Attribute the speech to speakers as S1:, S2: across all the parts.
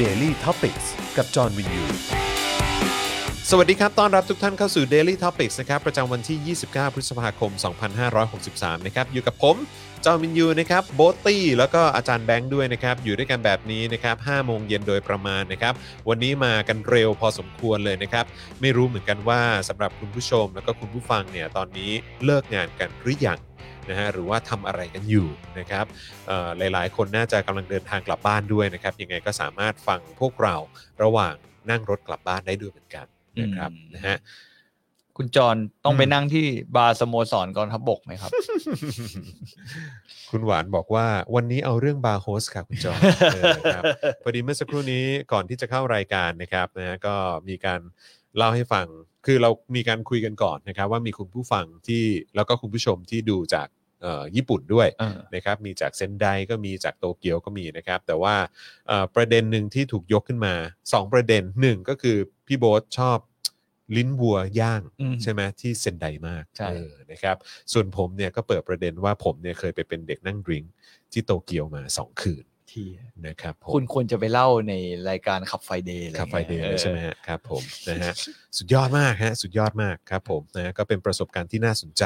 S1: Daily t o p i c กกับจอห์นวินยู
S2: สวัสดีครับ ต้อนรับทุกท่านเข้าสู่ Daily Topics นะครับ ประจำวันที่ 29 พฤษภาคม 2563 นะครับ อยู่กับผม จอมินยู นะครับ โบทตี้ แล้วก็อาจารย์แบงค์ด้วยนะครับ อยู่ด้วยกันแบบนี้นะครับ5โมงเย็นโดยประมาณนะครับ วันนี้มากันเร็วพอสมควรเลยนะครับ ไม่รู้เหมือนกันว่าสำหรับคุณผู้ชมแล้วก็คุณผู้ฟังเนี่ย ตอนนี้เลิกงานกันหรือยังนะฮะ หรือว่าทำอะไรกันอยู่นะครับ เอ่อหลายๆ คนน่าจะกำลังเดินทางกลับบ้านด้วยนะครับ ยังไงก็สามารถฟังพวกเราระหว่างนั่งรถกลับบ้านได้ด้วยเหมือนกันนะครับ
S3: อืม
S2: นะฮะ
S3: คุณจรต้องไป
S2: อืม
S3: นั่งที่บาร์สโมสรกองทัพบกไหม ครับ
S2: คุณหวานบอกว่าวันนี้เอาเรื่องบาร์โฮสค่ะคุณจอห์นเออครับ พอดีเมื่อสักครู่นี้ก่อนที่จะเข้ารายการนะครับนะฮะก็มีการเล่าให้ฟัง คือเรามีการคุยกันก่อนนะครับ ว่ามีคุณผู้ฟังที่แล้วก็คุณผู้ชมที่ดูจากเอ่อญี่ปุ่นด้วย
S3: เออ
S2: นะครับมีจากเซนไดก็มีจากโตเกียวก็มีนะครับ แต่ว่าเอ่อประเด็นหนึ่งที่ถูกยกขึ้นมา 2 ประเด็นหนึ่งก็คือพี่โบ๊ทชอบลิ้นวัวย่าง
S3: อืม
S2: ใช่ไหมที่เซนไดมาก
S3: ใช่
S2: เออนะครับส่วนผมเนี่ยก็เปิดประเด็นว่าผมเนี่ยเคยไปเป็นเด็กนั่งดริงก์ที่โตเกียวมา 2 คืนนะครับผม
S3: คุณควรจะไปเล่าในรายการขับไฟเดย์อะไร
S2: คา
S3: อาง
S2: เฟ่
S3: งี้
S2: เดย์เลยใช่ไหมฮะครับผมนะฮะ
S3: เออ
S2: สุดยอดมากฮะสุดยอดมากครับผมนะฮะก็เป็นประสบการณ์ที่น่าสนใจ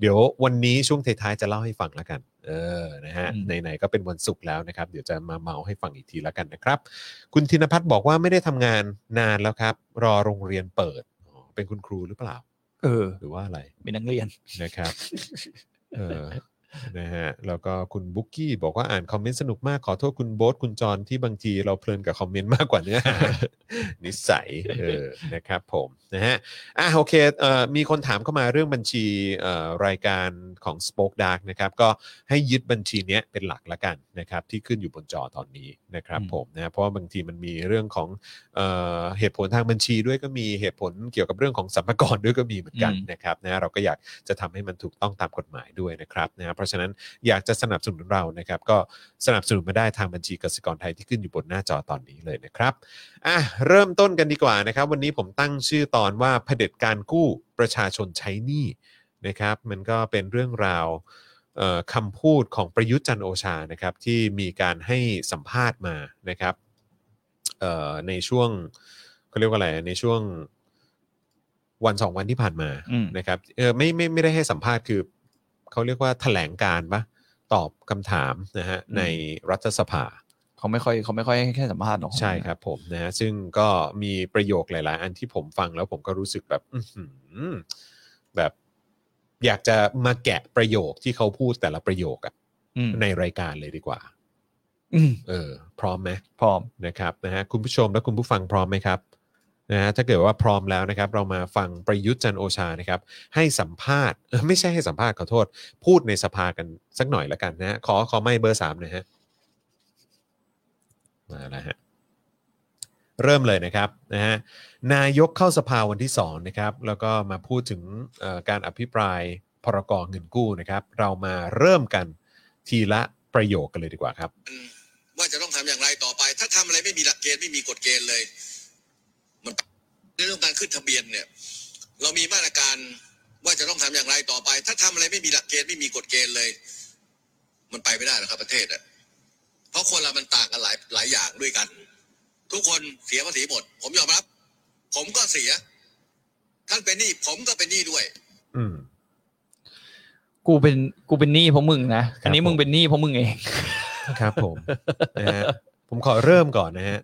S2: เดี๋ยววันนี้ช่วงท้ายๆจะเล่าให้ฟังแล้วกัน เออนะฮะ
S3: อืม
S2: ไหนๆก็เป็นวันศุกร์แล้วนะครับ เดี๋ยวจะมาเมาให้ฟังอีกทีแล้วกันนะครับ คุณธินพัฒน์บอกว่าไม่ได้ทำงานนานแล้วครับ รอโรงเรียนเปิดอ๋อเป็นคุณครูหรือเปล่า
S3: เออ
S2: หรือว่าอะไร
S3: เป็นนักเรียน
S2: นะครับ เออ นะฮะ แล้วก็คุณบุ๊กกี้บอกว่าอ่านคอมเมนต์สนุกมาก ขอโทษคุณโบ๊ทคุณจอนที่บางทีเราเพลินกับคอมเมนต์มากกว่าเนื้อหา นิสัย เออ นะครับผม นะฮะ อ่ะโอเคเอ่อมีคนถามเข้ามาเรื่องบัญชีเอ่อรายการของ Spoke Dark นะครับ ก็ให้ยึดบัญชีเนี้ยเป็นหลักละกันนะครับ ที่ขึ้นอยู่บนจอตอนนี้นะครับ
S3: อืม
S2: ผมนะเพราะว่าบางทีมันมีเรื่องของ เอ่อเหตุผลทางบัญชีด้วยก็มีเหตุผลเกี่ยวกับเรื่องของสัมภาระด้วยก็มีเหมือนกัน
S3: อืม
S2: นะครับนะเราก็อยากจะทำให้มันถูกต้องตามกฎหมายด้วยนะครับนะเพราะฉะนั้นอยากจะสนับสนุนเรานะครับ ก็สนับสนุนมาได้ทางบัญชีกสิกรไทยที่ขึ้นอยู่บนหน้าจอตอนนี้เลยนะครับอ่ะเริ่มต้นกันดีกว่านะครับ วันนี้ผมตั้งชื่อตอนว่าเผด็จการกู้ประชาชนใช้หนี้นะครับ มันก็เป็นเรื่องราว เอ่อคำพูดของประยุทธ์จันทร์โอชานะครับที่มีการให้สัมภาษณ์มานะครับเอ่อในช่วงเขาเรียกว่าอะไรในช่วงวันสองวันที่ผ่านมา
S3: อืม
S2: นะครับเออไม่ไม่ไม่ได้ให้สัมภาษณ์คือเขาเรียกว่าแถลงการณ์ปะตอบคำถามนะฮะในรัฐสภา
S3: เขาไม่ค่อยเขาไม่ค่อยให้แค่สัมภาษณ์หรอก
S2: ใช่ครับผมนะฮะซึ่งก็มีประโยคหลาย ๆ อันที่ผมฟังแล้วผมก็รู้สึกแบบ อื้อหือแบบอยากจะมาแกะประโยคที่เขาพูดแต่ละประโยคอะ
S3: อืม
S2: ในรายการเลยดีกว่า
S3: อืม
S2: เออ พร้อมไหม
S3: พร้อม
S2: นะครับนะฮะคุณผู้ชมและคุณผู้ฟังพร้อมไหมครับนะฮะถ้าเกิดว่าพร้อมแล้วนะครับ เรามาฟังประยุทธ์จันทร์โอชานะครับ ให้สัมภาษณ์เออไม่ใช่ให้สัมภาษณ์ขอโทษ พูดในสภากันสักหน่อยละกันนะฮะขอขอไม่เบอร์สามหนะฮะมาแล้วฮะเริ่มเลยนะครับนะฮะนายกเข้าสภาวันที่สองนะครับ แล้วก็มาพูดถึงเอ่อการอภิปรายพรกรเงินกู้นะครับ เรามาเริ่มกันทีละประโยคกันเลยดีกว่าครับ
S4: ว่าจะต้องทำอย่างไรต่อไป ถ้าทำอะไรไม่มีหลักเกณฑ์ไม่มีกฎเกณฑ์เลย มันในเรื่องการขึ้นทะเบียนเนี่ย เรามีมาตรการว่าจะต้องทำอย่างไรต่อไป ถ้าทำอะไรไม่มีหลักเกณฑ์ไม่มีกฎเกณฑ์เลย มันไปไม่ได้หรอกครับประเทศอ่ะเพราะคนเรามันต่างกันหลายหลายอย่างด้วยกัน ทุกคนเสียภาษีหมด ผมยอมรับ ผมก็เสีย ท่านเป็นหนี้ผมก็เป็นหนี้ด้วย
S2: อืม
S3: กูเป็นกูเป็นหนี้เพราะมึงนะอันนี้
S2: ครับผม
S3: มึงเป็นหนี้เพราะมึงเอง
S2: ครับผม นะฮะผมขอเริ่มก่อนนะฮะ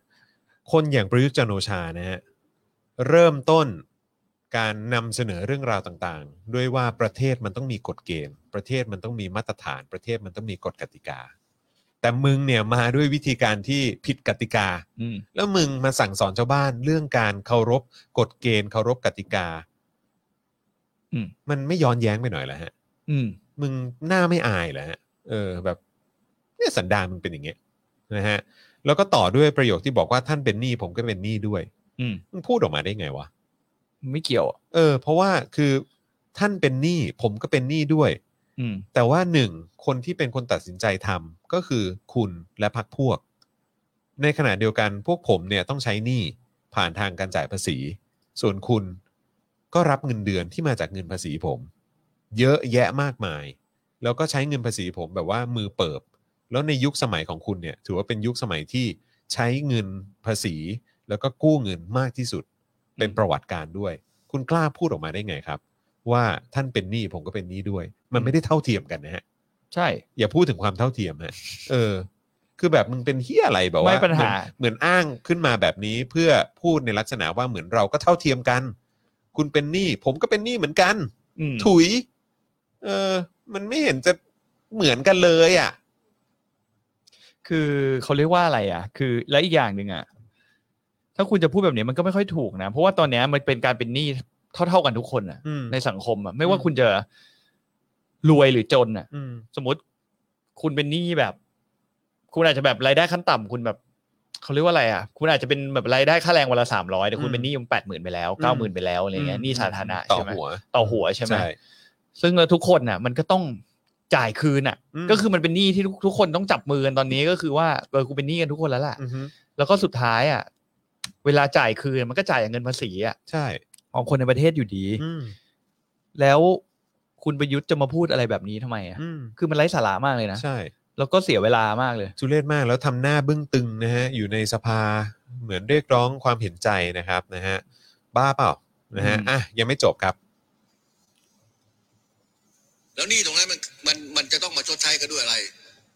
S2: คนอย่างประยุทธ์จันทร์โอชานะฮะเริ่มต้นการนำเสนอเรื่องราวต่างๆ ด้วยว่าประเทศมันต้องมีกฎเกณฑ์ ประเทศมันต้องมีมาตรฐาน ประเทศมันต้องมีกฎกติกา แต่มึงเนี่ยมาด้วยวิธีการที่ผิดกติกา
S3: อืม
S2: แล้วมึงมาสั่งสอนชาวบ้านเรื่องการเคารพกฎเกณฑ์เคารพกติกา
S3: อืม
S2: มันไม่ย้อนแย้งไปหน่อยเหรอฮะ
S3: อืม
S2: มึงหน้าไม่อายเหรอฮะ เออแบบเนี่ยสันดานมึงเป็นอย่างเงี้ยนะฮะ แล้วก็ต่อด้วยประโยคที่บอกว่าท่านเป็นหนี้ผมก็เป็นหนี้ด้วย
S3: อืม
S2: มึงพูดออกมาได้ไงวะ
S3: ไม่เกี่ยวอ่ะ
S2: เออ เพราะว่าคือท่านเป็นหนี้ผมก็เป็นหนี้ด้วย
S3: อืม
S2: แต่ว่าหนึ่งคนที่เป็นคนตัดสินใจทำก็คือคุณและพักพวก ในขณะเดียวกันพวกผมเนี่ยต้องใช้หนี้ผ่านทางการจ่ายภาษี ส่วนคุณก็รับเงินเดือนที่มาจากเงินภาษีผม เยอะแยะมากมาย แล้วก็ใช้เงินภาษีผมแบบว่ามือเปิบ แล้วในยุคสมัยของคุณเนี่ย ถือว่าเป็นยุคสมัยที่ ใช้เงินภาษี แล้วก็กู้เงินมากที่สุด เป็นประวัติการด้วย คุณกล้าพูดออกมาได้ไงครับ ว่าท่านเป็นหนี้ผมก็เป็นหนี้ด้วย มันไม่ได้เท่าเทียมกันนะฮะ
S3: ใช่
S2: อย่าพูดถึงความเท่าเทียมฮะ เออ คือแบบมึงเป็นเฮียอะไรแบบว่า
S3: ไม่ปัญหา
S2: เหมือนเหมือนอ้างขึ้นมาแบบนี้เพื่อพูดในลักษณะว่าเหมือนเราก็เท่าเทียมกัน คุณเป็นหนี้ผมก็เป็นหนี้เหมือนกัน
S3: อืม
S2: ถุย เออ มันไม่เห็นจะเหมือนกันเลยอ่ะ
S3: คือเขาเรียกว่าอะไรอ่ะ คือและอีกอย่างหนึ่งอ่ะ ถ้าคุณจะพูดแบบนี้มันก็ไม่ค่อยถูกนะ เพราะว่าตอนเนี้ยมันเป็นการเป็นหนี้เท่าๆกันทุกคนอ่ะ
S2: อืม
S3: ในสังคมอ่ะ ไม่ว่าคุณจะรวยหรือจนอ่ะ
S2: อืม
S3: สมมติคุณเป็นหนี้แบบ คุณอาจจะแบบรายได้ขั้นต่ำคุณแบบเขาเรียกว่าอะไรอ่ะ คุณอาจจะเป็นแบบรายได้ค่าแรงวันละสามร้อยแต่คุณเป็นหนี้แปดหมื่นไปแล้วเก้าหมื่นไปแล้วอะไรเงี้ย
S2: อืม
S3: หนี้สาธารณะ
S2: ต่อ
S3: ใช่ไหม
S2: หัว
S3: ต่อหัวใช่ไหม
S2: ใช่
S3: ซึ่งทุกคนน่ะ มันก็ต้องจ่ายคืนอ่ะ
S2: อืม
S3: ก็คือมันเป็นหนี้ที่ทุกทุกคนต้องจับมือกันตอนนี้ก็คือว่าเออกูเป็นหนี้กันทุกคนแล้วล่ะ
S2: อือฮึ
S3: แล้วก็สุดท้ายอ่ะ เวลาจ่ายคืนมันก็จ่ายอย่างเงินภาษีอ่ะ
S2: ใช่
S3: ของคนในประเทศอยู่ดี
S2: อืม
S3: แล้วคุณประยุทธ์จะมาพูดอะไรแบบนี้ทำไมอ่ะ
S2: อืม
S3: คือมันไร้สาระมากเลยนะ
S2: ใช่
S3: แล้วก็เสียเวลามากเลย
S2: ทุเรศมากแล้วทำหน้าบึ้งตึงนะฮะ อยู่ในสภาเหมือนเรียกร้องความเห็นใจนะครับนะฮะ บ้าเปล่านะฮะ
S3: อืม
S2: อ่ะยังไม่จบครับ
S4: แล้วหนี่ตรงนั้นมันมันมันจะต้องมาชดใช้กันด้วยอะไร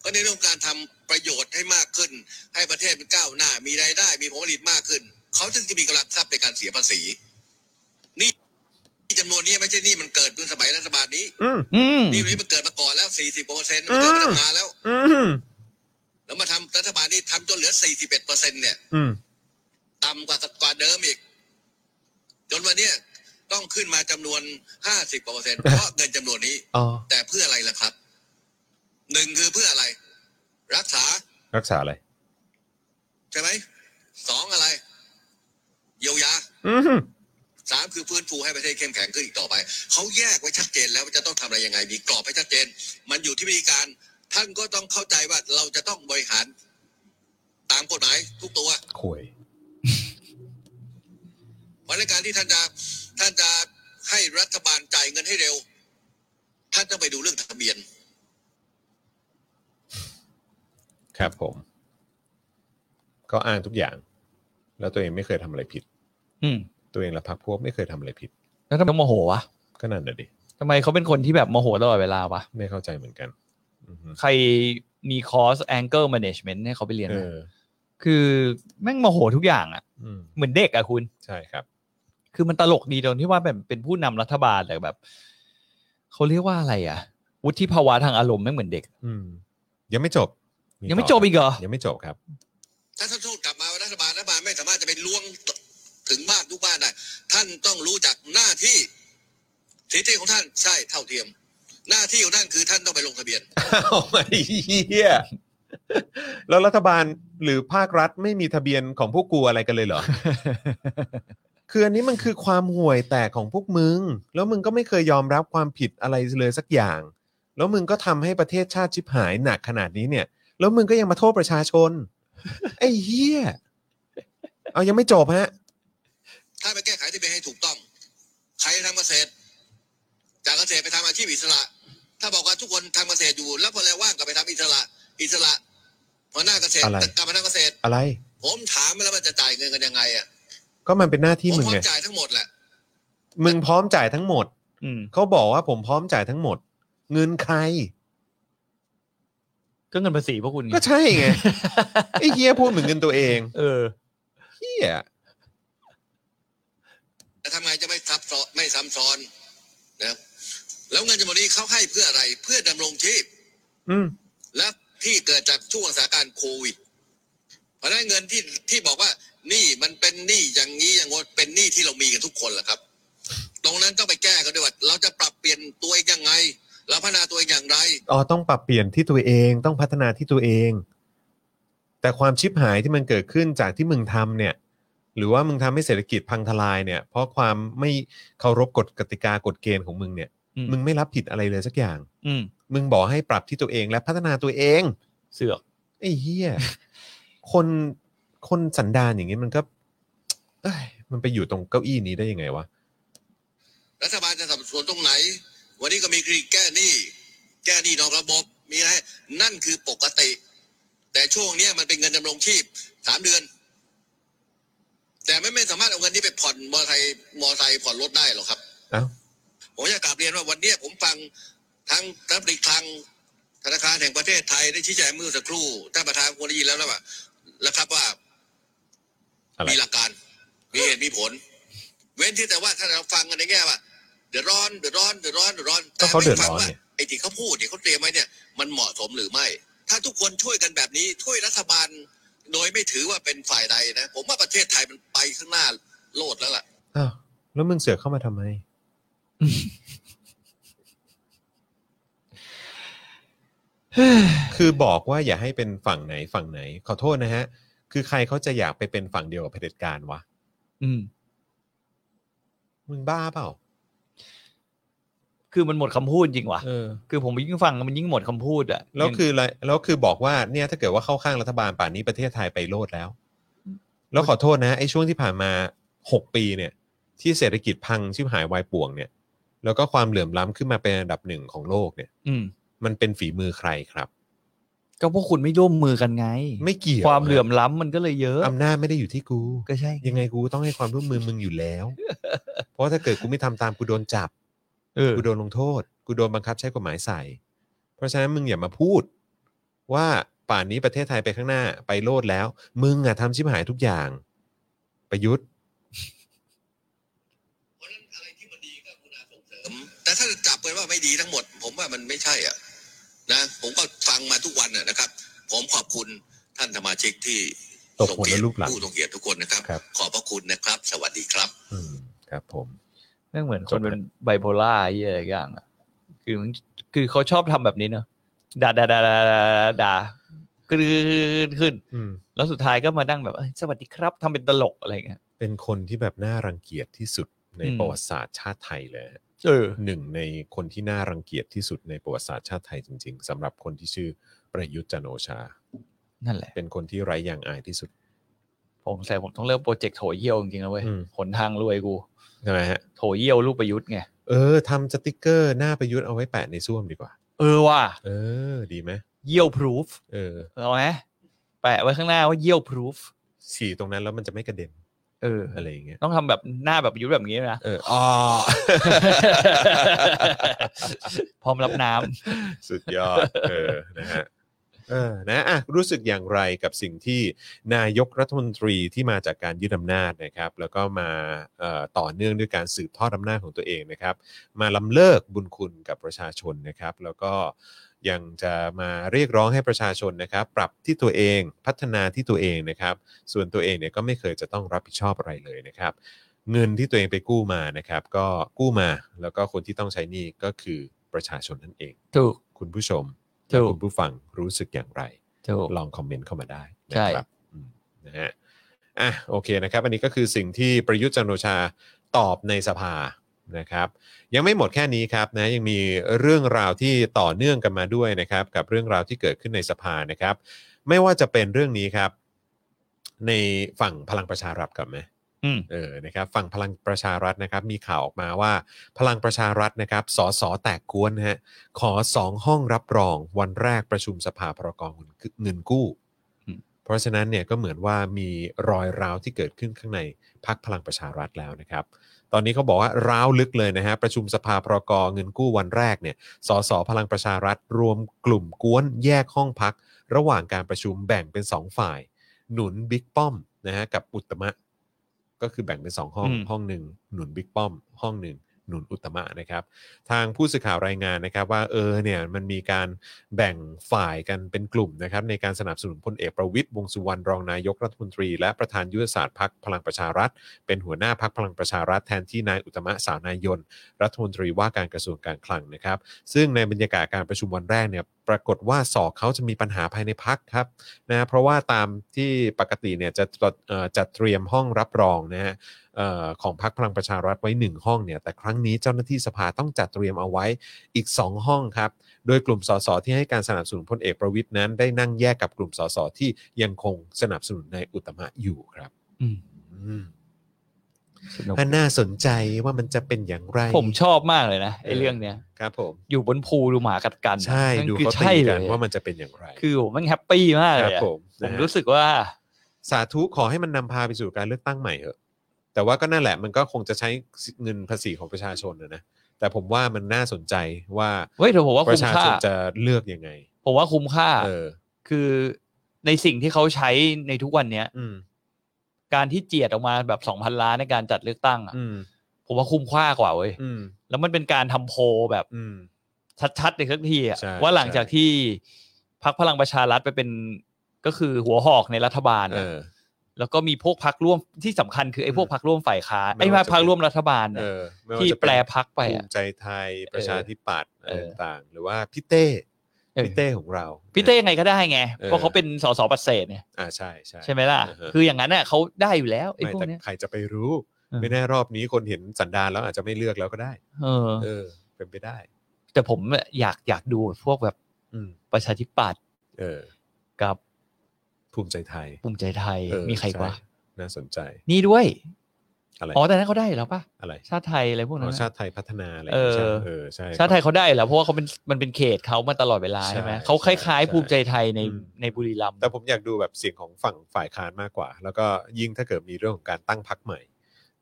S4: ก็ในเรื่องการทำประโยชน์ให้มากขึ้น ให้ประเทศมันก้าวหน้า มีรายได้ มีผลผลิตมากขึ้น เขาถึงจะมีกำลังทรัพย์ในการเสียภาษีหนี่จำนวนนี้ไม่ใช่หนี่มันเกิดเมื่อสมัยรัฐบาลนี้
S2: อืม
S3: อืม
S4: หนี่นี้มันเกิดมาก่อนแล้ว 40เปอร์เซ็นต์มันเกิดมาตั้งนานแล้ว
S2: อืม
S4: แล้วมาทำรัฐบาลนี้ทำจนเหลือ 41เปอร์เซ็นต์เนี่ย
S2: อืม
S4: ต่ำกว่ากว่าเดิมอีก จนวันเนี้ยต้องขึ้นมาจำนวน 50กว่าเปอร์เซ็นต์เพราะเงินจำนวนนี้
S2: อ๋อ
S4: แต่เพื่ออะไรล่ะครับ หนึ่งคือเพื่ออะไร รักษา
S2: รักษาอะไร
S4: ใช่ไหม สองอะไร เยียวยา
S2: อืม
S4: สามคือฟื้นฟูให้ประเทศเข้มแข็งขึ้นอีกต่อไป เขาแยกไว้ชัดเจนแล้วว่าจะต้องทำอะไรยังไง มีกรอบให้ชัดเจน มันอยู่ที่วิธีการ ท่านก็ต้องเข้าใจว่าเราจะต้องบริหาร ตามกฎหมายทุกตัว
S2: ข่วย
S4: เพราะในการที่ท่านจะท่านจะให้รัฐบาลจ่ายเงินให้เร็ว ท่านต้องไปดูเรื่องทะเบียน
S2: ครับผม ก็อ้างทุกอย่าง แล้วตัวเองไม่เคยทำอะไรผิด
S3: อืม
S2: ตัวเองและพรรคพวกไม่เคยทำอะไรผิด
S3: แล้วทำไมต้องโมโหวะ
S2: ก็นั่นน่ะดิ
S3: ทำไมเขาเป็นคนที่แบบโมโหตลอดเวลาวะ
S2: ไม่เข้าใจเหมือนกันอือฮึ
S3: ใครมีคอร์ส anger management ให้เขาไปเรียน
S2: เอ
S3: ไหม
S2: อ
S3: คือแม่งโมโหทุกอย่างอะ่ะ
S2: อืม
S3: เหมือนเด็กอะคุณ
S2: ใช่ครับ
S3: คือมันตลกดีตรงที่ว่าแบบเป็นผู้นำรัฐบาลแต่แบบ เขาเรียกว่าอะไรอะ่ะ วุฒิภาวะทางอารมณ์ไม่งเหมือนเด็ก
S2: อืม ยังไม่จบ
S3: ยังไม่จบอีกเหรอ
S2: ยังไม่จบครับ
S4: ถ้าท่านทูตกลับมาว่ารัฐบาลรัฐบาลไม่สามารถจะไปล้วงถึงบ้านทุกบ้านได้ ท่านต้องรู้จักหน้าที่สิทธิของท่านใช่เท่าเทียม หน้าที่ของท่านคือท่านต้องไปลงทะเบียน
S2: เอามาดิเฮียแล้วรัฐบาลหรือภาครัฐไม่มีทะเบียนของพวกกูอะไรกันเลยเหรอ คืออันนี้มันคือความห่วยแตกของพวกมึง แล้วมึงก็ไม่เคยยอมรับความผิดอะไรเลยสักอย่าง แล้วมึงก็ทำให้ประเทศชาติชิบหายหนักขนาดนี้เนี่ย แล้วมึงก็ยังมาโทษประชาชน ไอ้เหี้ย เอายังไม่จบฮะ
S4: ถ้านไปแก้ไขทะเบียนให้ถูกต้อง ใครทำเกษตร จากเกษตรไปทำอาชีพอิสระ ถ้าบอกว่าทุกคนทำเกษตรอยู่ แล้วพอแล้วว่างก็ไปทำอิสระ อิสระหัวหน้าเกษตร
S2: อะไร
S4: กลับมาทำเกษตร
S2: อะไร
S4: ผมถามมาแล้วมันจะจ่ายเงินกันยังไงอ่ะ
S2: ก็มันเป็นหน้าที่
S4: ผม
S2: มึง
S4: พร้อ
S2: ไง
S4: มจ่ายทั้งหมดแหละ
S2: มึงพร้อมจ่ายทั้งหมด
S3: อืม
S2: เขาบอกว่าผมพร้อมจ่ายทั้งหมด เงินใคร
S3: ก็เงินภาษีพวกคุณไง
S2: ก็ใช่ไง ไอ้เฮียพูดเหมือนกันตัวเอง
S3: เออ
S2: เฮีย
S4: แต่ทำไงจะไม่ซับซ้อนไม่ซ้ำซ้อนนะครับแล้วเงินจำนวนนี้เขาให้เพื่ออะไร เพื่อดำรงชีพ
S2: อืม
S4: และที่เกิดจากช่วงสถานการณ์โควิด เพราะฉะนั้นเงินที่ที่บอกว่าหนี่มันเป็นหนี้อย่างนี้อย่างโน้นเป็นหนี้ที่เรามีกันทุกคนแหละครับ ตรงนั้นต้องไปแก้กันด้วยว่าเราจะปรับเปลี่ยนตัวเองยังไง เราพัฒนาตัวเองอย่างไร
S2: อ๋อ ต้องปรับเปลี่ยนที่ตัวเองต้องพัฒนาที่ตัวเอง แต่ความชิบหายที่มันเกิดขึ้นจากที่มึงทำเนี่ย หรือว่ามึงทำให้เศรษฐกิจพังทลายเนี่ย เพราะความไม่เคารพกฎกติกากฎเกณฑ์ของมึงเนี่ย
S3: อืม
S2: มึงไม่รับผิดอะไรเลยสักอย่าง
S3: อืม
S2: มึงบอกให้ปรับที่ตัวเองและพัฒนาตัวเอง
S3: เสือก
S2: ไอ้เหี้ย คนคนสันดานอย่างนี้มันก็เอ้ยมันไปอยู่ตรงเก้าอี้นี้ได้ยังไงวะ
S4: รัฐบาลจะสับสวนตรงไหน วันนี้ก็มีคลินิกแก้หนี้ แก้หนี้นอกระบบ มีอะไร นั่นคือปกติ แต่ช่วงเนี้ยมันเป็นเงินดำรงชีพ สามเดือน แต่ไม่ไม่สามารถเอาเงินนี้ไปผ่อนมอไซค์มอไซค์ผ่อนรถได้หรอกครับ
S2: อ้าว
S4: ผมอยากกลับเรียนว่าวันเนี้ยผมฟังทั้งรัฐมนตรีคลังธนาคารแห่งประเทศไทยได้ชี้แจงเมื่อสักครู่ท่านประธานควรได้ยินแล้วนะว่าแล้วครับว่า
S2: อะไร
S4: มีหลักการ มีเหตุมีผล เว้นที่แต่ว่าถ้าเราฟังกันในแง่ว่าเดือดร้อนเดือดร้อนเดือดร้อนเดือดร้อน
S2: ก็เขาเดือดร้อน
S4: แต่ไม่ฟังว่า
S2: เนี่ย
S4: ไอ้ที่เขาพูดที่เขาเตรียมไว้เนี่ยมันเหมาะสมหรือไม่ ถ้าทุกคนช่วยกันแบบนี้ช่วยรัฐบาล โดยไม่ถือว่าเป็นฝ่ายใดนะ ผมว่าประเทศไทยมันไปข้างหน้าโลดแล้วล่ะ
S2: อ้าวแล้วมึงเสือกเข้ามาทำไม คือบอกว่าอย่าให้เป็นฝั่งไหนฝั่งไหน ขอโทษนะฮะ คือใครเขาจะอยากไปเป็นฝั่งเดียวกับเผด็จการวะ
S3: อืม
S2: มึงบ้าเปล่า
S3: คือมันหมดคำพูดจริงวะ
S2: เออ
S3: คือผมยิ่งฟังมันยิ่งหมดคำพูดอะ
S2: แล้วคืออะไรแล้วคือบอกว่าเนี่ยถ้าเกิดว่าเข้าข้างรัฐบาลป่านนี้ประเทศไทยไปโลดแล้ว แล้วขอโทษนะไอ้ช่วงที่ผ่านมาหกปีเนี่ย ที่เศรษฐกิจพังชิบหายวายป่วงเนี่ย แล้วก็ความเหลื่อมล้ำขึ้นมาเป็นอันดับหนึ่งของโลกเนี่ย
S3: อืม
S2: มันเป็นฝีมือใครครับ
S3: ก็พวกคุณไม่ร่วมมือกันไง
S2: ไม่เกี่ยว
S3: ความ
S2: นะ
S3: เหลื่อมล้ำมันก็เลยเยอะ
S2: อำนาจไม่ได้อยู่ที่กู
S3: ก็ใช่ไง
S2: ยังไงกูต้องให้ความร่วมมือมึงอยู่แล้ว เพราะถ้าเกิดกูไม่ทำตามกูโดนจับ
S3: เออ
S2: กูโดนลงโทษ กูโดนบังคับใช้กฎหมายใส่ เพราะฉะนั้นมึงอย่ามาพูด ว่าป่านนี้ประเทศไทยไปข้างหน้าไปโลดแล้ว มึงอะทำชิบหายทุกอย่าง ประยุทธ์
S4: เพราะฉะนั้นอะไรที่มันดีก็กรุณาส่งเสริมแต่ถ้าจับไปว่าไม่ดีทั้งหมด ผมว่ามันไม่ใช่อ่ะนะผมก็ฟังมาทุกวันน่ะนะครับ ผมขอบคุณท่านสมาชิกที่
S2: ตบหัวและรูปหลัง
S4: ผู้ทรงเกียรติทุกคนนะครับ
S2: ครับ
S4: ขอบพระคุณนะครับ สวัสดีครับ
S2: อืมครับผม
S3: แม่งเหมือนคนเป็นไบโพล่าไอเหี้ยอะไรอย่างอะคือมันคือเขาชอบทำแบบนี้เนอะด่าด่าด่าด่าด่าด่ากรืนขึ้น
S2: อืม
S3: แล้วสุดท้ายก็มานั่งแบบเอ้ยสวัสดีครับทำเป็นตลกอะไรอย่างเงี้ย
S2: เป็นคนที่แบบน่ารังเกียจที่สุดใน
S3: อืม
S2: ประวัติศาสตร์ชาติไทยเลยฮะ
S3: เออ
S2: หนึ่งในคนที่น่ารังเกียจที่สุดในประวัติศาสตร์ชาติไทยจริง ๆสำหรับคนที่ชื่อประยุทธ์จันทร์โอชา
S3: นั่นแหละ
S2: เป็นคนที่ไร้ยางอายที่สุด
S3: ผมใส่ผมต้องเริ่มโปรเจกต์โถเยี่ยวจริงๆนะเว้ย
S2: อืม
S3: หนทางรวยกู
S2: ใช่ไหมฮะ
S3: โถเยี่ยวลูกประยุทธ์ไง
S2: เออทำสติกเกอร์หน้าประยุทธ์เอาไว้แปะในส้วมดีกว่า
S3: เออว่ะ
S2: เออ ดีไหม
S3: เยี่ยวพรูฟ
S2: เออ
S3: เอาไหมแปะไว้ข้างหน้าว่าเยี่ยวพรูฟ
S2: ฉี่ตรงนั้นแล้วมันจะไม่กระเด็น
S3: เออ
S2: อะไรอย่างเงี้ย
S3: ต้องทำแบบหน้าแบบประยุทธ์แบบนี้ด้วยนะ
S2: เอออ๋อ
S3: พร้อมรับน้ำ
S2: สุดยอดเออนะฮะเออนะอ่ะรู้สึกอย่างไรกับสิ่งที่นายกรัฐมนตรีที่มาจากการยึดอำนาจนะครับ แล้วก็มาเอ่อต่อเนื่องด้วยการสืบทอดอำนาจของตัวเองนะครับ มาล้ำเลิกบุญคุณกับประชาชนนะครับ แล้วก็ยังจะมาเรียกร้องให้ประชาชนนะครับ ปรับที่ตัวเองพัฒนาที่ตัวเองนะครับ ส่วนตัวเองเนี่ยก็ไม่เคยจะต้องรับผิดชอบอะไรเลยนะครับ เงินที่ตัวเองไปกู้มานะครับ ก็กู้มาแล้วก็คนที่ต้องใช้หนี้ก็คือประชาชนนั่นเอง
S3: ถูก
S2: คุณผู้ชม
S3: ถู
S2: และ
S3: ก
S2: คุณผู้ฟังรู้สึกอย่างไร
S3: ถูก
S2: ลองคอมเมนต์เข้ามาได้
S3: ใช่
S2: นะครับอืมนะฮะอ่ะโอเคนะครับ อันนี้ก็คือสิ่งที่ประยุทธ์จันทร์โอชาตอบในสภานะครับ ยังไม่หมดแค่นี้ครับนะยังมีเรื่องราวที่ต่อเนื่องกันมาด้วยนะครับ กับเรื่องราวที่เกิดขึ้นในสภานะครับ ไม่ว่าจะเป็นเรื่องนี้ครับ ในฝั่งพลังประชารัฐกับไหม
S3: อืม
S2: เออ นะครับ ฝั่งพลังประชารัฐนะครับ มีข่าวออกมาว่า พลังประชารัฐนะครับ สสแตกกวนนะฮะ ขอสองห้องรับรองวันแรกประชุมสภาพรกรเงินกู้
S3: อืม
S2: เพราะฉะนั้นเนี่ยก็เหมือนว่ามีรอยร้าวที่เกิดขึ้นข้างในพักพลังประชารัฐแล้วนะครับ ตอนนี้เขาบอกว่าร้าวลึกเลยนะฮะ ประชุมสภาพรกเงินกู้วันแรกเนี่ย สสพลังประชารัฐรวมกลุ่มกวนแยกห้องพัก ระหว่างการประชุมแบ่งเป็นสองฝ่าย หนุนบิ๊กป้อมนะฮะกับอุตตมะ ก็คือแบ่งเป็น 2 ห้อง
S3: อืม
S2: ห้องหนึ่งหนุนบิ๊กป้อม ห้องหนึ่งหนุนอุตตมะนะครับ ทางผู้สื่อข่าวรายงานนะครับ ว่าเออเนี่ยมันมีการแบ่งฝ่ายกันเป็นกลุ่มนะครับ ในการสนับสนุนพลเอกประวิตยวงษ์สุวรรณรองนายกรัฐมนตรี และประธานยุทธศาสตร์พักพลังประชารัฐ เป็นหัวหน้าพักพลังประชารัฐแทนที่นายอุตตมะสาวนายน รัฐมนตรีว่าการกระทรวงการคลังนะครับ ซึ่งในบรรยากาศการประชุมวันแรกเนี่ยปรากฏว่าสอกเขาจะมีปัญหาภายในพักครับนะเพราะว่าตามที่ปกติเนี่ยจะเอ่อจัดเตรียมห้องรับรองนะฮะเอ่อของพักพลังประชารัฐไว้ 1 ห้องเนี่ยแต่ครั้งนี้เจ้าหน้าที่สภาต้องจัดเตรียมเอาไว้อีก 2 ห้องครับ โดยกลุ่มสสที่ให้การสนับสนุนพลเอกประวิทย์นั้น ได้นั่งแยกกับกลุ่มสสที่ยังคงสนับสนุนนายอุตตมะอยู่ครับ
S3: อืม
S2: อืม
S3: สนุก
S2: ถ้าน่าสนใจว่ามันจะเป็นอย่างไร
S3: ผมชอบมากเลยนะไอ้เรื่องเนี้ย
S2: ครับผม
S3: อยู่บนภูดูหมากัดกัน
S2: ใช่
S3: นั่น
S2: ดู
S3: คือ
S2: เขา
S3: ใช่
S2: ตี
S3: เล
S2: กัน
S3: ย
S2: ว่ามันจะเป็นอย่างไร
S3: คือผมแม่งแฮปปี้มาก
S2: ค
S3: เล
S2: รับ
S3: ยอะ
S2: ผม
S3: ผม
S2: นะฮะ
S3: รู้สึกว่า
S2: สาธุขอให้มันนำพาไปสู่การเลือกตั้งใหม่เถอะแต่ว่าก็นั่นแหละมันก็คงจะใช้เงินภาษีของประชาชนนะนะแต่ผมว่ามันน่าสนใจว่า
S3: เฮ้ยแต่ผมว่า
S2: ป
S3: คุ้
S2: ระ
S3: ม
S2: ชา
S3: ค่า
S2: ชนจะเลือกยังไง
S3: ผมว่าคุ้มค่า
S2: เออ
S3: คือในสิ่งที่เขาใช้ในทุกวันเนี้ย
S2: อืม
S3: การที่เจียดออกมาแบบสองพันล้านในการจัดเลือกตั้งอะ
S2: อืม
S3: ผมว่าคุ้มค่ากว่าเว้ย
S2: อืม
S3: แล้วมันเป็นการทำโพลแบบ
S2: อืม
S3: ชัดๆในสักทีอะ
S2: ใช่
S3: ว่าหลังจาก
S2: ใช่
S3: ที่พักพลังประชารัฐไปเป็นก็คือหัวหอกในรัฐบาล
S2: เอ
S3: อะ
S2: อ
S3: แล้วก็มีพวกพักร่วมที่สำคัญคือไอ้พวกพักร่วมฝ่ายค้าน
S2: ไม่
S3: ไอ้
S2: ว่าจะ
S3: พักร่วมรัฐบาล
S2: เอ
S3: น่ะ
S2: อไม่ว่า
S3: ที่
S2: จะเน
S3: แปลพักไป
S2: ภู
S3: อ่ะ
S2: มิใจไทยประชาธิปัตย์อะไร
S3: เออ
S2: ต่างๆหรือว่าพี่เต้
S3: เออ
S2: พี่เต้ของเรา
S3: พี่เต้ไงก็ได้ไง
S2: เออ
S3: เพราะเขาเป็นสสปัสเศษเนี่ย
S2: อ่าใช่ใช่
S3: ใช่ไหมล่ะ
S2: เออฮะ
S3: คืออย่างนั้นเน่ะเขาได้อยู่แล้วไอ้
S2: ไม่
S3: พวก
S2: แต่
S3: เนี้ย
S2: ใครจะไปรู้
S3: เออ
S2: ไม่แน่รอบนี้คนเห็นสันดานแล้วอาจจะไม่เลือกแล้วก็ได้
S3: เออ
S2: เออ เป็นไปได้
S3: แต่ผมอยากอยากดูพวกแบบ
S2: อืม
S3: ประชาธิปัตย์
S2: เออ
S3: กับ
S2: ภูมิใจไทย
S3: ภูมิใจไทย
S2: เออ
S3: มีใครกว่า
S2: ช่น่าสนใจ
S3: นี่ด้วย
S2: อะไร
S3: อ๋อแต่นั้นเขาได้อยู่แล้วป่ะ
S2: อะไร
S3: ชาติไทยอะไรพวก
S2: อ๋
S3: นั้
S2: อน
S3: นะ
S2: ชาติไทยพัฒนาอะไร
S3: เออ
S2: ใช่ไหมเออใช่
S3: ชาติไทยเขาได้อยู่แล้วเพราะว่าเขาเป็นมันเป็นเขตเขามาตลอดเวลา
S2: ใช่
S3: ใช่ไหมเขาคล้าย
S2: ใช่
S3: ๆภูมิใจไทยใน
S2: อืม
S3: ในบุรีรัมย์
S2: แต่ผมอยากดูแบบเสียงของฝั่งฝ่ายค้านมากกว่า แล้วก็ยิ่งถ้าเกิดมีเรื่องของการตั้งพักใหม่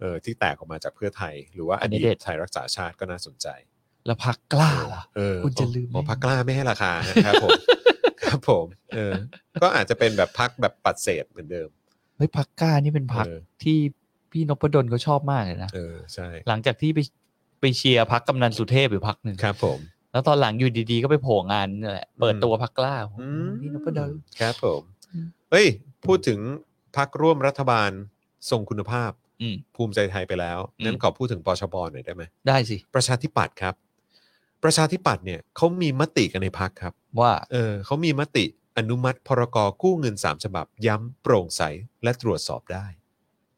S2: เออที่แตกออกมาจากเพื่อไทย หรือว่าอดีตไทยรักษาชาติก็น่าสนใจ
S3: แล้วพักกล้าล่ะ
S2: เออ
S3: คุณจะลืมไหม
S2: หมอพักกล้าไม่ให้ราคานะครับผม ครับผมเออ ก็อาจจะเป็นแบบพักแบบปัดเศษเหมือนเดิม
S3: เฮ้ยพักกล้านี่เป็นพัก
S2: เออ
S3: ที่พี่นพดลเขาชอบมากเลยนะ
S2: เออใช่
S3: หลังจากที่ไปไปเชียร์พักกำนันสุเทพอยู่พักหนึ่ง
S2: ครับผม
S3: แล้วตอนหลังอยู่ดีๆก็ไปโผล่งานนี่แหละเปิด
S2: อืม
S3: ตัวพักกล้าโอ้โห
S2: อืม
S3: พี่นพดล
S2: ครับผม
S3: อืม
S2: เฮ้ย พูดถึงพักร่วมรัฐบาลทรงคุณภาพ
S3: อืม
S2: ภูมิใจไทยไปแล้ว
S3: อืม
S2: นั้นขอพูดถึงปชบหน่อยได้ไหม
S3: ได้สิ
S2: ประชาธิปัตย์ครับ ประชาธิปัตย์เนี่ยเขามีมติกันในพักครับ
S3: ว่า
S2: เออเขามีมติอนุมัติพรกกู้เงิน 3 ฉบับ ย้ำโปร่งใสและตรวจสอบได้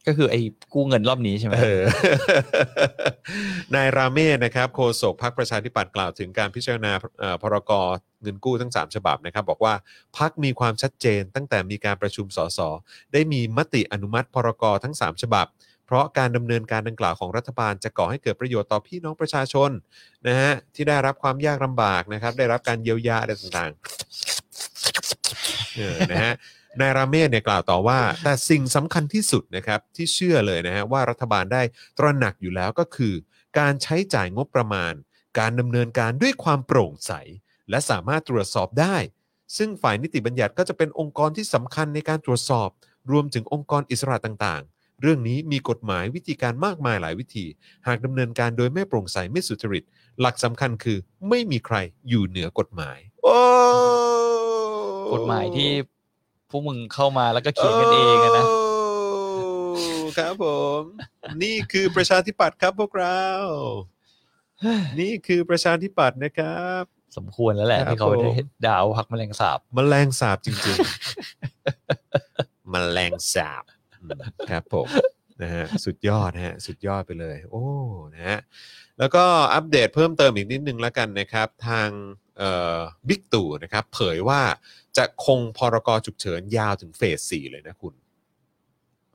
S3: ก็คือไอ้กู้เงินรอบนี้ใช่ไหม
S2: เออ นายราเมศนะครับโฆษกพักประชาธิปัตย์กล่าวถึงการพิจารณาเอ่อพรกเงินกู้ทั้ง 3 ฉบับนะครับ บอกว่าพักมีความชัดเจนตั้งแต่มีการประชุมสสได้มีมติอนุมัติพรกทั้ง 3 ฉบับ เพราะการดำเนินการดังกล่าวของรัฐบาลจะก่อให้เกิดประโยชน์ต่อพี่น้องประชาชนนะฮะที่ได้รับความยากลำบากนะครับ ได้รับการเยียวยาอะไรต่างๆเออนะฮะ นายราเมศเนี่ยกล่าวต่อว่า แต่สิ่งสำคัญที่สุดนะครับที่เชื่อเลยนะฮะว่ารัฐบาลได้ตระหนักอยู่แล้วก็คือ การใช้จ่ายงบประมาณ การดำเนินการด้วยความโปร่งใส และสามารถตรวจสอบได้ ซึ่งฝ่ายนิติบัญญัติก็จะเป็นองค์กรที่สำคัญในการตรวจสอบ รวมถึงองค์กรอิสระต่างๆ เรื่องนี้มีกฎหมายวิธีการมากมายหลายวิธี หากดำเนินการโดยไม่โปร่งใสไม่สุจริต หลักสำคัญคือไม่มีใครอยู่เหนือกฎหมายโอ้
S3: กฎหมายที่พวกมึงเข้ามาแล้วก็เขียนกันเองอะนะ
S2: โอ้ครับผม นี่คือประชาธิปัตย์ครับพวกเรา นี่คือประชาธิปัตย์นะครับ
S3: สมควรแล้วแหละ
S2: ครับ
S3: ที่เขาได้
S2: ผม
S3: ด่าวาพักแมลงสาบ
S2: มแมลงสาบจริงๆ มแมลงสาบอืมครับผมนะฮะสุดยอดนะฮะสุดยอดไปเลย โอ้นะฮะแล้วก็อัปเดตเพิ่มเติมอีกนิดนึงแล้วกันนะครับ ทางบิ๊กตู่นะครับ เผยว่าจะคงพรกฉุกเฉินยาวถึงเฟสสี่เลยนะคุณ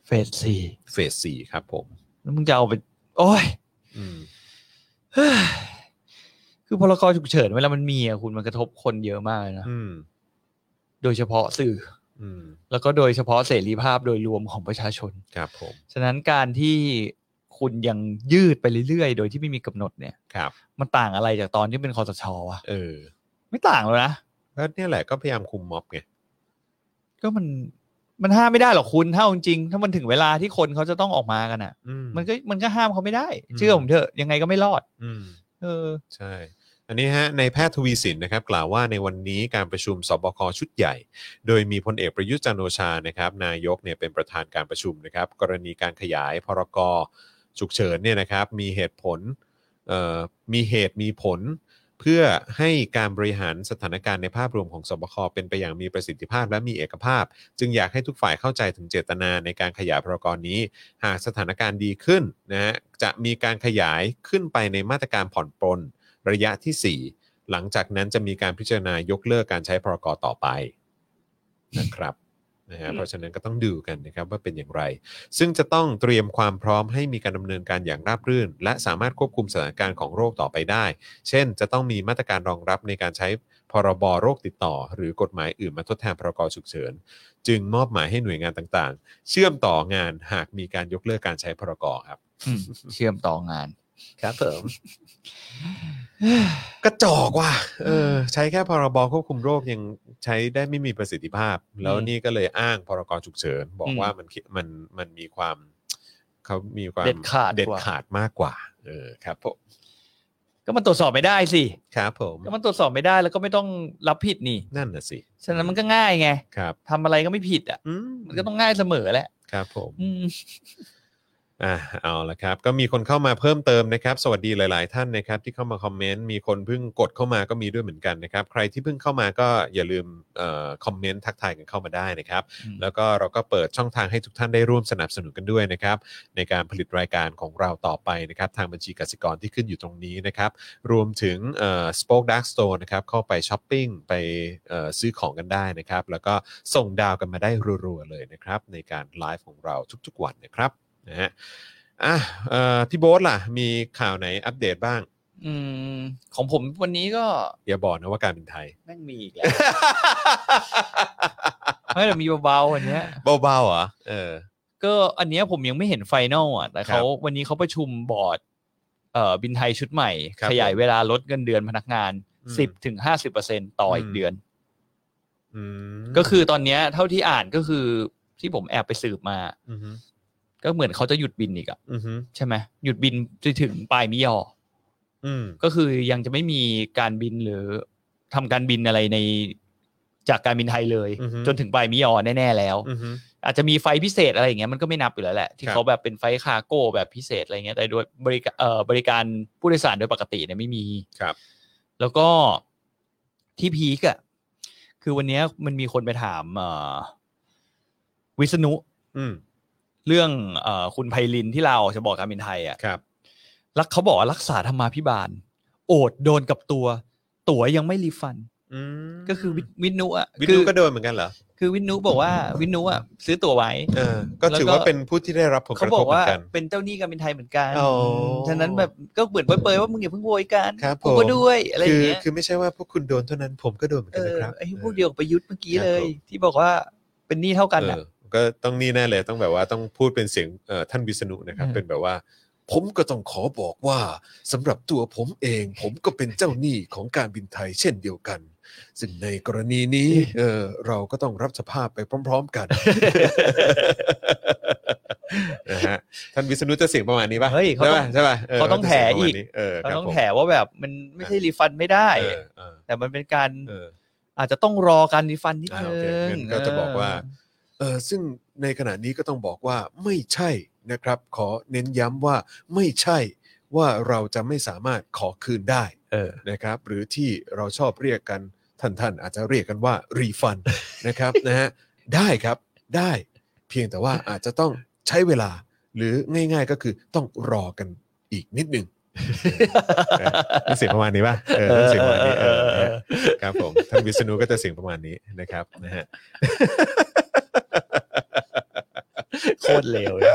S3: เฟสสี่
S2: เฟสสี่ครับผม
S3: แล้วมึงจะเอาไป โอ้ย
S2: อืม
S3: คือพลกรฉุกเฉินเวลามันมีอะคุณมันกระทบคนเยอะมากเลยนะ
S2: อืม
S3: โดยเฉพาะสื่อ
S2: อืม
S3: แล้วก็โดยเฉพาะเสรีภาพโดยรวมของประชาชน
S2: ครับผม
S3: ฉะนั้นการที่คุณยังยืดไปเรื่อยๆ โดยที่ไม่มีกำหนดเนี่ย
S2: ครับ
S3: มันต่างอะไรจากตอนที่เป็นคอสชวะ
S2: เออ
S3: ไม่ต่างเลยนะ
S2: แล้วเนี่ยแหละก็พยายามคุมม็อบไง
S3: ก็มันมันห้ามไม่ได้หรอกคุณถ้าเอาจริงๆถ้ามันถึงเวลาที่คนเขาจะต้องออกมากันอะ
S2: อืม
S3: มันก็มันก็ห้ามเขาไม่ได้
S2: อืม
S3: เชื่อผมเถอะยังไงก็ไม่รอด
S2: อืม
S3: เออ
S2: ใช่ อันนี้ฮะในแพทย์ทวีสินนะครับกล่าวว่าในวันนี้การประชุมสบคชุดใหญ่ โดยมีพลเอกประยุทธ์จันทร์โอชานะครับนายกเนี่ยเป็นประธานการประชุมนะครับ กรณีการขยายพรกฉุกเฉินเนี่ยนะครับมีเหตุผลเอ่อมีเหตุมีผล เพื่อให้การบริหารสถานการณ์ในภาพรวมของสบคเป็นไปอย่างมีประสิทธิภาพและมีเอกภาพ จึงอยากให้ทุกฝ่ายเข้าใจถึงเจตนาในการขยายพรกรนี้ หากสถานการณ์ดีขึ้นนะฮะจะมีการขยายขึ้นไปในมาตรการผ่อนปลน ระยะที่ 4 หลังจากนั้นจะมีการพิจารณายกเลิกการใช้พรกต่อไปนะครับ นะฮะ
S3: อืม
S2: เพราะฉะนั้นก็ต้องดูกันนะครับว่าเป็นอย่างไร ซึ่งจะต้องเตรียมความพร้อมให้มีการดำเนินการอย่างราบรื่น และสามารถควบคุมสถานการณ์ของโรคต่อไปได้ เช่น จะต้องมีมาตรการรองรับในการใช้พรบโรคติดต่อ หรือกฎหมายอื่นมาทดแทนพรกฉุกเฉิน จึงมอบหมายให้หน่วยงานต่างๆ เชื่อมต่องานหากมีการยกเลิกการใช้พรกครับ
S3: อืมเชื่อมต่องาน
S2: ครับผม กระจอกว่ะเออ ใช้แค่พรบควบคุมโรคยังใช้ได้ไม่มีประสิทธิภาพ แล้วนี่ก็เลยอ้างพรกฉุกเฉิน บอก
S3: อืม
S2: ว่ามันคิดมันมันมีความเขามีความ
S3: เด็ดขาดกว่า
S2: เด็ดขาดมากกว่า เออครับผม
S3: ก็มันตรวจสอบไม่ได้สิ
S2: ครับผม
S3: ก็มันตรวจสอบไม่ได้แล้วก็ไม่ต้องรับผิดนี่
S2: นั่นน่ะสิ
S3: ฉะนั้นมันก็ง่ายไง
S2: ครับ
S3: ทำอะไรก็ไม่ผิดอ่ะ
S2: อื
S3: มันก็ต้องง่ายเสมอแหละ
S2: ครับผม
S3: อืม
S2: อ่ะเอาละครับ ก็มีคนเข้ามาเพิ่มเติมนะครับ สวัสดีหลาย ๆ ท่านนะครับ ที่เข้ามาคอมเมนต์มีคนเพิ่งกดเข้ามาก็มีด้วยเหมือนกันนะครับ ใครที่เพิ่งเข้ามาก็อย่าลืมเอ่อคอมเมนต์ทักทายกันเข้ามาได้นะครับ
S3: อืม
S2: แล้วก็เราก็เปิดช่องทางให้ทุกท่านได้ร่วมสนับสนุนกันด้วยนะครับ ในการผลิตรายการของเราต่อไปนะครับ ทางบัญชีกสิกรที่ขึ้นอยู่ตรงนี้นะครับ รวมถึงสป็อคดักสโตร์นะครับเข้าไปช้อปปิ้งไปเอ่อซื้อของกันได้นะครับ แล้วก็ส่งดาวกันมาได้รัวๆเลยนะครับ ในการไลฟ์ของเราทุกๆวันนะครับนะฮะอ่ะเอ่อพี่โบ๊ทล่ะ มีข่าวไหนอัปเดตบ้าง
S3: อืม ของผมวันนี้ก็
S2: อย่าบอกนะว่าการเป็นไทย
S3: แม่งมีอีก แล้วไม่แต่มีเบาๆอันเนี้ย
S2: เบาๆเหรอเออ
S3: ก็อันเนี้ยผมยังไม่เห็นไฟแนลอ่ะแต่
S2: ครั
S3: เขา
S2: บ
S3: วันนี้เขาประชุมบอร์ดเอ่อบินไทยชุดใหม่
S2: ครับ
S3: ขยายเวลาลดเงินเดือนพนักงาน
S2: อืม
S3: สิบถึงห้าสิบเปอร์เซ็นต่ออี
S2: อื
S3: ก
S2: ม
S3: เดือน
S2: อืม
S3: ก็คือตอนเนี้ยเท่าที่อ่านก็คือที่ผมแอบไปสืบมา
S2: อือฮึ
S3: ก็เหมือนเขาจะหยุดบินอีกอ่ะ
S2: อือฮึ
S3: ใช่ไหมหยุดบินจนถึงปลายมิยอ
S2: อืม
S3: ก็คือยังจะไม่มีการบินหรือทำการบินอะไรในจากการบินไทยเลย
S2: อือฮึ
S3: จนถึงปลายมิยอแน่ๆแล้ว
S2: อือฮึ
S3: อาจจะมีไฟล์พิเศษอะไรอย่างเงี้ยมันก็ไม่นับอยู่แล้วแหละ
S2: ค
S3: ที่
S2: รับ
S3: เขาแบบเป็นไฟล์คาร์โก้แบบพิเศษอะไรเงี้ยแต่โดยบริการเอ่อบริการผู้โดยสารโดยปกติเนี่ยไม่มี
S2: ครับ
S3: แล้วก็ที่พีกอะคือวันเนี้ยมันมีคนไปถามเอ่อวิษณุ
S2: อืม
S3: เรื่องเอ่อคุณไพลินที่เราจะบอกการบินไทยอะ
S2: ครับ
S3: รักเขาบอกว่ารักษาธรรมาพิบาล โอดโดนกับตัว ตั๋วยังไม่รีฟัน
S2: อืม
S3: ก็คือวิวินุอ่ะ
S2: วิท
S3: คื
S2: ยุ
S3: อ
S2: ก็โดนเหมือนกันเหรอ
S3: คือวินุบอกว่าวินุอ่ะซื้อตั๋วไว้
S2: เออ ก็ถือ
S3: แล้วก็
S2: ว่าเป็นผู้ที่ได้รับผลก
S3: เขา
S2: ระ
S3: บ
S2: ท
S3: อบ
S2: เหมื
S3: ก
S2: อ
S3: ว่าน
S2: กัน
S3: เป็นเจ้าหนี้การบินไทยเหมือนกัน
S2: อ๋อ
S3: ฉะนั้นแบบก็เปิดเปยๆว่ามึงอย่าเพิ่งโวยกัน
S2: ครับผม
S3: กูก็ด้วยอะไรอ
S2: คื
S3: ย่าง
S2: อ
S3: เงี้ย
S2: คือไม่ใช่ว่าพวกคุณโดนเท่านั้นผมก็โดนเหมือน
S3: เอ
S2: กันนะ
S3: อ
S2: ครับ
S3: ไอ้พวกเดียวกับประยุทธ์เมื่อกี้เล
S2: ค
S3: ย
S2: รับผม
S3: ที่บอกว่าเป็นหนี้เท่ากันอ่ะ
S2: เออก็ต้องนี่แน่เลยต้องแบบว่าต้องพูดเป็นเสียงเอ่อท่านวิษณุนะครับ
S3: อืม
S2: เป็นแบบว่า ผมก็ต้องขอบอกว่าสำหรับตัวผมเอง ผมก็เป็นเจ้าหนี้ของการบินไทยเช่นเดียวกัน ซึ่งในกรณีนี้เออเราก็ต้องรับสภาพไปพร้อม ๆ กัน นะฮะท่านวิษณุจะเสียงประมาณนี้ป่ะ
S3: เฮ้ยเขา
S2: ใช่
S3: ต้อ
S2: ป่ะ
S3: ง
S2: ใช่ป่ะอ
S3: เขาต้อง
S2: จะสีย
S3: แถอีก
S2: ประมาณนี้เออค
S3: เรา
S2: รับ
S3: ต้อง
S2: ผม
S3: แถว่าแบบมันไม่ใช่รีฟันไม่ได้
S2: เออเออ
S3: แต่มันเป็นการ
S2: เออ
S3: อาจจะต้องรอการรีฟันนิด
S2: อ่า
S3: นึ
S2: โอเค
S3: ง
S2: งั้นก็จะบอกว่า
S3: เ
S2: เออซึ่งในขณะนี้ก็ต้องบอกว่าไม่ใช่นะครับ ขอเน้นย้ำว่าไม่ใช่ว่าเราจะไม่สามารถขอคืนได้
S3: เออ
S2: นะครับ หรือที่เราชอบเรียกกันท่านท่านอาจจะเรียกกันว่ารีฟัน นะครับ นะฮะได้ครับได้ เพียงแต่ว่าอาจจะต้องใช้เวลา หรือง่าย ๆ ก็คือต้องรอกันอีกนิดห นึ่ง เสียงประมาณนี้ป่ะเออเสียงประมาณนี้เออเออ ครับผมท่านวิษณุก็จะเสียงประมาณนี้นะครับนะฮะ
S3: โคตรเลวเลย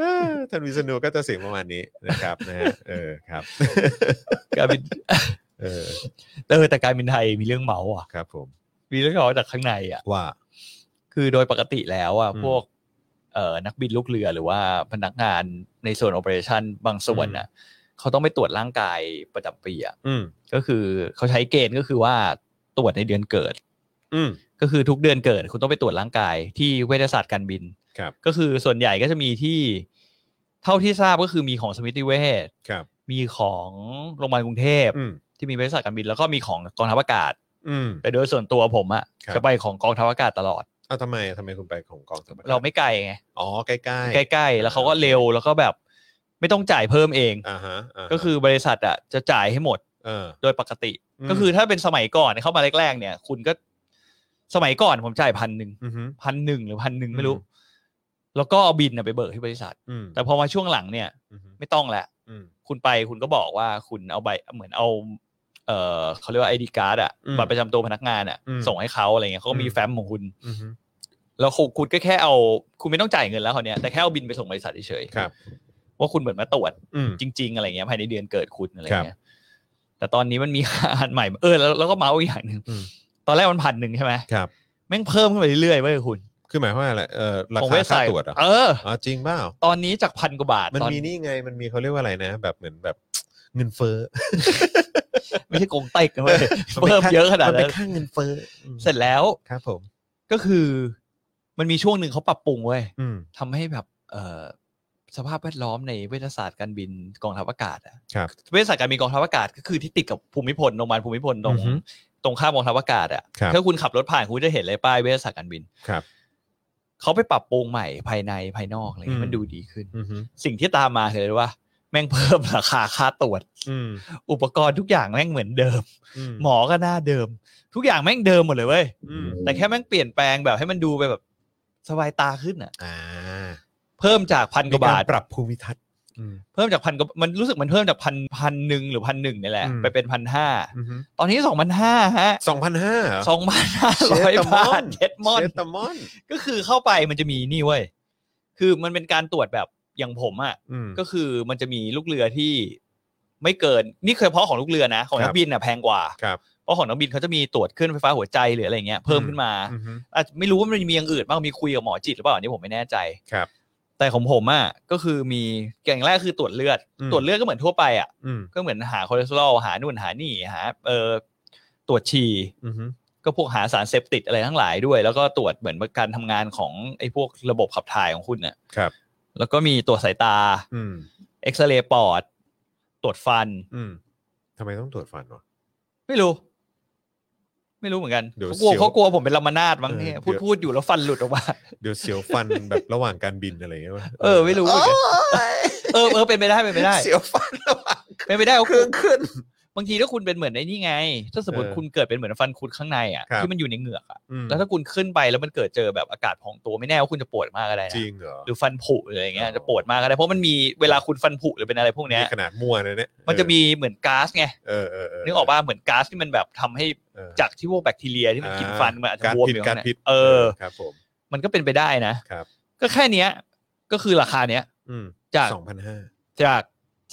S2: เออท่านวิษณุก็จะเสียงประมาณนี้นะครับนะฮะเออครับ
S3: การบิน
S2: เออ
S3: เออแต่การบินไทยมีเรื่องเมาส์อ่ะ
S2: ครับผม
S3: มีเรื่องเมาส์จากข้างในอ่ะ
S2: ว่า
S3: คือโดยปกติแล้วอ่ะ
S2: อืม
S3: พวกเอ่อนักบินลูกเรือหรือว่าพนักงานในส่วนโอเปอเรชั่นบางส่วน
S2: อืม
S3: อ่ะเขาต้องไปตรวจร่างกายประจำปีอ่ะ
S2: อืม
S3: ก็คือเขาใช้เกณฑ์ก็คือว่าตรวจในเดือนเกิด
S2: อืม
S3: ก็คือทุกเดือนเกิด คุณต้องไปตรวจร่างกายที่เวชศาสตร์การบิน
S2: ครับ
S3: ก็คือส่วนใหญ่ก็จะมีที่เท่าที่ทราบก็คือมีของสมิติเวช
S2: ครับ
S3: มีของโรงพยาบาลกรุงเทพ
S2: อืม
S3: ที่มีบริษัทการบินแล้วก็มีของกองทัพอากาศ
S2: อืม
S3: แต่โดยส่วนตัวผมอะ
S2: ครับ
S3: จะไปของกองทัพอากาศตลอด
S2: เอาทำไมทำไมคุณไปของกองทัพอศ
S3: เราไม่ไกลไง
S2: อ๋อใกล้ๆ
S3: ใกล้ๆ แล้วเขาก็เร็วแล้วก็แบบ ไม่ต้องจ่ายเพิ่มเอง
S2: อ่าฮะาฮะ
S3: ก็คือบริษัทอะจะจ่ายให้หมด
S2: เออ
S3: โดยปกติ
S2: อืม
S3: ก็คือถ้าเป็นสมัยก่อนเข้ามาแรกๆเนี่ย คุณก็สมัยก่อนผมจ่ายพันหนึ่ง
S2: อืม
S3: พันหนึ่งหรือพันหนึ่งไม่รู้
S2: อืม
S3: แล้วก็เอาบินน่ะไปเบิกที่บริษัท
S2: อืม
S3: แต่พอมาช่วงหลังเนี่ย
S2: อืม
S3: ไม่ต้องแหละ
S2: อืม
S3: คุณไปคุณก็บอกว่าคุณเอาใบเหมือนเอา เออเขาเรียกว่าไอดีการ์ดอะ
S2: อืม
S3: บัตรประจำตัวพนักงานอะ
S2: อืม
S3: ส่งให้เขาอะไรเงี้ยเขาก็มี
S2: อืม
S3: แฟ้มของคุณ
S2: อือฮึ
S3: แล้วคุณคุณก็แค่เอา คุณไม่ต้องจ่ายเงินแล้วคราวเนี้ยแต่แค่เอาบินไปส่งบริษัทเฉยๆ
S2: ครับ
S3: ว่าคุณเหมือนมาตรวจ
S2: อืม
S3: จริง ๆ อะไรเงี้ยภายในเดือนเกิดคุณอะไร
S2: ครับ
S3: เงี้ยแต่ตอนนี้มัน มี อันใหม่เออแล้วแล้วก็เมาส์อีกอย่างหนึ่ง
S2: อืม
S3: ตอนแรกมันพันหนึ่งใช่ไหม
S2: ครับ
S3: แม่งเพิ่มขึ้นไปเรื่อยๆเว้ยคุณ
S2: คือหมายความว่าอะไรเออรา
S3: ของ
S2: คา
S3: เว็บไซ
S2: ค่า
S3: ต์
S2: ตรวจเหรอ
S3: เออ
S2: อ๋อจริงเปล่า
S3: ตอนนี้จากพันกว่าบาท
S2: มัน
S3: ตอน
S2: มีนี่ไงมันมีเขาเรียกว่าอะไรนะ แบบเหมือนแบบเงินเฟ้อ
S3: ไม่ใช่โกงเต็กนะเว้ย
S2: มันป็น
S3: เพิ่ม
S2: ค่
S3: เยอะขนาด
S2: มันเป็
S3: นั้น
S2: นค่าเงินเฟ้ออืม
S3: เสร็จแล้ว
S2: ครับผม
S3: ก็คือมันมีช่วงหนึ่งเขาปรับปรุงเว้ย
S2: อืม
S3: ทำให้แบบเอ่อสภาพแวดล้อมในเวชศาสตร์การบินกองทัพอากาศอะ
S2: ครับ
S3: เวชศาสตร์การบินกองทัพอากาศก็คือที่ติดกับภูมิพลโรงพยาบาลภูมิพลตร
S2: อื
S3: ง
S2: อฮึ
S3: ตรงข้ามกองทัพอากาศอะ
S2: ครับ
S3: ถ้าคุณขับรถผ่านคุณจะเห็นเลยป้ายเวชศาสตร์การบิน
S2: ครับ
S3: เขาไปปรับปรุงใหม่ภายในภายนอกอะไร
S2: อื
S3: เงี้ย
S2: ม
S3: มันดูดีขึ้น
S2: อือฮึ
S3: สิ่งที่ตามมาคืออะไรรู้ว่า แม่งเพิ่มราคาค่าตรวจ
S2: อืม
S3: อุปกรณ์ทุกอย่างแม่งเหมือนเดิม
S2: อืม
S3: หมอก็หน้าเดิม ทุกอย่างแม่งเดิมหมดเลยเว้ย
S2: อืม
S3: แต่แค่แม่งเปลี่ยนแปลงแบบให้มันดูไปแบบสบายตาขึ้นอะ
S2: อ่า
S3: เพิ่มจากพันกว่า
S2: มีา
S3: กบาร ท
S2: ปรับภูมิทัศน์อืม
S3: เพิ่มจากพันก็มันรู้สึกมันเพิ่มจากพันพันหนึ่งหรือพันหนึ่งนี่แหละ
S2: อืม
S3: ไปเป็นพันห้า
S2: อือฮึ
S3: ตอนนี้สองพันห้าฮะ
S2: สองพันห้าเหรอ
S3: สองพันห้าร้อย
S2: เชตาม
S3: บา
S2: อน
S3: ทเจ็ดมอน
S2: เชตามอน
S3: ก็คือเข้าไปมันจะมีนี่เว้ยคือมันเป็นการตรวจแบบอย่างผมอ่ะ
S2: อืม
S3: ก็คือมันจะมีลูกเรือที่ไม่เกินนี่เคยเฉพาะของลูกเรือนะ ของ
S2: ค
S3: นั
S2: รั
S3: ก
S2: บ
S3: บินอ่ะแพงกว่า
S2: ครับ
S3: เพราะของนักบินเขาจะมีตรวจขึ้นไฟฟ้าหัวใจหรืออะไรเงี้ยเพิ่มขึ้นมา
S2: อือฮึ
S3: อาจไม่รู้ว่ามันมีอย่างอื่นบ้างมีคุยกับหมอจิตหรือเปล่าอันนี้ผมไม่แน่ใจ
S2: ครับ
S3: แต่ของผมอ่ะก็คือมีอย่างแรกคือตรวจเลือด
S2: อืม
S3: ตรวจเลือดก็เหมือนทั่วไปอ่ะ
S2: อืม
S3: ก็เหมือนหาคอเลสเตอรอลหานู่นหานี่หาเอ่อตรวจฉี่
S2: อือฮึ
S3: ก็พวกหาสารเสพติดอะไรทั้งหลายด้วย แล้วก็ตรวจเหมือนการทำงานของไอ้พวกระบบขับถ่ายของคุณเนี่ย
S2: ครับ
S3: แล้วก็มีตรวจสายตา
S2: อืม
S3: เอ็กซเรย์ปอด ตรวจฟัน
S2: อืมทำไมต้องตรวจฟันวะ
S3: ไม่รู้ ไม่รู้เหมือนกัน
S2: เดี๋ยวเสียว
S3: เขากลัวเขากลัวผมเป็นลามานาดมั้ง
S2: เออ
S3: เนี่ย
S2: เดี๋
S3: พูด
S2: ยว
S3: พูดอยู่แล้วฟันหลุดออกมา
S2: เดี๋ยวเสียวฟัน แบบระหว่างการบินอะไรอย่างเงี้ยวะ
S3: เออไม่รู้เหมือนกันเออเออเป็นไปได้เป็นไปได้
S2: เสียวฟันระหว่าง
S3: เป็นไปได้ว่า
S2: เครื่องขึ้น
S3: บางทีถ้าคุณเป็นเหมือนในนี่ไง ถ้าสมมติ
S2: เออ
S3: คุณเกิดเป็นเหมือนฟันคุดข้างในอ่ะ
S2: ครับ
S3: ที่มันอยู่ในเหงือกอ่ะ
S2: อืม
S3: แล้วถ้าคุณขึ้นไปแล้วมันเกิดเจอแบบอากาศพองตัวไม่แน่ว่าคุณจะปวดมากก็ได้นะ
S2: จริงเหรอ
S3: หรือฟันผุหรืออะไรเงี้ย
S2: อ๋อ
S3: จะปวดมากก็ได้เพราะมันมีเวลาคุณฟันผุหรือเป็นอะไรพวกเนี้ย
S2: นี่ขนาดมั่วนะเนี่ย
S3: มันจะมีเหมือนก๊าซไง
S2: เออเออเ
S3: นึกออกป่ะเหมือนก๊าซที่มันแบบทำให้
S2: เออ
S3: จากที่พวกแบคทีเรียที่มันกินฟันมันอาจจะ
S2: การ
S3: บวม
S2: พิษ
S3: อยู่
S2: การ
S3: ข้า
S2: ง
S3: ใน
S2: พิษ
S3: เออ
S2: ครับผม
S3: มันก็เป็นไปได้นะครับ ก็แค่เนี้ยก็คือราคาเนี้ย
S2: อืม
S3: จาก
S2: สองพันห้า
S3: จาก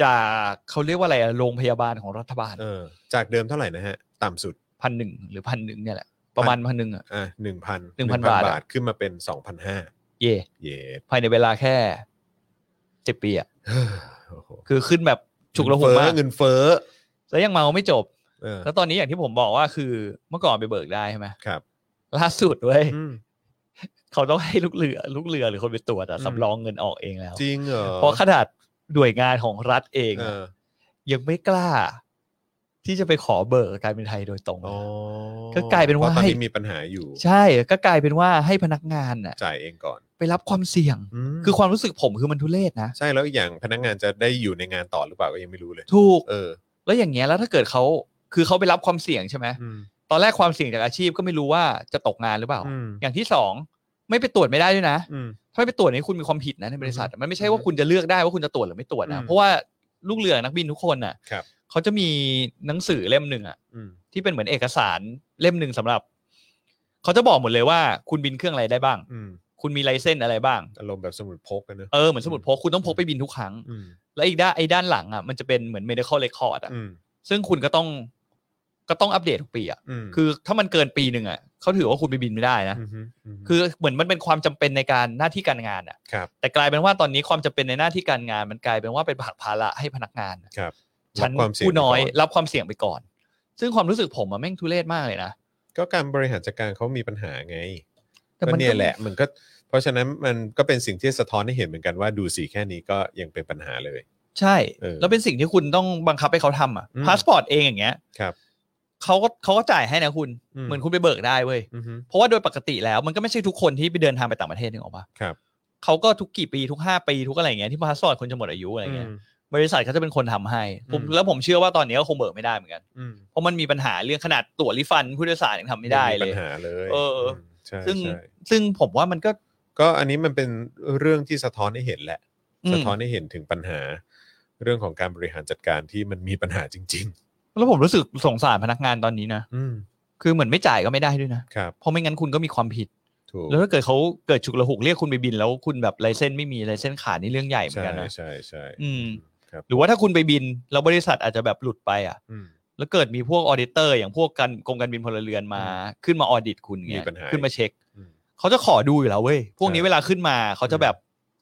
S3: จากเขาเรียกว่าอะไรอะโรงพยาบาลของรัฐบาล
S2: เออ จากเดิมเท่าไหร่นะฮะ ต่ำสุด
S3: พันหนึ่งหรือพันหนึ่งเนี่ยแหละประมาณพันหนึ่งอ่ะ
S2: อ่ะหนึ่งพัน
S3: 1,000บาทอะ
S2: ทขึ้นมาเป็นสองพันห้า
S3: เย่
S2: เย็ ด
S3: ภายในเวลาแค่สิบปีอ่ะ
S2: โอ้โห
S3: คือขึ้นแบบฉุกระหุกมาก
S2: เงินเฟ้อ
S3: แล้วยังเมาไม่จบ
S2: เออ
S3: แล้วตอนนี้อย่างที่ผมบอกว่าคือเมื่อก่อนไปเบิกได้ใช่ไหม
S2: ครับ
S3: ล่าสุดเว้ย
S2: อืม
S3: เขาต้องให้ลูกเรือ ลูกเรือหรือคนไปตรวจอะสำรองเงินออกเองแล้ว
S2: จริงเหรอ
S3: เพราะขนาดหน่วยงานของรัฐเอง
S2: เอ
S3: อะ
S2: อ
S3: ยังไม่กล้า ที่จะไปขอเบิกการบินไทยโดยตรง
S2: อ๋อ
S3: ก็กลายเป็นว่า
S2: พระตอนนี้มีปัญหาอยู่
S3: ใช่ก็กลายเป็นว่าให้พนักงานน่ะ
S2: จ่ายเองก่อน
S3: ไปรับความเสี่ยง
S2: ม
S3: คือความรู้สึกผมคือมันทุเรศนะ
S2: ใช่แล้วอีกอย่างพนักงานจะได้อยู่ในงานต่อหรือเปล่าก็ยังไม่รู้เลย
S3: ถูก
S2: เออ
S3: แล้วอย่างเงี้ยแล้วถ้าเกิดเขาคือเขาไปรับความเสี่ยงใช่ไหม
S2: อืม
S3: ตอนแรกความเสี่ยงจากอาชีพก็ไม่รู้ว่าจะตกงานหรือเปล่า
S2: อืม
S3: อย่างที่สองไม่ไปตรวจไม่ได้ด้วยนะ
S2: อืม
S3: ถ้าไม่ไปตรวจนี่คุณมีความผิดนะในบริษัทอะมันไม่ใช่ว่าคุณจะเลือกได้ว่าคุณจะตรวจหรือไม่ตรวจ
S2: อื
S3: นะ
S2: ม
S3: เพราะว่าลูกเรือนักบินทุกคนน่ะ
S2: ครับ
S3: เขาจะมีหนังสือเล่มหนึ่งอ่ะ
S2: อืม
S3: ที่เป็นเหมือนเอกสารเล่มหนึ่งสำหรับเขาจะบอกหมดเลยว่า คุณบินเครื่องอะไรได้บ้าง
S2: อืม
S3: คุณมีไลเซนส์อะไรบ้าง
S2: อารมณ์แบบสมุดพกกันเนอะ
S3: เออเหมือนสมุดพกคุณต้องพกไปบินทุกครั้ง
S2: อืม
S3: แล้วอีกด้านไอ้ด้านหลังอ่ะมันจะเป็นเหมือน medical record อ่ะ
S2: อืม
S3: ซึ่งคุณก็ต้องก็ต้องอัปเดตทุกปีอ่ะ
S2: อืม
S3: คือถ้ามันเกินปีหนึ่งอ่ะเขาถือว่าคุณไปบินไม่ได้นะ
S2: มฮึมฮึ
S3: คือเหมือนมันเป็นความจำเป็นในการหน้าที่การงานอ่ะ
S2: ครับ
S3: แต่กลายเป็นว่าตอนนี้ความจำเป็นในหน้าที่การงานมันกลายเป็นว่าเป็นผลักภาระให้พนักงานอะ
S2: ครับ
S3: ฉัน
S2: รับความเสี่ยง
S3: ผู้น้อย
S2: ไปก่
S3: รับความเสี่ยงไปก่อน ซึ่งความรู้สึกผมอะแม่งทุเรศมากเลยนะ
S2: ก็การบริหารจัดการเขามีปัญหาไง
S3: แต่
S2: ก็
S3: มั
S2: เนี่ยแหละมันก็เพราะฉะนั้นมันก็เป็นสิ่งที่สะท้อนให้เห็นเหมือนกันว่าดูสีแค่นี้ก็ยังเป็นปัญหาเลย
S3: ใช่
S2: เออ
S3: แล้วเป็นสิ่งที่คุณต้องบังคับให้เขาทำอ่ะ
S2: อืม
S3: พาสปอร์ตเองอย่างเงี้ย
S2: ครับ
S3: เขาก็เขาก็จ่ายให้นะคุณ เหมือนคุณไปเบิกได้เว้ย
S2: อือฮึ
S3: เพราะว่าโดยปกติแล้วมันก็ไม่ใช่ทุกคนที่ไปเดินทางไปต่างประเทศนึกออกปะ
S2: ครับ
S3: เขาก็ทุกกี่ปีทุกห้าปีทุกอะไรอย่างเงี้ยที่พาสปอร์ตคนจะหมดอายุอะไรเงี้ย
S2: อืม
S3: บริษัทเขาจะเป็นคนทำให้ผม
S2: อืม
S3: แล้วผมเชื่อว่าตอนนี้ก็คงเบิกไม่ได้เหมือนกัน
S2: อืม
S3: เพราะมันมีปัญหาเรื่องขนาดตั๋วรีฟันผู้โดยสารยังทำไม่ได้
S2: น
S3: เล
S2: ปั
S3: ย
S2: ญหาเลย
S3: เอออื
S2: มใช่
S3: ซึ่ง
S2: ใช่
S3: ซึ่งผมว่ามันก็
S2: ก็อันนี้มันเป็นเรื่องที่สะท้อนให้เห็นแหละ
S3: อืม
S2: สะท้อนให้เห็นถึงปัญหา เรื่องของการบริหารจัดการที่มันมีปัญหาจริง
S3: แล้วผมรู้สึกสงสารพนักงานตอนนี้นะ
S2: อืม
S3: คือเหมือนไม่จ่ายก็ไม่ได้ด้วยนะ
S2: ครับ
S3: เพราะไม่งั้นคุณก็มีความผิด
S2: ถูก
S3: แล้วถ้าเกิดเขาเกิดฉุกละหุกเรียกคุณไปบิน แล้วคุณแบบไลเส้นไม่มีไลเส้นขาดนี่เรื่องใหญ่เหมือ
S2: ใช่
S3: นกันนะ
S2: ใช่ใช่
S3: อืม
S2: ครับ
S3: หรือว่าถ้าคุณไปบิน แล้วบริษัทอาจจะแบบหลุดไปอ่ะ
S2: อืม
S3: แล้วเกิดมีพวกออเดเตอร์อย่างพวกการกรมการบินพลเรือนมาขึ้นมาออดิตคุณ
S2: มี
S3: เงี้ย
S2: ปัญหา
S3: ขึ้นมาเช็ค
S2: อืม
S3: เขาจะขอดูอยู่แล้วเว้ย พวกนี้
S2: ใช่
S3: เวลาขึ้นมาเขาจะแบบ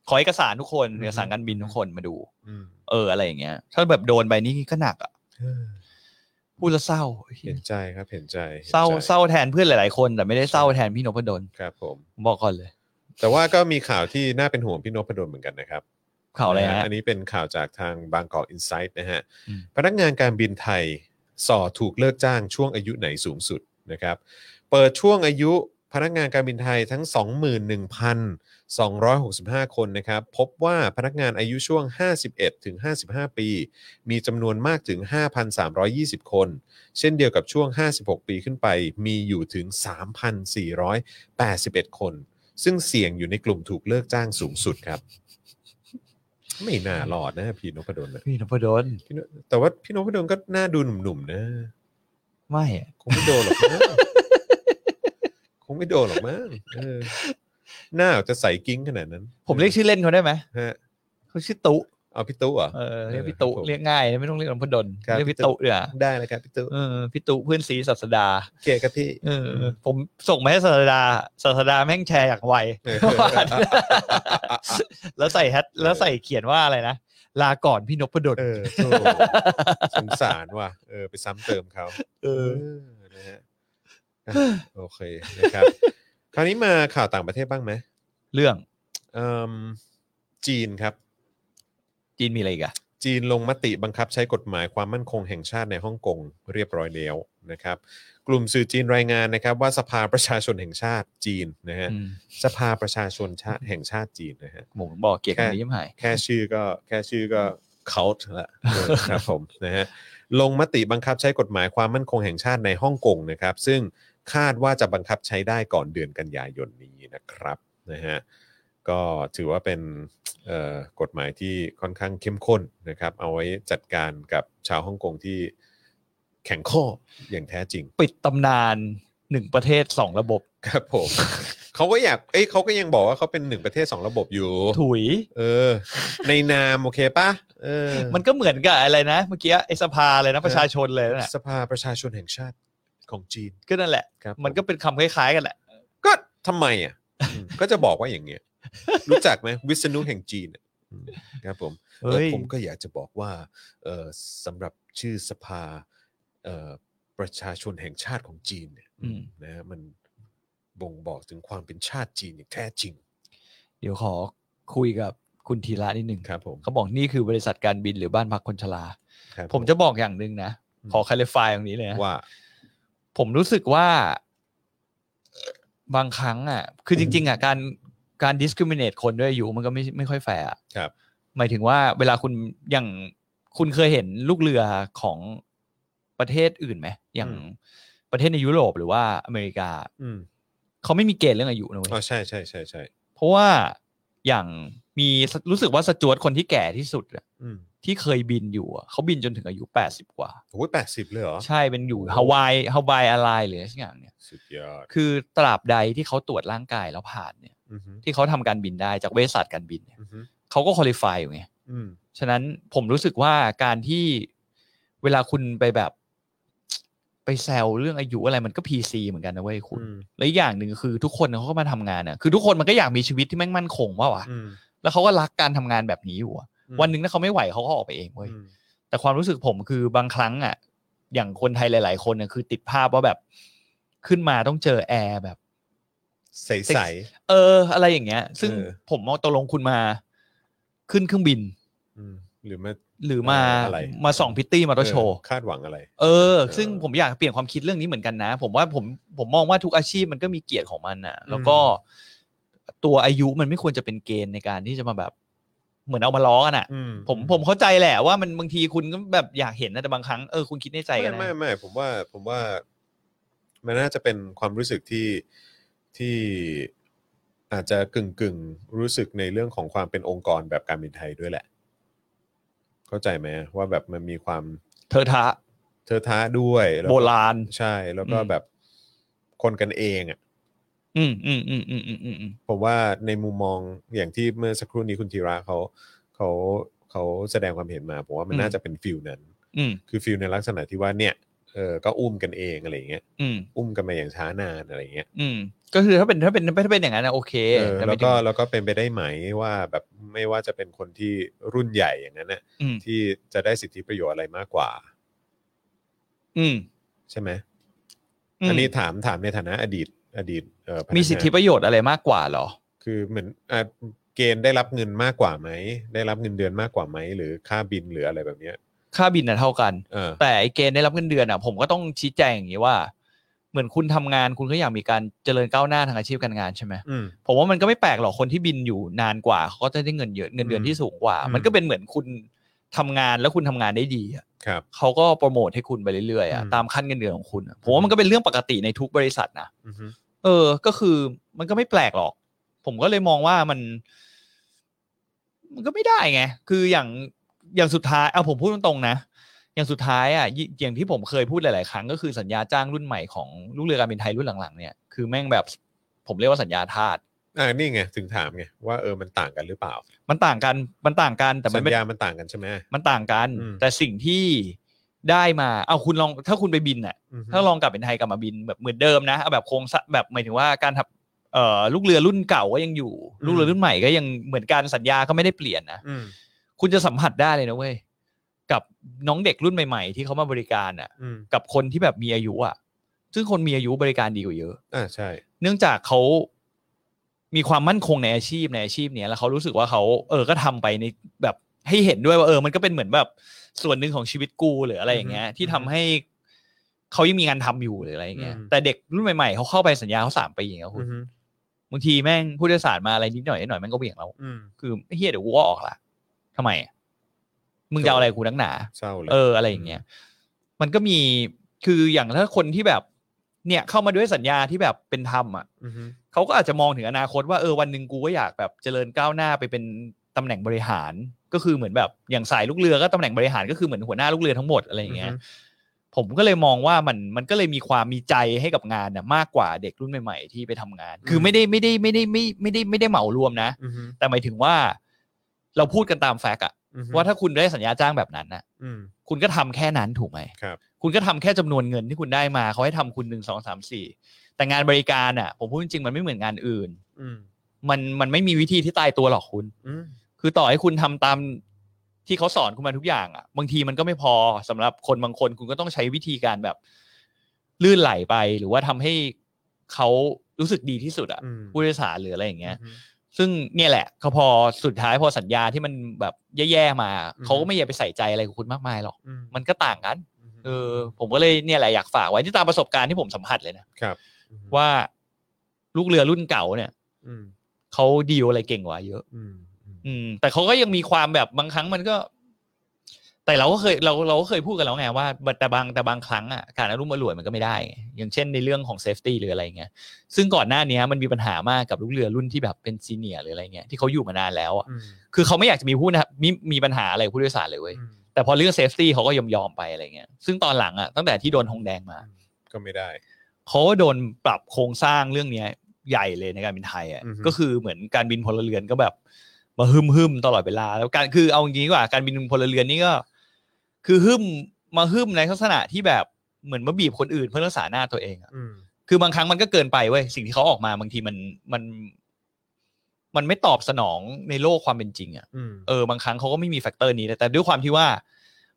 S3: ขอเอกสารทุกคน
S2: อืม
S3: เอกสารการบินทุกคนมาดู
S2: อืม
S3: เอออะไรอย่างเงี้ย ถ้าแบบโดนไปนี่ก็หนักอ่ะ
S2: เออ
S3: พูดแล้วเศร้า
S2: เห็นใจครับเห็นใจห็นใจ
S3: เศร้าเศร้าแทนเพื่อนหลาย ๆ คน แต่ไม่ได้เศร้าแทนพี่นพดล
S2: ครับผม
S3: ผมบอกก่อนเลย
S2: แต่ว่าก็มีข่าวที่น่าเป็นห่วงพี่นพดลเหมือนกันนะครับ
S3: ข่าวอะไรฮะ
S2: อันนี้เป็นข่าวจากทางบางกอกอินไซต์นะฮะ
S3: อืม
S2: พนักงานการบินไทยส่อถูกเลิกจ้างช่วงอายุไหนสูงสุดนะครับ เปิดช่วงอายุพนักงานการบินไทยทั้ง 21,265 คนนะครับ พบว่าพนักงานอายุช่วง 51 ถึง 55 ปี มีจำนวนมากถึง 5,320 คน เช่นเดียวกับช่วง 56 ปีขึ้นไป มีอยู่ถึง 3,481 คน ซึ่งเสี่ยงอยู่ในกลุ่มถูกเลิกจ้างสูงสุดครับ ไม่น่ารอดนะพี่นพดลนะ
S3: พี่นพดล
S2: พี่นแต่ว่าพี่นพดลก็น่าดูหนุ่มๆนะ
S3: ไม่อะ
S2: คงไม่โดนหรอกมั้ ง คงไม่โดนหรอกมั้งเออหน้าอาจจะใสกิ้งขนาดนั้น
S3: ผมเรียกชื่อเล่นเขาได้ไหม
S2: ฮะ
S3: เขาชื่อตุ
S2: เอาพี่ตุ๊เหรอ
S3: เออเรียกพี่
S2: เออ
S3: ตุ
S2: ครับผม
S3: เรียกง่ายนะไม่ต้องเรียกนพดล
S2: ครับ
S3: เรียก
S2: พี่
S3: พี่
S2: ตุ
S3: ตุเดี๋ยวา
S2: ได้เลยครับพี่ตุ๊
S3: เออพี่ตุเพื่อนสีศาสดา
S2: เกยครับพี่
S3: เออผมส่งมาให้ศาสดาศาสดาแม่งแชร์อย่างไว
S2: เออ
S3: แล้วใส่แฮชแล้วใส่เขียนว่าอะไรนะ ลาก่อนพี่นพดล
S2: เออโถ่สงสารว่ะเออไปซ้ำเติมเขา
S3: เออ
S2: เออนะฮะอ่ะโอเคนะครับ คราวนี้มาข่าวต่างประเทศบ้างไหม
S3: เรื่อง
S2: เอิ่มจีนครับ
S3: จีนมีอะไรอีกอะ
S2: จีนลงมติบังคับใช้กฎหมายความมั่นคงแห่งชาติในฮ่องกงเรียบร้อยแล้วนะครับ กลุ่มสื่อจีนรายงานนะครับ ว่าสภาประชาชนแห่งชาติจีนนะฮะ
S3: อืม
S2: สภาประชาชนชาติแห่งชาติจีนนะฮะ
S3: ผมบอกเกียรติคนนี้ยิ้มหาย
S2: แค่ชื่อก็แค่ชื่อก็เคาท์ละ เออครับผมนะฮะลงมติบังคับใช้กฎหมายความมั่นคงแห่งชาติในฮ่องกงนะครับ ซึ่งคาดว่าจะบังคับใช้ได้ก่อนเดือนกันยายนนี้นะครับนะฮะก็ถือว่าเป็นเอ่อกฎหมายที่ค่อนข้างเข้มข้นนะครับ เอาไว้จัดการกับชาวฮ่องกงที่แข็งข้ออย่างแท้จริง
S3: ปิดตำนานหนึ่งประเทศสองระบบ
S2: ครับผม เขาก็อยากเอ้ยเขาก็ยังบอกว่าเขาเป็นหนึ่งประเทศสองระบบอยู่
S3: ถุย
S2: เออ ในนามโอเคปะเออ
S3: มันก็เหมือนกับอะไรนะ เมื่อกี้ไอ้สภาเลยนะประชาชนเลยนะ
S2: สภาประชาชนแห่งชาติของจีน
S3: ก็นั่นแหละ
S2: ครับ
S3: มันก็เป็นคำคล้ายๆกันแหละ
S2: ก็ทำไมอ่ะอืม ก็จะบอกว่าอย่างเงี้ย รู้จักไหมวิษณุแห่งจีนอะอืมครับผมเออ
S3: เฮ้ย
S2: ผมก็อยากจะบอกว่าเอ่อสำหรับชื่อสภาเอ่อประชาชนแห่งชาติของจีนเนี่ย
S3: อืม
S2: นะฮะมันบ่งบอกถึงความเป็นชาติจีนอย่างแท้จริง
S3: เดี๋ยวขอคุยกับคุณธีระนิดหนึ่ง
S2: ครับผม
S3: เขาบอกนี่คือบริษัทการบินหรือบ้านพักคนชรา
S2: ครับ
S3: ผมจะบอกอย่างหนึ่งนะ ขอคาลิฟายตรงนี้เลยนะ
S2: ว่า
S3: ผมรู้สึกว่าบางครั้งอ่ะ คือจริง ๆอ่ะการการ discriminate คนด้วยอายุมันก็ไม่ไม่ค่อยแฟร์อะ
S2: ครับ
S3: หมายถึงว่าเวลาคุณอย่างคุณเคยเห็นลูกเรือของประเทศอื่นไหมอย่างประเทศในยุโรปหรือว่าอเมริกา
S2: อืม
S3: เขาไม่มีเกณฑ์เรื่องอายุนะเว้ย
S2: อ๋อใช่ใช่ใช่ใช่
S3: เพราะว่าอย่างมีรู้สึกว่าสจวตคนที่แก่ที่สุดอะ
S2: อืม
S3: ที่เคยบินอยู่อะเขาบินจนถึงอายุแปดสิบกว่า
S2: โอ้ยแปดสิบเลยเหรอ
S3: ใช่เป็นอยู่ฮาวายฮาวายอะไรหรือสักอย่างเนี่ย
S2: สุดยอด
S3: คือตราบใดที่เขาตรวจร่างกายแล้วผ่านเนี่ย
S2: อือหือ
S3: ที่เขาทำการบินได้จากเวชศาสตร์การบินเนี่ย
S2: อือหือ
S3: เขาก็คุริฟายอยู่ไง
S2: อืม
S3: ฉะนั้นผมรู้สึกว่าการที่เวลาคุณไปแบบ ไปแซวเรื่องอายุอะไรมันก็พีซีเหมือนกันนะเว้ยคุณ
S2: อืม
S3: และอีกอย่างหนึ่งคือทุกคนเขาก็มาทำงานอ่ะคือทุกคนมันก็อยากมีชีวิตที่แม่งมั่นคงว่าวะ
S2: อืม
S3: แล้วเขาก็รักการทำงานแบบนี้อยู่อะวันหนึ่งถ้าเขาไม่ไหวเขาก็ออกไปเองเว้ย
S2: อืม
S3: แต่ความรู้สึกผมคือบางครั้งอ่ะ อย่างคนไทยหลาย ๆ คนเนี่ยคือติดภาพว่าแบบขึ้นมาต้องเจอแอร์แบบ
S2: ใ
S3: เซ็
S2: ส
S3: ก เออ อะไรอย่างเงี้ย ซึ่ง
S2: เออ
S3: ผมมองตกลงคุณมา ขึ้นเครื่องบิน
S2: ๆอืมหรือมา
S3: หรือมา
S2: อะไร
S3: มาส่องพิตตี้มอเตอร์โชว์
S2: เออคาดหวังอะไร
S3: เออ
S2: เออ
S3: ซึ่งผมอยากเปลี่ยนความคิดเรื่องนี้เหมือนกันนะ ผมว่าผมผมมองว่าทุกอาชีพมันก็มีเกียรติของมันน่ะ แล้วก็ตัวอายุมันไม่ควรจะเป็นเกณฑ์ในการที่จะมาแบบ เหมือนเอามาล้อกันอ่ะ
S2: ื
S3: ผมผมเข้าใจแหละว่ามันบางทีคุณก็แบบอยากเห็นนะแต่บางครั้งเออคุณคิดในใจ
S2: ไม่
S3: กันนะ
S2: ไม่ไม่ผมว่าผมว่า มันน่าจะเป็นความรู้สึกที่ที่อาจจะกึ่งกึ่งๆรู้สึกในเรื่องของความเป็นองค์กรแบบการบินไทยด้วยแหละ เข้าใจไหมว่าแบบมันมีความ
S3: เธอทะ
S2: เท เธอท้าด้วยแล้วก็
S3: โบราณ
S2: ใช่แล้วก็
S3: อืม
S2: แบบคนกันเองอ่ะ
S3: อืมอืมอืมอืมอืมอืมอืม
S2: ผมว่าในมุมมองอย่างที่เมื่อสักครู่นี้คุณธีระเขาเขาเขาแสดงความเห็นมาผมว่ามันน่าจะเป็นฟิลนั้น
S3: อืม
S2: คือฟิลในลักษณะที่ว่าเนี่ยเออก็อุ้มกันเองอะไรอย่างเงี้ย
S3: อืม
S2: อุ้มกันมาอย่างช้านานอะไรอย่างเงี้ย
S3: อืมก็คือถ้าเป็นถ้าเป็นถ้าเป็นอย่างนั้นนะโอเค
S2: เออ
S3: ต่
S2: แล้
S3: ไม่
S2: วก็
S3: ถึง
S2: แล้วก็เป็นไปได้ไหมว่าแบบไม่ว่าจะเป็นคนที่รุ่นใหญ่อย่างนั้นน่ะ
S3: อืม
S2: ที่จะได้สิทธิประโยชน์อะไรมากกว่า
S3: อืม
S2: ใช่ไหม
S3: อืม
S2: อันนี้ถามถามในฐานะอดีตอดีตเอ่อพนักงาน
S3: มีสิทธิประโยชน์อะไรมากกว่าเหรอ
S2: คือเหมือนอ่ะเกณฑ์ได้รับเงินมากกว่าไหมได้รับเงินเดือนมากกว่าไหมหรือค่าบินหรืออะไรแบบเนี้ย
S3: ค่าบินน่ะเท่ากัน
S2: เออ
S3: แต่ไอ้เกณฑ์ได้รับเงินเดือนอ่ะ ผมก็ต้องชี้แจงอย่างนี้ว่า เหมือนคุณทำงานคุณก็อยากมีการเจริญก้าวหน้าทางอาชีพการงานใช่ไหม
S2: อืม
S3: ผมว่ามันก็ไม่แปลกหรอกคนที่บินอยู่นานกว่าเขาก็จะได้เงินเยอะเงินเดือนที่สูงกว่า
S2: อืม
S3: มันก็เป็นเหมือนคุณทำงานแล้วคุณทำงานได้ดีอะ
S2: ครับ
S3: เขาก็โปรโมทให้คุณไปเรื่อยๆอะ
S2: อืม
S3: ตามขั้นเงินเดือนของคุณอะผมว่ามันก็เป็นเรื่องปกติในทุกบริษัทนะ
S2: อือฮึ
S3: เออ ก็คือมันก็ไม่แปลกหรอก ผมก็เลยมองว่ามัน มันก็ไม่ได้ไง คืออย่างอย่างสุดท้ายเอาผมพูดตรงๆนะ อย่างสุดท้ายอ่ะยิอย่างที่ผมเคยพูดหลาย ๆ ครั้งก็คือสัญญาจ้างรุ่นใหม่ของลูกเรือการบินไทยรุ่นหลัง ๆ เนี่ย คือแม่งแบบ ผมเรียกว่าสัญญาทาส
S2: อ่านี่ไงถึงถามไงว่าเออมันต่างกันหรือเปล่า
S3: มันต่างกัน มันต่างกัน แต่มั
S2: สั
S3: น
S2: ญ
S3: ไม่
S2: ญามันต่างกันใช่ไหม
S3: มันต่างกัน
S2: อืม
S3: แต่สิ่งที่ได้มา เอาคุณลอง ถ้าคุณไปบินอ่ะ
S2: อือฮึ
S3: ถ้าลองกลับเป็นไทยกลับมาบินแบบเหมือนเดิมนะเอาแบบโครงสร้างแบบหมายถึงว่าการทับเอ่อลูกเรือรุ่นเก่าก็ยังอยู่ ลูกเรือรุ่นใหม่ก็ยังเหมือนการสัญญาก็ไม่ได้เปลี่ยนนะ
S2: อืม
S3: คุณจะสัมผัสได้เลยนะเว้ยกับน้องเด็กรุ่นใหม่ๆ ที่เขามาบริการอ่ะ
S2: อืม
S3: กับคนที่แบบมีอายุอ่ะ ซึ่งคนมีอายุบริการดีกว่าเยอะ
S2: อ่าใช่
S3: เนื่องจากเขามีความมั่นคงในอาชีพในอาชีพเนี้ยแล้วเขารู้สึกว่าเขาเออก็ทำไปในแบบให้เห็นด้วยว่าเออ มันก็เป็นเหมือนแบบส่วนหนึ่งของชีวิตกูหรืออะไรอย่างเงี้ย
S2: อือฮึ
S3: ที่ทำให้เขายังมีงานทำอยู่หรืออะไรอย่างเงี้ย
S2: อืม
S3: แต่เด็กรุ่นใหม่ๆเขาเข้าไปสัญญาเขาสามปีอย่างเงี้ยคุ
S2: อื
S3: ณ
S2: อฮึ
S3: บางทีแม่งผู้โดยสารมาอะไรนิดหน่อยนิดหน่อยแม่งก็เบี่ยงเรา
S2: อืม
S3: คือเฮียเดี๋ยวกูก็ออกละทำไมอะมึงจะเอาอะไรกูนักหนา
S2: เศร้าเลย
S3: เอออะไรอย่างเงี้ย มันก็มีคืออย่างถ้าคนที่แบบ เนี่ยเข้ามาด้วยสัญญาที่แบบเป็นธรรมอ่ะ
S2: อฮึ
S3: เขาก็อาจจะมองถึงอนาคตว่าเออวันหนึ่งกูก็อยากแบบเจริญก้าวหน้าไปเป็นตำแหน่งบริหาร ก็คือเหมือนแบบอย่างสายลูกเรือก็ตำแหน่งบริหารก็คือเหมือนหัวหน้าลูกเรือทั้งหมดอะไรอย่างเงี้ยผมก็เลยมองว่ามันมันก็เลยมีความมีใจให้กับงานน่ะมากกว่าเด็กรุ่นใหม่ๆที่ไปทำงาน คือไม่ได้ไม่ได้ไม่ได้ไม่ไม่ได้ไม่ได้เหมารวมนะ
S2: อือฮึ
S3: แต่หมายถึงว่าเราพูดกันตามแฟกต์อะ
S2: อือฮึ
S3: ว่าถ้าคุณได้สัญญาจ้างแบบนั้นน่ะ
S2: อืม
S3: คุณก็ทำแค่นั้นถูกไหม
S2: ครับ
S3: คุณก็ทำแค่จำนวนเงินที่คุณได้มาเขาให้ทำคุณหนึ่งสองสามสี่แต่งานบริการอ่ะ ผมพูดจริงๆมันไม่เหมือนงานอื่น
S2: อืม
S3: มันมันไม่มีวิธีที่ตายตัวหรอกคุณ
S2: อืม
S3: คือต่อให้คุณทำตามที่เขาสอนคุณมาทุกอย่างอ่ะ บางทีมันก็ไม่พอสำหรับคนบางคนคุณก็ต้องใช้วิธีการแบบ ลื่นไหลไปหรือว่าทำให้เขารู้สึกดีที่สุดอ่ะ
S2: อืม
S3: ผู้โดยสารหรืออะไรอย่างเงี้ย
S2: อือฮึ
S3: ซึ่งเนี่ยแหละเขาพอสุดท้ายพอสัญญาที่มันแบบแย่ๆมา
S2: อืม
S3: เขาก็ไม่อยากไปใส่ใจอะไรกับคุณมากมายหรอก
S2: อื
S3: มันก็ต่างกัน
S2: ม
S3: เออผมก็เลยเนี่ยแหละอยากฝากไว้ที่ตามประสบการณ์ที่ผมสัมผัสเลยนะครับ
S2: อืม
S3: ว่าลูกเรือรุ่นเก่าเนี่ย
S2: อืม
S3: เขาดีลอะไรเก่งกว่าเยอะ
S2: อืมอืม
S3: อืม แต่เขาก็ยังมีความแบบบางครั้งมันก็ แต่เราก็เคยเราเราก็เคยพูดกันแล้วไงว่าแต่บางแต่บางครั้งอ่ะการอารมณ์อร่วยมันก็ไม่ได้ไงอย่างเช่นในเรื่องของเซฟตี้หรืออะไรเงี้ยซึ่งก่อนหน้านี้มันมีปัญหามากกับลูกเรือรุ่นที่แบบเป็นซีเนียร์หรืออะไรเงี้ยที่เขาอยู่มานานแล้วอ่ะ
S2: อืม
S3: คือเขาไม่อยากจะมีผู้นะมีมีปัญหาอะไรกับผู้โดยสารเลยเว้ย
S2: อืม
S3: แต่พอเรื่องเซฟตี้เขาก็ยอมยอมๆไปอะไรเงี้ย ซึ่งตอนหลังอ่ะตั้งแต่ที่โดนธงแดงมา
S2: ก็ไม่ได้
S3: เขาก็โดนปรับโครงสร้างเรื่องเนี้ยใหญ่เลยในการบินไทยอ่ะ
S2: อือฮึ
S3: ก็คือเหมือนการบินพลเรือนก็แบบมาฮึมฮึมๆตลอดเวลา แล้วการคือเอาอย่างนี้ดีกว่าการบินพลเรือนนี่ก็ คือฮึมมาฮึมในลักษณะที่แบบเหมือนมาบีบคนอื่นเพื่อรักษาหน้าตัวเองอะ
S2: อืม
S3: คือบางครั้งมันก็เกินไปเว้ยสิ่งที่เขาออกมาบางทีมันมัน มันไม่ตอบสนองในโลกความเป็นจริงอ่ะ
S2: อืม
S3: เออบางครั้งเขาก็ไม่มีแฟกเตอร์นี้เลยแต่ด้วยความที่ว่า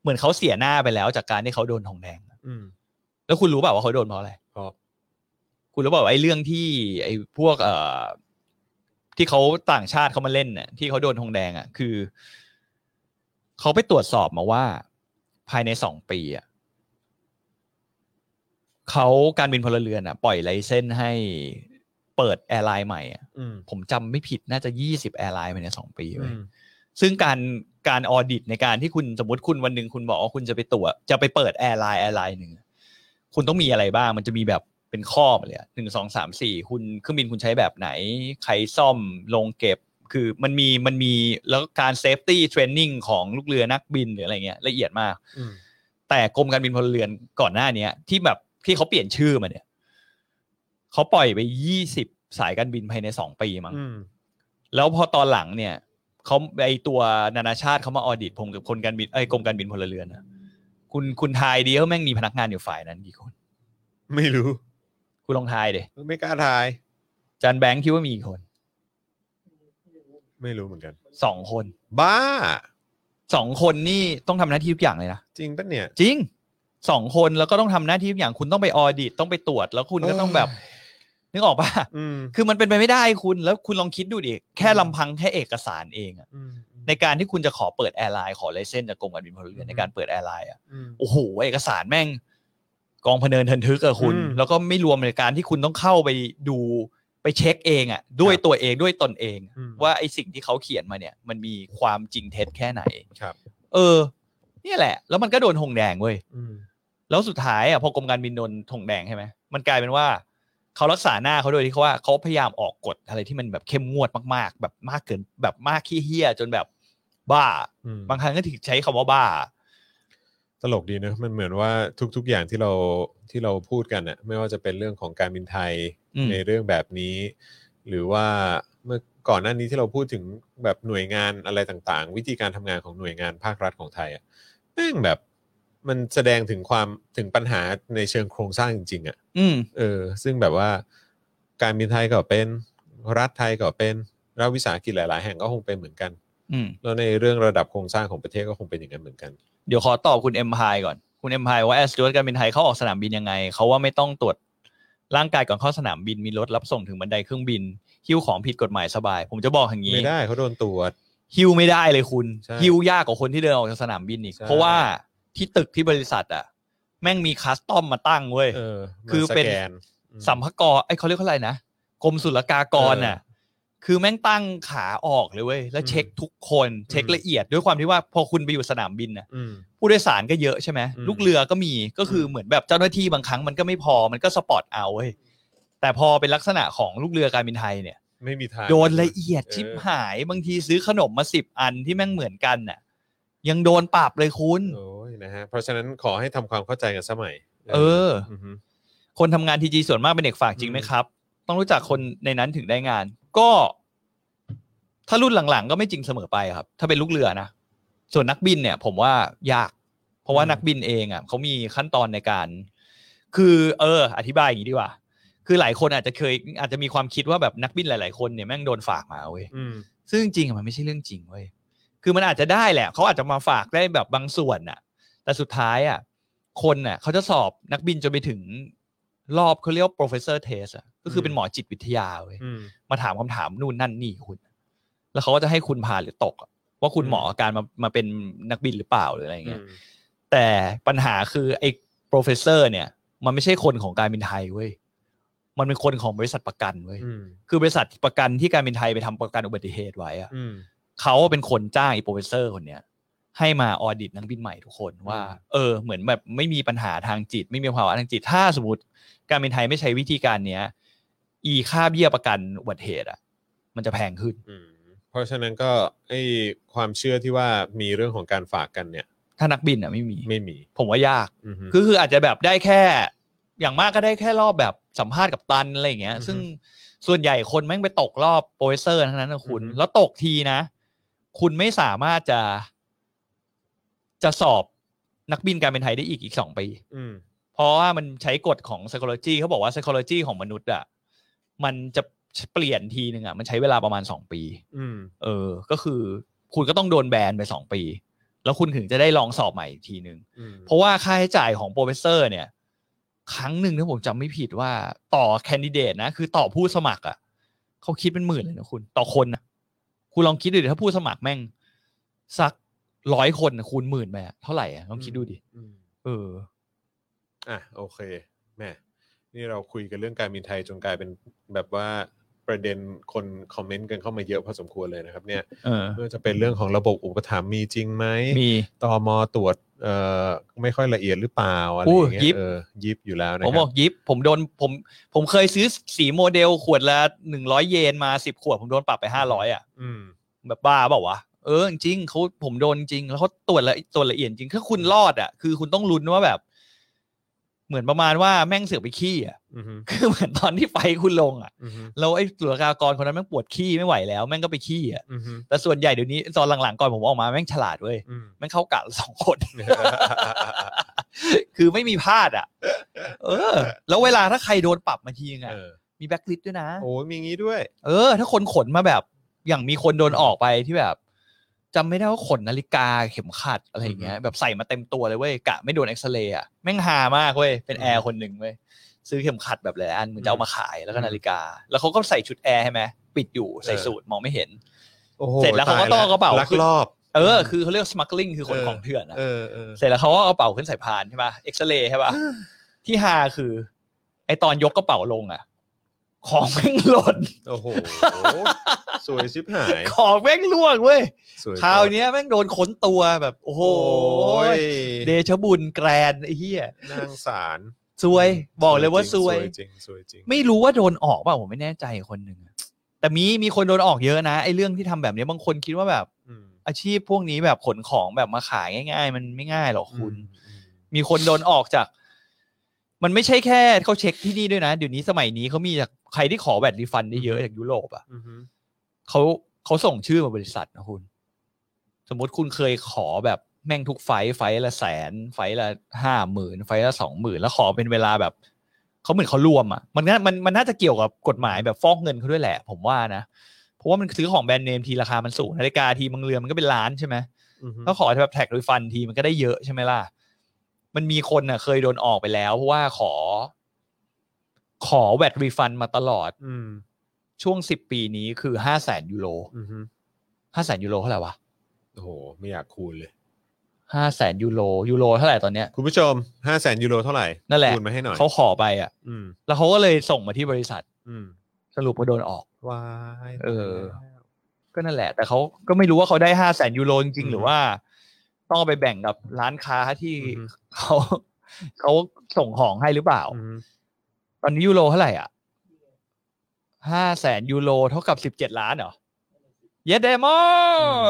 S3: เหมือนเขาเสียหน้าไปแล้วจากการที่เขาโดนทองแดงอะ
S2: อืม
S3: แล้วคุณรู้เปล่าว่าเขาโดนเพราะอะไร
S2: เพราะ
S3: คุณรู้เปล่าไอ้เรื่องที่ไอ้พวกเอ่อที่เขาต่างชาติเขามาเล่นน่ะที่เขาโดนทองแดงอ่ะคือเขาไปตรวจสอบมาว่า ภายในสองปีอ่ะเขาการบินพลเรือนอ่ะ ปล่อยไลเส้นส์ให้เปิดแอร์ไลน์ใหม่อะ
S2: อืม
S3: ผมจำไม่ผิดน่าจะยี่สิบแอร์ไลน์ภายในสองปี
S2: อื
S3: เว้ย
S2: ม
S3: ซึ่งการการออดิตในการที่คุณสมมติคุณวันหนึ่งคุณบอกว่าคุณจะไปตรวจจะไปเปิดแอร์ไลน์แอร์ไลน์หนึ่งคุณต้องมีอะไรบ้าง มันจะมีแบบเป็นข้อมาเลยอะหนึ่งสองสามสี่คุณเครื่องบินคุณใช้แบบไหน ใครซ่อมลงเก็บ คือมันมีมันมีแล้วการเซฟตี้เทรนนิ่งของลูกเรือนักบินหรืออะไรเงี้ยละเอียดมาก
S2: อืม
S3: แต่กรมการบินพลเรือนก่อนหน้าเนี้ย ที่แบบที่เขาเปลี่ยนชื่อมาเนี่ยเขาปล่อยไปยี่สิบสายการบินภายในสองปีมั้ง
S2: อืม
S3: แล้วพอตอนหลังเนี่ยเขาไอตัวนานาชาติเขามาออดิตผมกับคนการบินไอยกรมการบินพลเรือนนะคุณคุณทายดีว่าแม่งมีพนักงานอยู่ฝ่ายนั้นกี่คน
S2: ไม่รู้
S3: คุณลองทายเดย
S2: ไม่กล้าทาย
S3: จานแบงค์คิดว่ามีกี่คน
S2: ไม่รู้เหมือนกัน
S3: สองคน
S2: บ้า
S3: สองคนนี่ต้องทำหน้าที่ทุกอย่างเลยนะ
S2: จริงปะเนี่ย
S3: จริงสองคนแล้วก็ต้องทำหน้าที่ทุกอย่างคุณต้องไปออดิตต้องไปตรวจ แล้วคุณก็ต้องแบบนึกออกปะ
S2: อืม
S3: คือมันเป็นไปไม่ได้คุณแล้วคุณลองคิดดูดิแค่ลำพังแค่เอกสารเองอะ
S2: อืมอืม
S3: ในการที่คุณจะขอเปิดแอร์ไลน์ขอไลเซนส์จากกรมการบินพลเรือนในการเปิดแอร์ไลน์อะ
S2: อืม
S3: โอ้โหเอกสารแม่ง กองพะเนินเทินทึกอะคุณ
S2: อืม
S3: แล้วก็ไม่รวมในการที่คุณต้องเข้าไปดูไปเช็คเองอะด้วยตัวเองด้วยตนเอง
S2: อืม
S3: ว่าไอสิ่งที่เขาเขียนมาเนี่ย มันมีความจริงเท็จแค่ไหน
S2: ครับ
S3: เออ เนี่ยแหละ แล้วมันก็โดนธงแดงเว้ย
S2: อืม
S3: แล้วสุดท้ายอะพอกรมการบินโดนธงแดงใช่ไหมมันกลายเป็นว่าเขารักษาหน้าเขาโดยที่เขาว่าเขาพยายามออกกฎอะไรที่มันแบบเข้มงวดมาก ๆ แบบมากเกินแบบมากขี้เฮี้ยจนแบบบ้า
S2: อืม
S3: บางครั้งก็ถึงใช้คำว่าบ้า
S2: ตลกดีนะมันเหมือนว่าทุก ๆ อย่างที่เราที่เราพูดกันอะไม่ว่าจะเป็นเรื่องของการบินไทย
S3: อืม
S2: ในเรื่องแบบนี้ หรือว่าเมื่อก่อนหน้านี้ที่เราพูดถึงแบบหน่วยงานอะไรต่างๆ วิธีการทำงานของหน่วยงานภาครัฐของไทยอะแม่งแบบมันแสดงถึงความถึงปัญหาในเชิงโครงสร้างจริงๆอะ
S3: อืม
S2: เออซึ่งแบบว่าการบินไทยก็เป็นรัฐไทยก็เป็นรัฐวิสาหกิจหลาย ๆ แห่งก็คงเป็นเหมือนกัน
S3: อืม
S2: แล้วในเรื่องระดับโครงสร้างของประเทศก็คงเป็นอย่างนั้นเหมือนกัน
S3: เดี๋ยวขอตอบคุณเอ็มพายก่อน คุณเอ็มพายว่าแอร์สจวตการบินไทยเขาออกสนามบินยังไง เขาว่าไม่ต้องตรวจร่างกายก่อนเข้าสนามบินมีรถรับส่งถึงบันไดเครื่องบินหิ้วของผิดกฎหมายสบาย ผมจะบอกอย่างนี้
S2: ไม่ได้เขาโดนตรวจ
S3: หิ้วไม่ได้เลยคุณ
S2: ใช่
S3: หิ้วยากกว่าคนที่เดินออกจากสนามบินอีก
S2: ใช่
S3: เพราะว่าที่ตึกที่บริษัทอะแม่งมีคัสตอมมาตั้งเว้ย
S2: เออมา
S3: คือเป็น
S2: สแกอื
S3: สัมภากรไอ้ยเขาเรียกเขาอะไรนะกรมศุลกากรน่ะ คือแม่งตั้งขาออกเลยเว้ยแล้วเช็คทุกคนเช็ค
S2: อืม
S3: ละเอียดด้วยความที่ว่าพอคุณไปอยู่สนามบินน่ะ
S2: อืม
S3: ผู้โดยสารก็เยอะใช่ไหม
S2: อืม
S3: ลูกเรือก็มีก็คือเหมือนแบบเจ้าหน้าที่บางครั้งมันก็ไม่พอมันก็สปอร์ตเอาเว้ยแต่พอเป็นลักษณะของลูกเรือการบินไทยเนี่ย
S2: ไม่มีทาง
S3: โดนละเอียด
S2: เออ
S3: ชิบหายบางทีซื้อขนมมาสิบอันที่แม่งเหมือนกันน่ะ ยังโดนปรับเลยคุณ
S2: โอ้ยนะฮะเพราะฉะนั้นขอให้ทำความเข้าใจกันสมัย
S3: เออ
S2: อฮึ
S3: คนทำงานทีจีส่วนมากเป็นเด็กฝากจริงไหม
S2: อืม
S3: ครับ ต้องรู้จักคนในนั้นถึงได้งาน ก็ ถ้ารุ่นหลังๆ ก็ไม่จริงเสมอไปครับ ถ้าเป็นลูกเรือนะส่วนนักบินเนี่ย ผมว่ายาก เพราะว่านักบินเองอ่ะเขามีขั้นตอนในการ คือ เออ อธิบายอย่างนี้ดีกว่า คือหลายคนอาจจะเคย อาจจะมีความคิดว่าแบบนักบินหลาย ๆ คนเนี่ยแม่งโดนฝากมาเว้ย
S2: อืม
S3: ซึ่งจริงๆอะมันไม่ใช่เรื่องจริงเว้ย คือมันอาจจะได้แหละ เขาอาจจะมาฝากได้แบบบางส่วนน่ะ แต่สุดท้ายอ่ะ คนน่ะเขาจะสอบนักบินจนไปถึงรอบเขาเรียกว่า professor test อ่ะ ก็คือ
S2: ม
S3: เป็นหมอจิตวิทยาเว้ย
S2: อืม
S3: มาถามคำถามนู่นนั่นนี่คุณ แล้วเขาก็จะให้คุณผ่านหรือตกอะว่าคุณ
S2: อืม
S3: เหมาะกับการมามาเป็นนักบินหรือเปล่าหรืออะไร
S2: อื
S3: เงี้ย
S2: ม
S3: แต่ปัญหาคือไอ้ professor เนี่ย มันไม่ใช่คนของการบินไทยเว้ย มันเป็นคนของบริษัทประกันเว้ย
S2: อืม
S3: คือบริษัทประกันที่การบินไทยไปทำประกันอุบัติเหตุไว้อะ
S2: อืม
S3: เขาเป็นคนจ้างไอีโปรเฟสเซอร์คนเนี้ยให้มาออดิตนักบินใหม่ทุกคนว่า
S2: อืม
S3: เออ เหมือนแบบไม่มีปัญหาทางจิต ไม่มีภาวะทางจิต ถ้าสมมติการบินไทยไม่ใช้วิธีการเนี้ย อีค่าเบี้ยประกันอุบัติเหตุอ่ะ มันจะแพงขึ้น
S2: อืมเพราะฉะนั้นก็ไอความเชื่อที่ว่ามีเรื่องของการฝากกันเนี่ย
S3: ถ้านักบินอ่ะไม่มี
S2: ไม่มี
S3: ผมว่ายาก
S2: อือฮึ
S3: คือคืออาจจะแบบได้แค่อย่างมากก็ได้แค่รอบแบบสัมภาษณ์กับตันอะไรอย่างเงี้ย
S2: อือฮึ
S3: ซึ่งส่วนใหญ่คนแม่งไปตกรอบโปรเฟสเซอร์ทั้งนั้นนะคุณ
S2: อือฮึ
S3: แล้วตกทีนะ คุณไม่สามารถจะ จะสอบนักบินการเป็นไทยได้อีกอีกสองปี
S2: อืม
S3: เพราะว่ามันใช้กฎของ psychology เขาบอกว่า psychology ของมนุษย์อ่ะมันจะเปลี่ยนทีหนึ่งอ่ะมันใช้เวลาประมาณสองปี
S2: อืม
S3: เออ ก็คือ คุณก็ต้องโดนแบนไปสองปี แล้วคุณถึงจะได้ลองสอบใหม่อีกทีหนึ่ง
S2: อืม
S3: เพราะว่าค่าใช้จ่ายของโปรเฟสเซอร์เนี่ย ครั้งหนึ่งถ้าผมจำไม่ผิดว่าต่อแคนดิเดตนะ คือต่อผู้สมัครอ่ะเขาคิดเป็นหมื่นเลยนะคุณ ต่อคนนะคุณลองคิดดูดิถ้าผู้สมัครแม่ง สักร้อยคนน่ะคูณหมื่นไปอะเท่าไหร่อะลองคิดดูดิ
S2: อืม
S3: เออ
S2: อ่ะโอเคแหม่นี่เราคุยกันเรื่องการบินไทยจนกลายเป็นแบบว่าประเด็นคนคอมเมนต์กันเข้ามาเยอะพอสมควรเลยนะครับ เนี่ย
S3: เออ
S2: ไม่ว่าจะเป็นเรื่องของระบบอุปถัมภ์มีจริงไหม
S3: มี
S2: ตมตรวจเอ่อไม่ค่อยละเอียดหรือเปล่าอะไร
S3: อู้
S2: อย่างเงี้ย
S3: ยิบ
S2: เออยิบอยู่แล้วนะ
S3: ผม
S2: ค
S3: บ
S2: รั
S3: อบ กยิบผมโดนผม ผมเคยซื้อสีโมเดลขวดละหนึ่งร้อยเยนมาสิบขวด ผมโดนปรับไปห้าร้อยอ่ะ
S2: อืม
S3: แบบบ้าเปล่าวะ เออจริงเขาผมโดนจริงแล้วเขาตรวจละตรวจละเอียดจริงถ้าคุณรอดอ่ะคือคุณต้องลุ้นว่าแบบ เหมือนประมาณว่าแม่งเสือกไปขี้อ่ะ
S2: อืม
S3: คือเหมือนตอนที่ไฟคุณลงอ่ะ
S2: อืม
S3: แล้วไอ้ตุลากากรคนนั้นแม่งปวดขี้ไม่ไหวแล้วแม่งก็ไปขี้อ่ะ
S2: อืม
S3: แต่ส่วนใหญ่เดี๋ยวนี้ตอนหลังๆก่อนผมออกมาแม่งฉลาดเว้ย
S2: อืม
S3: แม่งเข้ากะสองคน คือไม่มีพลาดอ่ะ เออ แล้วเวลาถ้าใครโดนปรับมาทีนึงอ่ะ
S2: เออ
S3: มีแบ็คลิสต์ด้วยนะ
S2: โอ้ยมีงี้ด้วย
S3: เออ ถ้าคนขนมาแบบ อย่างมีคนโดนออกไปที่แบบจำไม่ได้ว่าขนนาฬิกาเข็มขัดอะไรอย่างเงี้ย แบบใส่มาเต็มตัวเลยเว้ยกะไม่โดนเอ็กซเรย์อ่ะแม่งหามากเว้ยเป็นแอร์คนหนึ่งเว้ยซื้อเข็มขัดแบบหลายอันเหมือนจะเอามาขายแล้วก็นาฬิกา แล้วเขาก็ใส่ชุดแอร์ใช่ไหมปิดอยู่ใส่
S2: เออ
S3: สูตรมองไม่เห็น
S2: โอ้โห
S3: เสร็จแล้วเขาก็ต้อนกระเป๋า
S2: ลักลอบ
S3: เออคือเขาเรียกสมัคลิงคือขน
S2: เออ
S3: ของเถื่อนอะ
S2: เออเออ
S3: เสร็จแล้วเขาก็เอากระเป๋าขึ้นใส่พานใช่ป่ะเอ็กซเรย์ใช่ป่ะที่ฮาคือ ไอตอนยกกระเป๋าลงอ่ะ ของแม่งหล่น
S2: โอ้โห สวยชิบหาย
S3: ของแม่งล่วงเว้ย
S2: สวย
S3: คราวเนี้ยแม่งโดนขนตัวแบบโอ้โห
S2: โอ้ย
S3: เดชะบุญแกรนไอ้เหี้ย
S2: นางสาร
S3: ซวย บอกเลยว่าซวย
S2: จริงสวยจริง
S3: ไม่รู้ว่าโดนออกเปล่าผมไม่แน่ใจคนหนึ่งอะแต่มีมีคนโดนออกเยอะนะไอ้เรื่องที่ทำแบบเนี้ยบางคนคิดว่าแบบ
S2: อืม
S3: อาชีพพวกนี้แบบขนของแบบมาขายง่าย ๆ มันไม่ง่ายหรอกคุณ
S2: อืม
S3: มีคนโดนออกจาก มันไม่ใช่แค่เขาเช็คที่นี่ด้วยนะ เดี๋ยวนี้สมัยนี้เขามีจากใครที่ขอแบตรีฟันได้เยอะจากยุโรปอ่ะ
S2: อืมอืม
S3: เขาเขาส่งชื่อมาบริษัทนะคุณ สมมติคุณเคยขอแบบแม่งทุกไฟท์ไฟท์ละแสน ไฟท์ละห้าหมื่นไฟท์ละสองหมื่นแล้วขอเป็นเวลาแบบเขาเหมือนเขารวมอ่ะมันน่ามันมันน่าจะเกี่ยวกับกฎหมายแบบฟอกเงินเขาด้วยแหละ ผมว่านะ เพราะว่ามันซื้อของแบรนด์เนมทีราคามันสูงนาฬิกาทีบางเรือนมันก็เป็นล้านใช่ไหม
S2: อืม
S3: ถ้าขอแบบแท็กโดยฟันทีมันก็ได้เยอะใช่ไหมล่ะ มันมีคนน่ะ เคยโดนออกไปแล้วเพราะว่าขอ ขอแวดรีฟันมาตลอด
S2: อืม
S3: ช่วงสิบปีนี้คือห้าแสนยูโร
S2: อืมอืม
S3: ห้าแสนยูโรเท่าไหร่วะ
S2: โอ้โห ไม่อยากคูณเลย
S3: ห้าแสนยูโรยูโรเท่าไหร่ตอนเนี้ย
S2: คุณผู้ชมห้าแสนยูโรเท่าไหร่
S3: นั่นแหละ
S2: คูณมาให้หน่อย
S3: เขาขอไปอ่ะ
S2: อืม
S3: แล้วเขาก็เลยส่งมาที่บริษัท
S2: อืม
S3: สรุปก็โดนออก
S2: วาย
S3: เออ ก็นั่นแหละ แต่เขาก็ไม่รู้ว่าเขาได้ห้าแสนยูโรจริงๆหรือว่า ต้องเอาไปแบ่งกับร้านค้าที่เขา เขาส่งของให้หรือเปล่า
S2: อืม
S3: ตอนนี้ยูโรเท่าไหร่อ่ะห้าแสนยูโรเท่ากับสิบเจ็ดล้านเหรอ เยดเดมอ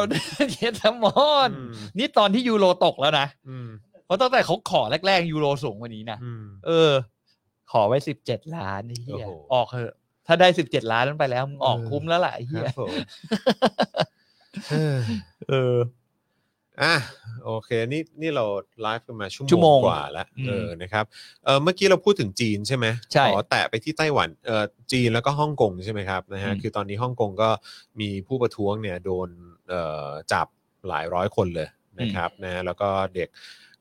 S3: นเยดเดมอ
S2: อื
S3: น
S2: ม
S3: นี่ตอนที่ยูโรตกแล้วนะ
S2: อืม
S3: เพราะตั้งแต่เขาขอแรก ๆ ยูโรสูงกว่านี้นะ
S2: อืม
S3: เออ ขอไว้สิบเจ็ดล้านไอ้เหี้ย
S2: โอ้โห
S3: ออกเถอะ ถ้าได้สิบเจ็ดล้านนั้นไปแล้วมึงออกคุ้มแล้วล่ะไอ้
S2: ค
S3: เหี้
S2: รั
S3: ย
S2: บผมเออ
S3: เออ
S2: อ่ะโอเคนี่นี่เราไลฟ์กันมาชั่วโม
S3: ชั่วโมง
S2: งกว่าแล้ว
S3: อืม
S2: เออนะครับเออเมื่อกี้เราพูดถึงจีนใช่ไหม
S3: ใช่
S2: อ๋อแตะไปที่ไต้หวันเออจีนแล้วก็ฮ่องกงใช่ไหมครับนะฮะ
S3: อืม
S2: คือตอนนี้ฮ่องกงก็มีผู้ประท้วงเนี่ยโดนเอ่อจับหลายร้อยคนเลยนะครับนะแล้วก็เด็ก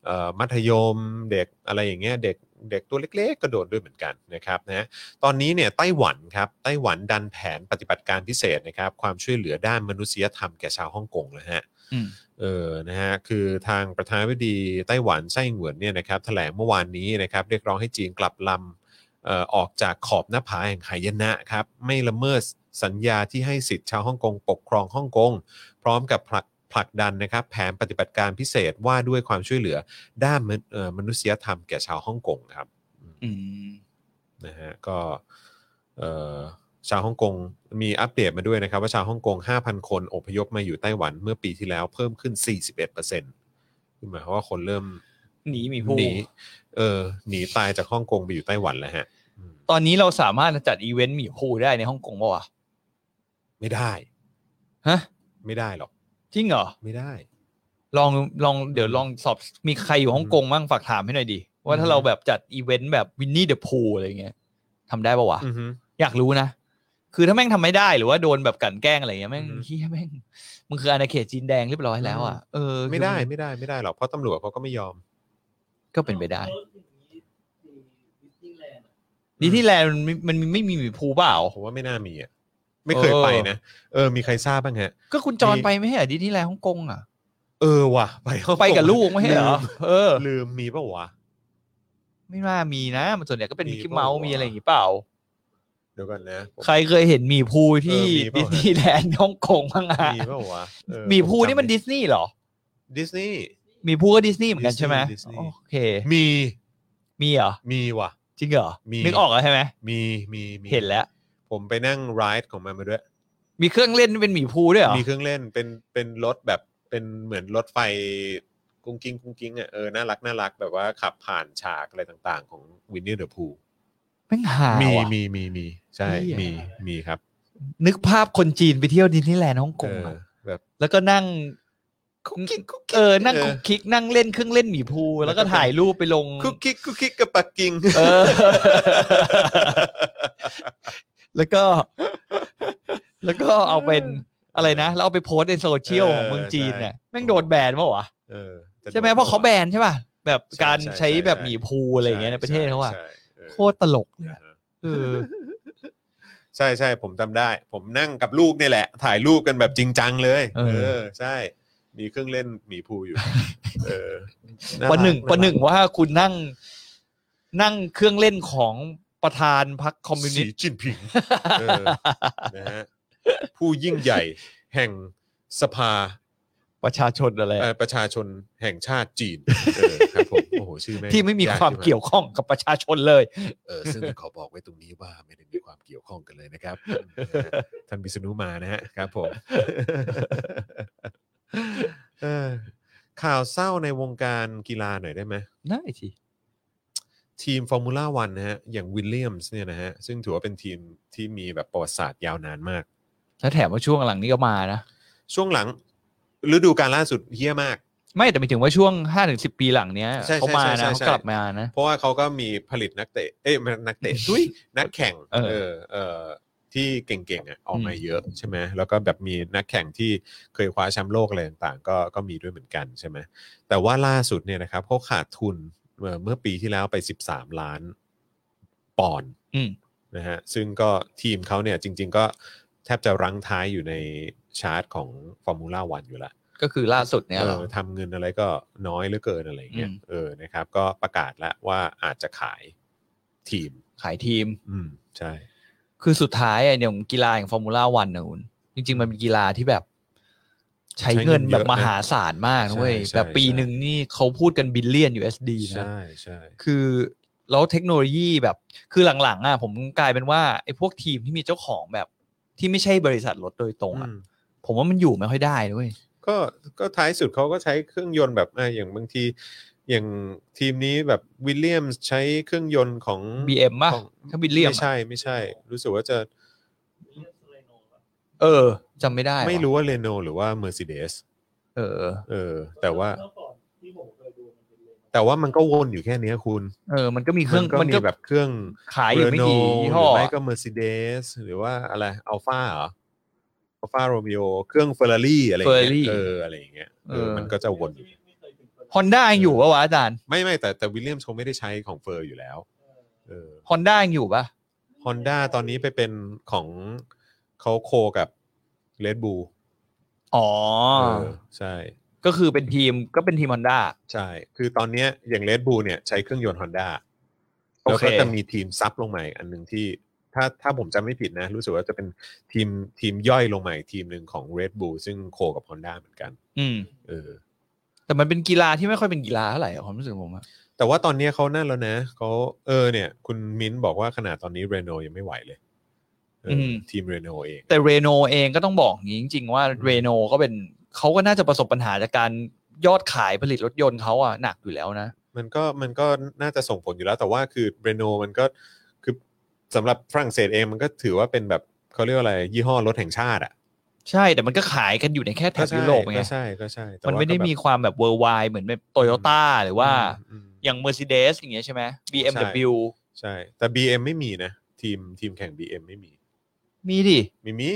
S2: เอ่อมัธยมเด็กอะไรอย่างเงี้ยเด็กเด็กตัวเล็ก ๆ ก็โดนด้วยเหมือนกันนะครับนะฮะ ตอนนี้เนี่ยไต้หวันครับไต้หวันดันแผนปฏิบัติการพิเศษนะครับความช่วยเหลือด้านมนุษยธรรมแก่ชาวฮ่องกงนะฮะ
S3: อืม
S2: เออนะฮะคือทางประธานาธิบดีไต้หวันไส้หงวนเนี่ยนะครับแถลงเมื่อวานนี้นะครับเรียกร้องให้จีนกลับลำเอ่อออกจากขอบหน้าผาแห่งหายนะครับไม่ละเมิดสัญญาที่ให้สิทธิ์ชาวฮ่องกงปกครองฮ่องกง พร้อมกับผลักผลักดันนะครับแผนปฏิบัติการพิเศษว่าด้วยความช่วยเหลือด้านมนุเอ่อมนุษยธรรมแก่ชาวฮ่องกงครับ
S3: อืม
S2: นะฮะก็เอ่อชาวฮ่องกงมีอัปเดตมาด้วยนะครับ ว่าชาวฮ่องกง 5,000 คนอพยพมาอยู่ไต้หวันเมื่อปีที่แล้วเพิ่มขึ้น 41%คือหมายความว่าคนเริ่ม
S3: หนีหมีผู้
S2: หนีเออหนีตายจากฮ่องกงไปอยู่ไต้หวันแล้วฮะอืม
S3: ตอนนี้เราสามารถจะจัดอีเวนต์หมีผู้ได้ในฮ่องกงปะวะ
S2: ไม่ได้
S3: ฮะ
S2: ไม่ได้หรอก
S3: จริงเหรอ
S2: ไม่ได้
S3: ลองลองเดี๋ยวลองสอบมีใครอยู่ฮ่องกงบ้างฝากถามให้หน่อยดิ ว่า
S2: อื
S3: ถ้าม เราแบบจัดอีเวนต์แบบวินนี่เดอะพูอะไรเงี้ยทำได้ปะวะ
S2: อือฮึ
S3: อยากรู้นะ คือถ้าแม่งทำไม่ได้หรือว่าโดนแบบกลันแกล้งอะไรเงี้ยแม่ง
S2: อือฮึ
S3: เฮียแม่งมึงคืออาณาเขตจีนแดงเรียบร้อยแล้วอ่ะเออคือ
S2: ไม่ได้ไม่ได้ไม่ได้หรอกเพราะตำรวจเขาก็ไม่ยอม
S3: ก็เป็นไปได้ดิที่แลนด์มันมีมันมีไม่มีหมีภูเปล่า
S2: ผมว่าไม่น่ามีอ่ะไม่เคยไปนะเออมีใครทราบบ้างฮะ
S3: ก็คุณจอน
S2: มี
S3: ไปไม่ใช่เหรอดิที่แลนด์ฮ่องกงอ่ะ
S2: เออว่ะไปฮ่องง
S3: ไปกับลูกไม่ใช่เหรอ
S2: ลื
S3: เออ
S2: มลืมมีปะวะ
S3: ไม่น่ามีนะมันส่วนใหญ่ก็เป็น
S2: มี
S3: มิกกี้
S2: เปล่า
S3: เมาส์
S2: วะ
S3: มีอะไรอย่างงี้เปล่า
S2: เดี๋ยวกันนะผม
S3: ใครเคยเห็นหมีภูที่
S2: เออมีเปล่าฮะ
S3: ดิสนีย์แลนด์ฮ่องกงบ้างอะ
S2: มีปะวะเออ
S3: หมีภู
S2: ผจำ
S3: นี่มันดิสนีย์เหรอ
S2: ดิสนีย์
S3: หมีภูก็ดิสนีย์เหมือนกัน
S2: ดิสนีย์
S3: ใช่ไหม
S2: ดิสนีย์
S3: โอเค
S2: มี
S3: มีเหรอ
S2: มีว่ะ
S3: จริงเหรอ
S2: มี
S3: นึกออกแล้วใช่ไหม
S2: มีมีมี
S3: เห็นแล้ว
S2: ผมไปนั่งไรด์ของมันมาด้วย
S3: มีเครื่องเล่นเป็นหมีภูด้วยเหรอ
S2: มีเครื่องเล่นเป็นเป็นรถแบบเป็นเหมือนรถไฟกุ้งกิ้งกุ้งกิ้งอ่ะเออน่ารักน่ารักแบบว่าขับผ่านฉากอะไรต่างๆ ของวินนี่เดอะพู
S3: แม่งหา
S2: มี
S3: ว่ะ
S2: มีมีมีใช่
S3: เหี้ย
S2: มีมีครับ
S3: นึกภาพคนจีนไปเที่ยวดิสนีย์แลนด์ฮ่องกง
S2: เอ
S3: อะ
S2: อแบบ
S3: แล้วก็นั่งคุกคิกคุกคิกเออนั่ง
S2: เออ
S3: คุกคิกนั่งเล่นเครื่องเล่นหมีภู
S2: แล้
S3: แล้ว
S2: วก็
S3: ก็ถ่ายรูปไปลง
S2: คุกคิกคุกคิกกับปักกิ่ ง
S3: เออ แล้วก็ แล้วก็เอาเป็นอะไรนะแล้วเอาไปโพสต์ในโซเชียลของเมืองจีนเนี่ยแม่งโดนแบนปะวะ
S2: เออแต่
S3: ใช่ไหมเพราะเขาแบนใช่ป่ะแบบการ
S2: ใช่ใช่
S3: ใช้แบบ
S2: ใช่
S3: หมีภูอะไรอย่างเงี้ยในประเทศเขาอะ
S2: ใช่เออ
S3: โคตรตลกเลยอะเออ
S2: ใช่ใช่ผมจำได้ ผมนั่งกับลูกนี่แหละ ถ่ายรูปกันแบบจริงจังเลย
S3: เออ
S2: ใช่ มีเครื่องเล่นหมีภูอยู่ เออ
S3: ประหนึ่ง
S2: ารัก
S3: ประหนึ่งว่าคุณนั่ง นั่งเครื่องเล่นของประธานพรรคคอมมิวนิส
S2: สี
S3: ต์
S2: จิ้นผิง เอ อ นะฮะผู้ยิ่งใหญ่แห่งสภา
S3: ประชาชนอะไร
S2: เอ่อประชาชนแห่งชาติจีนเออครับผมโอ้โหชื่อแม่ง
S3: ที่ไม่มี
S2: ย
S3: ความ
S2: ใช่ไห
S3: เกี่ยวข้องกับประชาชนเลย
S2: เอ อซึ่งขอบอกไว้ตรงนี้ว่าไม่ได้มีความเกี่ยวข้องกันเลย นะครับ ท่านบิษณุมานะฮะครับผม เออข่าวเศร้าในวงการกีฬาหน่อยได้ไหม
S3: น่าไอ้ที
S2: ทีมฟอร์มูล่าวันนะฮะ อย่างวิลเลียมส์เนี่ยนะฮะ ซึ่งถือว่าเป็นทีมที่มีแบบประวัติศาสตร์ยาวนานมาก
S3: แล้วแถมว่าช่วงหลังนี้ก็มานะ
S2: ช่วงหลังฤดูกาลล่าสุดเฮี้ยมาก
S3: ไม่แต่หมายถึงว่าช่วงห้าถึงสิบปีหลังเนี้ย
S2: ใช่ใช่
S3: เขามา
S2: ใช่
S3: นะ
S2: ใช่
S3: เขา
S2: ใช่
S3: กลับมานะ
S2: เพราะว่าเขาก็มีผลิตนักเตะ เอ้ยไม่นัก เตะ ทุยนักแข่ง
S3: เออ
S2: เออ เออที่เก่งๆอ่ะออกมาเยอะใช่ไหมแล้วก็แบบมีนักแข่งที่เคยคว้าแชมป์โลกอะไรต่างๆ ก็ก็มีด้วยเหมือนกันใช่ไหมแต่ว่าล่าสุดเนี่ยนะครับเขาขาดทุนเอ่อเมื่อปีที่แล้วไป 13 ล้านปอนด์
S3: อืม
S2: นะฮะซึ่งก็ทีมเขาเนี่ยจริง ๆ ก็แทบจะรั้งท้ายอยู่ในชาร์ตของฟอร์มูล่าวันอยู่ละ
S3: ก็คือล่าสุดเนี่ย
S2: เอ
S3: เหรอ
S2: อทำเงินอะไรก็น้อยเหลือเกินอะไรอย่างเงี้ย
S3: อืม
S2: เออนะครับ ก็ประกาศแล้วว่าอาจจะขายทีม
S3: ขายทีม
S2: อืมใช่
S3: คือสุดท้ายอะเนี่ยกีฬาอย่างฟอร์มูล่าวันนะคุณจริง ๆ มันเป็นกีฬาที่แบบ ใช้
S2: ใช้เงิ
S3: เงิ
S2: น
S3: น
S2: เยอะ
S3: แบบมหาศาลมากนะเว้ย
S2: ใช่ใช่
S3: แบบปี
S2: ใช่
S3: หนึ่งนี่เขาพูดกันบิลเลียน USD นะ
S2: ใช่ใช่
S3: คือแล้วเทคโนโลยีแบบคือหลังๆอ่ะผมกลายเป็นว่าไอ้พวกทีมที่มีเจ้าของแบบ ที่ไม่ใช่บริษัทรถโดยตรงอ่ะ
S2: อืม
S3: ผมว่ามันอยู่ไม่ค่อยได้ด้วย
S2: ก็ก็ท้ายสุดเขาก็ใช้เครื่องยนต์แบบอ่ะอย่างบางที อย่างทีมนี้แบบวิลเลียมใช้เครื่องยนต์ของ
S3: บีเอ็มป่ะ
S2: ของ
S3: ถ้าบิลเลียม
S2: ไม่ใช่ไม่ใช่ รู้สึกว่าจะ
S3: เออจำไม่ได้ว่ะ
S2: ไม่รู้ว่าเรโนหรือว่า Mercedes
S3: เออ
S2: เออ แต่ว่า แต่ว่ามันก็วนอยู่แค่เนี้ยคุณ
S3: เออ มันก็มีเครื่อง
S2: มันก็มีแบบเครื่อง
S3: ขายอยู่ไม่กี่ยี่ห้อ
S2: Renault รือไม่ก็ Mercedes หรือว่าอะไรอัลฟาเหรออัลฟาโรมิโอเครื่องเฟอร์รารี่อะไรอย่างเงี้
S3: Ferrari
S2: ยเอออะไรอย่างเงี้ยเออ
S3: เออ
S2: มันก็จะวน
S3: ฮอนด้ายังอยู่ปะวะอาจารย์
S2: ไม่ไม่แต่แต่วิลเลียมเขาไม่ได้ใช้ของเฟอร์อยู่แล้วเออ
S3: ฮอนด้ายังอยู่ปะ
S2: ฮอนด้าตอนนี้ไปเป็นของเขาโคกับเลดบู
S3: อ๋อ
S2: ใช่
S3: ก็คือเป็นทีมก็เป็นทีมฮอนด้า
S2: ใช่ คือตอนเนี้ยอย่างเลดบูเนี่ยใช้เครื่องยนต์ฮอนด้า
S3: โอ
S2: แล้ว
S3: เค
S2: ก็จะมีทีมซับลงมาอีกอันหนึ่งที่ ถ้าถ้าผมจำไม่ผิดนะ รู้สึกว่าจะเป็นทีมทีมย่อยลงมาอีกทีมหนึ่งของ Red Bull ซึ่งโคกับ Honda เหมือนกัน
S3: อืม
S2: เออ
S3: แต่มันเป็นกีฬาที่ไม่ค่อยเป็นกีฬาเท่าไหร่อะความรู้สึกผมอะ
S2: แต่ว่าตอนนี้เขานั่นแล้วนะเขาเออเนี่ย คุณมิ้นท์บอกว่าขนาดตอนนี้เรโนยังไม่ไหวเลยเอออทีมเรโนเอง
S3: แต่เรโนเองก็ต้องบอกอย่างนี้จริง ๆ ว่าเรโนก็เป็นเขาก็น่าจะประสบปัญหาจากการยอดขายผลิตรถยนต์เขาอะหนักอยู่แล้วนะ
S2: มันก็มันก็น่าจะส่งผลอยู่แล้ว แต่ว่าคือเรโนมันก็คือสำหรับฝรั่งเศสเองมันก็ถือว่าเป็นแบบเขาเรียกว่าอะไร ยี่ห้อรถแห่งชาติอ่ะ
S3: ใช่แต่มันก็ขายกันอยู่ในแค่แถ
S2: ก็
S3: บ
S2: ใช่
S3: ยุโรปไง
S2: ก็ใช่ก็ใช่แต่
S3: มัน
S2: ว่า
S3: ไม่ได้มี
S2: ก็แบบ
S3: ความแบบเวอร์ไวเหมือนแบบโตโยต้าหรือว่า
S2: อืม
S3: อย่าง Mercedes อย่างเงี้ยใช่ไหม BMW
S2: ใช่ แต่ BM ไม่มีนะ ทีมทีมแข่ง BM ไม่มี
S3: มีดิ
S2: มีมี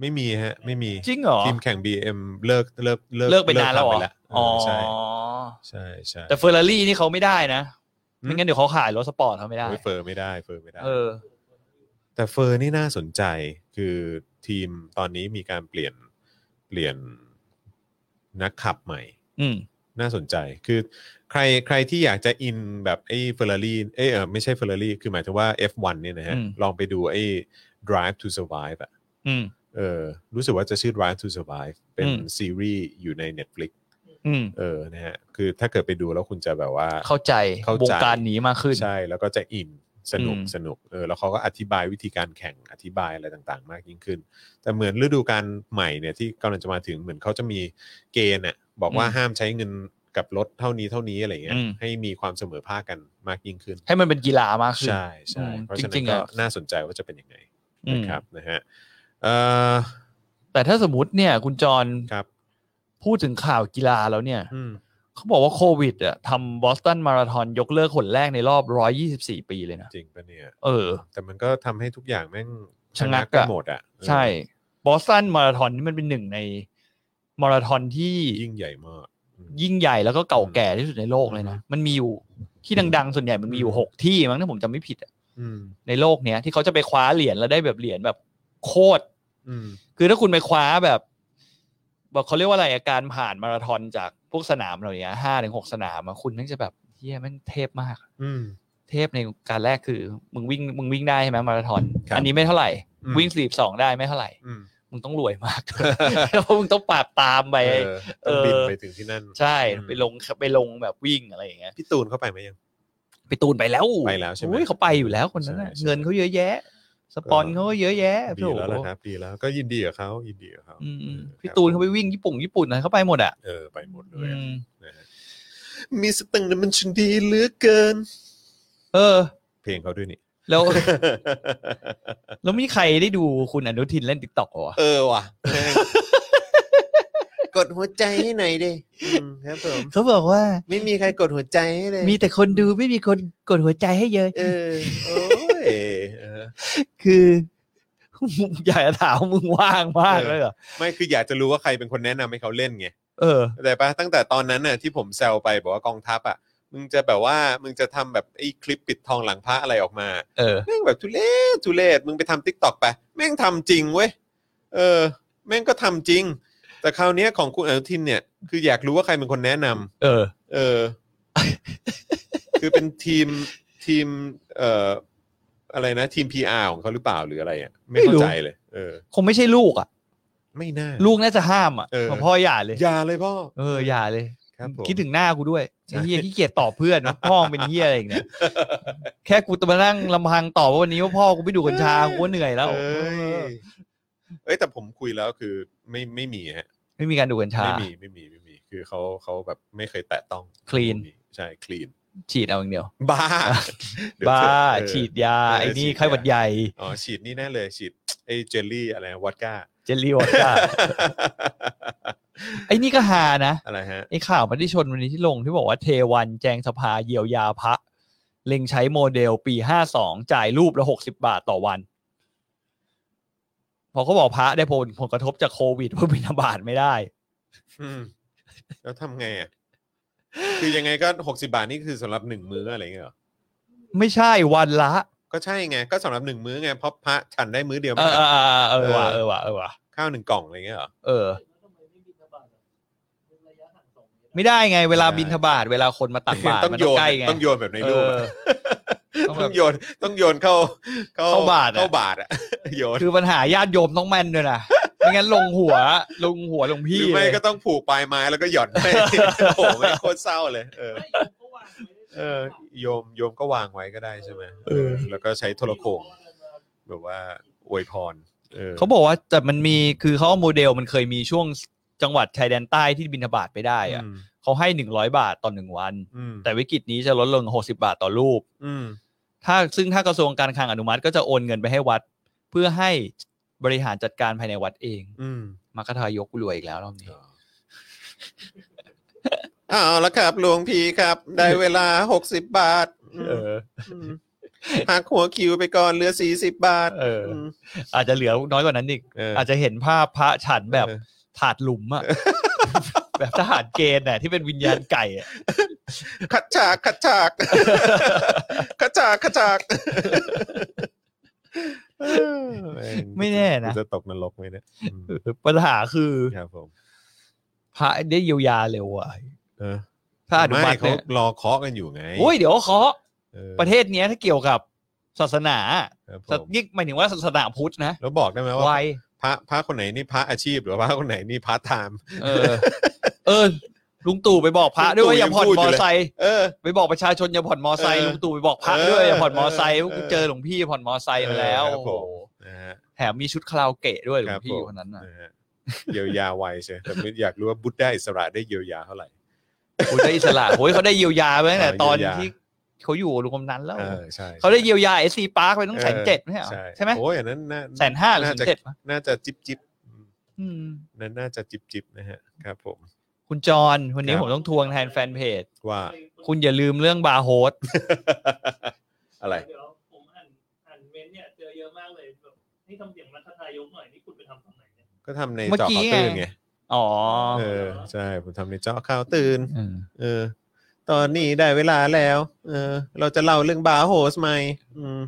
S2: ไม่มีฮะ ไม่มี
S3: จริงเหรอ
S2: ทีมแข่ง BM เลิกเลิกเลิก
S3: เลิกไปนานแล้วเหรอ
S2: ทำไปเอ
S3: อ๋อ
S2: อใช่ใช่ใช่
S3: แต่เฟอร์รารี่นี่เขาไม่ได้นะไม่งั้นเดี๋ยวเขาขายรถสปอร์ตเขาไม่ได้
S2: โอ้ยเฟอร์ไม่ได้เฟอร์ไม่ได้
S3: เออ
S2: แต่เฟอร์นี่น่าสนใจคือทีมตอนนี้มีการเปลี่ยนเปลี่ยนนักขับใหม่
S3: อืม
S2: น่าสนใจคือใครใครที่อยากจะอินแบบไอ้เฟอร์รารี่เอ้ยเออไม่ใช่เฟอร์รารี่คือหมายถึงว่า F1 เนี่ยนะฮะ
S3: อืม
S2: ลองไปดูไอ้ Drive to Survive อะ
S3: อืม
S2: เออรู้สึกว่าจะชื่อ Drive to Survive เป็น
S3: อืม
S2: ซีรีส์อยู่ใน Netflix
S3: อืม
S2: เออนะฮะ คือถ้าเกิดไปดูแล้วคุณจะแบบว่า
S3: เข้าใจ
S2: เข้าใจ
S3: วงการนี้มากขึ้น
S2: ใช่แล้วก็จะอิน สนุก
S3: อืม
S2: สนุกเออแล้วเขาก็อธิบายวิธีการแข่งอธิบายอะไรต่างๆ มากยิ่งขึ้น แต่เหมือนฤดูการใหม่เนี่ยที่กำลังจะมาถึงเหมือนเขาจะมีเกณฑ์น่ะบอกว่า
S3: อืม
S2: ห้ามใช้เงินกับรถเท่านี้เท่านี้อะไรเงี้ย
S3: อืม
S2: ให้มีความเสมอภาคกันมากยิ่งขึ้น
S3: ให้มันเป็นกีฬามากขึ้น
S2: ใช่ใช่
S3: อืม
S2: เพราะฉะ
S3: จ
S2: นั้
S3: ริ
S2: น
S3: งๆ
S2: ก็
S3: อะ
S2: น่าสนใจว่าจะเป็นยังไง
S3: อืม
S2: นะครับนะฮะเอ่อ
S3: แต่ถ้าสมมติเนี่ย คุณจร
S2: ครับ
S3: พูดถึงข่าวกีฬาแล้วเนี่ย
S2: อืม
S3: เขาบอกว่าโควิดอ่ะทำบอสตันมาราธอนยกเลิกคนแรกในรอบ 124 ปีเลยนะ
S2: จริงปะเนี่ย
S3: เออ
S2: แต่มันก็ทำให้ทุกอย่างแม่ง
S3: ชะงัก
S2: กั
S3: อะ
S2: นหมดอ่ะเออ
S3: ใช่บอสตันมาราธอนนี่มันเป็นหนึ่งในมาราธอนที่
S2: ยิ่งใหญ่มากอืม
S3: ยิ่งใหญ่แล้วก็เก่าแก่ที่สุดในโลกเลยนะ มันมีอยู่ที่ดัง ๆ ส่วนใหญ่มันมีอยู่
S2: อืม
S3: 6 ที่มั้งถ้าผมจำไม่ผิดอะ
S2: อืม
S3: ในโลกเนี้ยที่เขาจะไปคว้าเหรียญแล้วได้แบบเหรียญแบบโคตร
S2: อืม
S3: คือถ้าคุณไปคว้าแบบบอกเขาเรียกว่าอะไรอาการผ่านมาราธอนจากพวกสนามเหล่านี้ห้าถึงหกสนามอะคุณแม่งจะแบบเฮียแม่งเทพมาก
S2: อืม
S3: เทพในการแรกคือ มึงวิ่งมึงวิ่งได้ใช่ไหมมาราธอน
S2: ครับ
S3: อันนี้ไม่เท่าไหร่
S2: อืม
S3: วิ่งสีบสองได้ไม่เท่าไหร่
S2: อืม
S3: มึงต้องรวยมาก เพราะมึงต้องปราบตามไป
S2: ไป
S3: เออ
S2: บินไปถึงที่นั่น
S3: ใช่
S2: อืม
S3: ไปลงไปลงแบบวิ่งอะไรอย่างเงี้ย
S2: พี่ตูนเข้าไปไหมยัง
S3: ไปตูนไปแล้ว
S2: ไปแล้วใช่ไหม
S3: อุ๊ยเขาไปอยู่แล้วคนนั้นน่ะ
S2: ใช่ใช่
S3: เงินเขาเยอะแยะ สปอนเขาก็เยอะแยะ
S2: ดีแล้วล่ะ
S3: โอ้โห
S2: ครับ ดีแล้วก็ยินดีกับเขายินดีกับเขา
S3: อืมอืม
S2: เออ
S3: พี่
S2: ครับ
S3: ตูนเขาไปวิ่งญี่ปุ่นญี่ปุ่นอะไรเขาไปหมดอ่ะ
S2: เออไปหมดเล
S3: อื
S2: ยอะ
S3: ม
S2: นะฮะมีสตังค์นั้นมันช่างดีเหลือเกิน
S3: เออ
S2: เพลงเขาด้วยนี่
S3: แล้ว แล้วมีใครได้ดูคุณอนุทินเล่นติ๊กต็อกวะ
S2: เออว่ะ กดหัวใจให้หน่อยดิอืมครับผม
S3: เขาบอกว่า
S2: ไม่มีใครกดหัวใจให้เลย
S3: มีแต่คนดูไม่มีคนกดหัวใจให้เยอะ
S2: เออ โอ้ยเออ
S3: คือ อยากจะถามว่ามึงว่างมากเลยเหรอ
S2: ไม่คืออยากจะรู้ว่าใครเป็นคนแนะนำให้เขาเล่นไง
S3: เออ
S2: แต่ปะตั้งแต่ตอนนั้นน่ะที่ผมแซวไปบอกว่ากองทัพอ่ะ มึงจะแบบว่ามึงจะทำแบบไอ้คลิปปิดทองหลังพระอะไรออกมา
S3: เออ
S2: แม่งแบบทุเลศทุเลศมึงไปทำทิกตอกไป แม่งทำจริงเว้ย เออ แม่งก็ทำจริง แต่คราวเนี้ยของคุณอนุทินเนี่ย คืออยากรู้ว่าใครเป็นคนแนะนำ
S3: เออ
S2: เออ คือเป็นทีมทีม เอ่ออะไรนะทีม PR ของเขาหรือเปล่าหรืออะไรอ่ะไม่เข้าใจเลย เออ
S3: คงไม่ใช่ลูกอ่ะ
S2: ไม่น่า
S3: ลูกน่าจะห้ามอ่ะ
S2: เออ
S3: เพราะพ่ออย่าเลย
S2: อย่าเลยพ่อ
S3: เอออย่าเลย
S2: ครับผม
S3: คิดถึงหน้ากูด้วยไอ้เฮียขี้เกียจตอบเพื่อน ว่าพ่อมึงเป็นเฮียอะไรอย่างเงี้ยแค่กูจะมานั่งลำพังตอบว่าวันนี้ว่าพ่อกูไปดูดกัญชากูก็เหนื่อยแล้ว
S2: เอ้ยเอ้ยแต่ผมคุยแล้วคือไม่ไม่มีฮะ
S3: ไม่มีการดูดกัญชา
S2: ไม่มีไม่มีไม่มี คือเขาเขาแบบไม่เคยแตะต้อง
S3: Clean
S2: ใช่คลีน
S3: ฉีดเอาอย่างเดียว
S2: บ้าเดี๋ยว
S3: บ้า
S2: เถอะเออ
S3: ฉีดยา
S2: เออ
S3: ไอ้นี่
S2: ฉีดยา
S3: ไข้หวัดใหญ่
S2: อ๋อฉีดนี่แน่เลย ฉีดไอ้เจลลี่อะไรวอดก้า
S3: เจลลี่วอดก้า ไอ้นี่ก็หานะ
S2: อะไรฮะ
S3: ไอ้ข่าวพันธิชนวันนี้ที่ลงที่บอกว่าเทวันแจงสภาเยียวยาพระ เล็งใช้โมเดลปี 52 จ่ายรูปละ 60 บาทต่อวัน พอเขาบอกพระได้ผลผลกระทบจากโควิดเพื่อบิณฑบาตไม่ได้
S2: อืม แล้วทำไงอ่ะ คือยังไงก็หกสิบาทนี่คือสำหรับหนึ่งมื้ออะไรเงี้ยเหรอ
S3: ไม่ใช่วันละ
S2: ก็ใช่ไง ก็สำหรับหนึ่งมื้อไง เพราะพระฉันได้มื้อเดียว
S3: เอ
S2: ไม่
S3: อ
S2: ใช่เหรอ
S3: เออเออเออว่ะเออว่ะเออว่ะ
S2: ข้าวหนึ่งกล่องอะไรเงี้ยเหรอ
S3: เออ ไม่ได้ไง เวลาบิณฑบาตเวลาคนมาตักบาตร
S2: ต้อง
S3: มัน
S2: โย
S3: ต้อง
S2: น
S3: ใกล้ไง
S2: ต้องโยนแบบในรูปอะ
S3: เออต้อง
S2: ต้
S3: แบ
S2: อง
S3: บ
S2: โยนต้องโยนเข้า
S3: เข้าบาตรอะ
S2: เข้าบาทอ่ะ โยน
S3: คือปัญหาญาติโยมต้องแม่นด้วยนะไม่งั้นลงหัว ลงหัวลง
S2: ห
S3: พี่
S2: รือไม่
S3: เลย
S2: ก็ต้องผูกปลายไม้แล้วก็หย่อน ให้ โอ้โหไม่งโคตรเศร้าเลยเออ เออโยมโยมก็วางไว้ก็ได้ใช่ไหม
S3: เออ
S2: แล้วก็ใช้โทรโขงแบบว่าอวยพรเออ
S3: เขาบอกว่าแต่มันมีคือเขาเอาโมเดลมันเคยมีช่วงจังหวัดชายแดนใต้ที่บินทบาทไปได้อะ
S2: อืม
S3: เขาให้หนึ่งร้อยบาทต่อหนึ่งวัน
S2: อืม
S3: แต่วิกฤตนี้จะลดลงหกสิบาทต่อรูป
S2: อืม
S3: ถ้าซึ่งถ้ากระทรวงการคลังอนุมัติก็จะโอนเงินไปให้วัด เพื่อให้บริหารจัดการภายในวัดเอง
S2: อืม
S3: มรรคทายกรวยอีกแล้วรอบนี้
S2: อ้าวแล้วครับหลวงพี่ครับ ได้เวลาหกสิบบาทอืม
S3: เออ
S2: มหักหัวคิวไปก่อนเหลือสี่สิบบาท
S3: เอออื
S2: ม
S3: อาจจะเหลือน้อยกว่านั้นอีก
S2: เอออ
S3: อาจจะเห็นภาพพระฉันแบบ
S2: เออ
S3: ถาดหลุม อะ แบบทหารเกณฑ์น่ะที่เป็นวิญญาณไก่อะ
S2: ขัดฉากขัดฉากขัดฉากขัดฉาก
S3: ไม่แน่นะ
S2: กูจะตกนรกไหมเนี่ยอืม
S3: ปัญหาคือ
S2: ครับผม
S3: พระได้เยียวยาเร็วอะ
S2: เออ
S3: ถ้าอนุมั
S2: ไม่
S3: ติ
S2: เขา
S3: เนี่ย
S2: รอเคาะกันอยู่ไง
S3: โอ้ยเดี๋ยวเขา
S2: ออ
S3: ประเทศเนี้ยถ้าเกี่ยวกับศาสนา
S2: ครับผ
S3: ศาส
S2: ม
S3: ยิ่งหมายถึงว่าศาสนาพุทธนะ
S2: แล้วบอกได้ไหม
S3: ไว
S2: ว่าพระพระคนไหนนี่พระอาชีพ หรือว่าพระคนไหนนี่พระไทม์
S3: เออ เออ ลุงตู่ไปบอกพระด้วยว่าอย่าผ่อน
S2: ลุง
S3: ม
S2: ตู่ยังพูด
S3: อ
S2: อยู่เลย
S3: ไซค์
S2: เออ
S3: ไปบอกประชาชนอย่าผ่อนมอไซค์
S2: เออ
S3: ลุงตู่ไปบอกพระ
S2: เออ
S3: ด้วยอย่าผ่อนมอไซค์
S2: เออ
S3: เจอหลวงพี่ผ่อนมอไซค์มาแล้ว
S2: เออครับ
S3: โอ้โห
S2: ผม นะฮะ
S3: แถมมีชุดคาราโอเกะด้วยหลว
S2: ครั
S3: ง
S2: บ
S3: พี่
S2: ผม
S3: คนนั้นน่ะ
S2: นะฮะเยียวยาไวใช่แต่ไม่อยากรู้ว่าบุตรได้อิสระได้เยียวยาเท่าไหร่
S3: โอ้ยได้อิส ระโอ้ยเขาได้เยียวยาไปตั้งแต่
S2: เออ
S3: ตอน
S2: เยียวยา
S3: ที่เขาอยู่กับลุงกำนันแล้ว
S2: เออใช่
S3: เขาได้เยียวยาเอซีพาร์คไปตั้ง
S2: เออ
S3: แสนเจ็ดไม่ใช่เหรอใช่ไหม
S2: โอ้ยอันนั้นน่า
S3: แสนห้าหรือแส
S2: น่าจะ
S3: นเจ็ดวะ
S2: น่าจะจิบจิบ
S3: อืม
S2: นั้นน่าจะจิบจิบนะฮะครับผม
S3: คุณจรวันนี้
S2: ครับ
S3: ผมต้องทวงแทนแฟนเพจ
S2: ว่า
S3: คุณอย่าลืมเรื่องบาร์โฮส
S2: อะไร
S5: เดี๋ยวผมอ่านอ่านเมนต์เนี่ยเจอเยอะมากเลยแบบนี่ทำเสียงรัฐนายกหน่อยนี่คุณไปทำตรงไหนเนี่ย
S2: ก็ทำใน
S3: เมื่อ
S2: เจาะ
S3: กี้
S2: ข่าวตื่น
S3: ไง
S2: ไง
S3: อ๋อ
S2: เออใช่ผมทำในเจาะข่าวตื่น
S3: อืม
S2: เออ ตอนนี้ได้เวลาแล้ว เออ เราจะเล่าเรื่องบาร์โฮสไหมอืม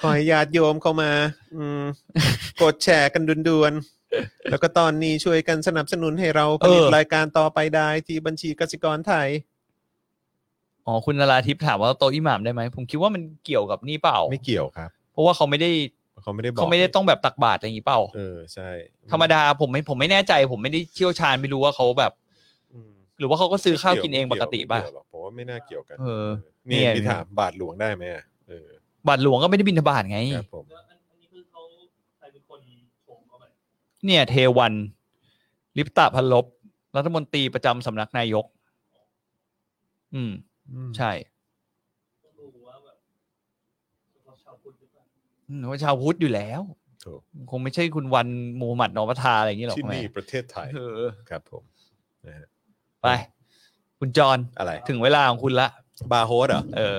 S2: ขอให้ญาติโยมเข้ามา อืม กดแชร์กันด่วนๆ แล้วก็ตอนนี้ช่วยกันสนับสนุนให้เราผลิตรายการต่อไปได้ที่บัญชีกสิกรไทย
S3: อ๋อคุณนราทิพย์ถามว่าโตะอิหมามได้ไหมผมคิดว่ามันเกี่ยวกับนี่เปล่า
S2: ไม่เกี่ยวครับ
S3: เพราะว่าเขาไม่ได้
S2: เขาไม่ได้บอก
S3: เขาไม่ได้ต้องแบบตักบาตรอะไรอย่างนี้เปล่า
S2: เออ ใช่
S3: ธรรมดาผมไม่ผมไม่แน่ใจ ผมไม่ได้เชี่ยวชาญไม่รู้ว่าเขาแบบ
S2: อืม
S3: หรือว่าเขาก็ซื้อข้าวกินเองปกติป่ะ
S2: ไม่เยวหรอกผมว่าไม่น่าเกี่ยวกัน
S3: เออ
S2: นี่
S3: เนี่ย
S2: มีถามบาทหลวงได้ไหมอะเออบ
S3: าตรหลวงก็ไม่ได้บินทบาทไง
S2: ครับผม
S5: แล้วอันอันนี้คือเขาใครเป็นคนโผล่เข้าไป
S3: เนี่ย เทวัน ลิปตาพันลบรัฐมนตรีประจำสำนักนายก อืม ใช่
S5: ต้องดูว่าแบบเขาชาวพุทธหรือเปล่า
S3: อืมว่าชาวพุทธอยู่แล้ว
S2: ถูก
S3: คงไม่ใช่คุณวันมูฮัมหมัดนอมัทาอะไรอย่างนี้หรอก
S2: ที่
S3: แม่
S2: นี่ประเทศไทย
S3: เออ
S2: ครับผมนะฮะ
S3: ไป คุณจร
S2: อะไร
S3: ถึงเวลาของคุณละ
S2: บาร์โฮสเหรอ
S3: เออ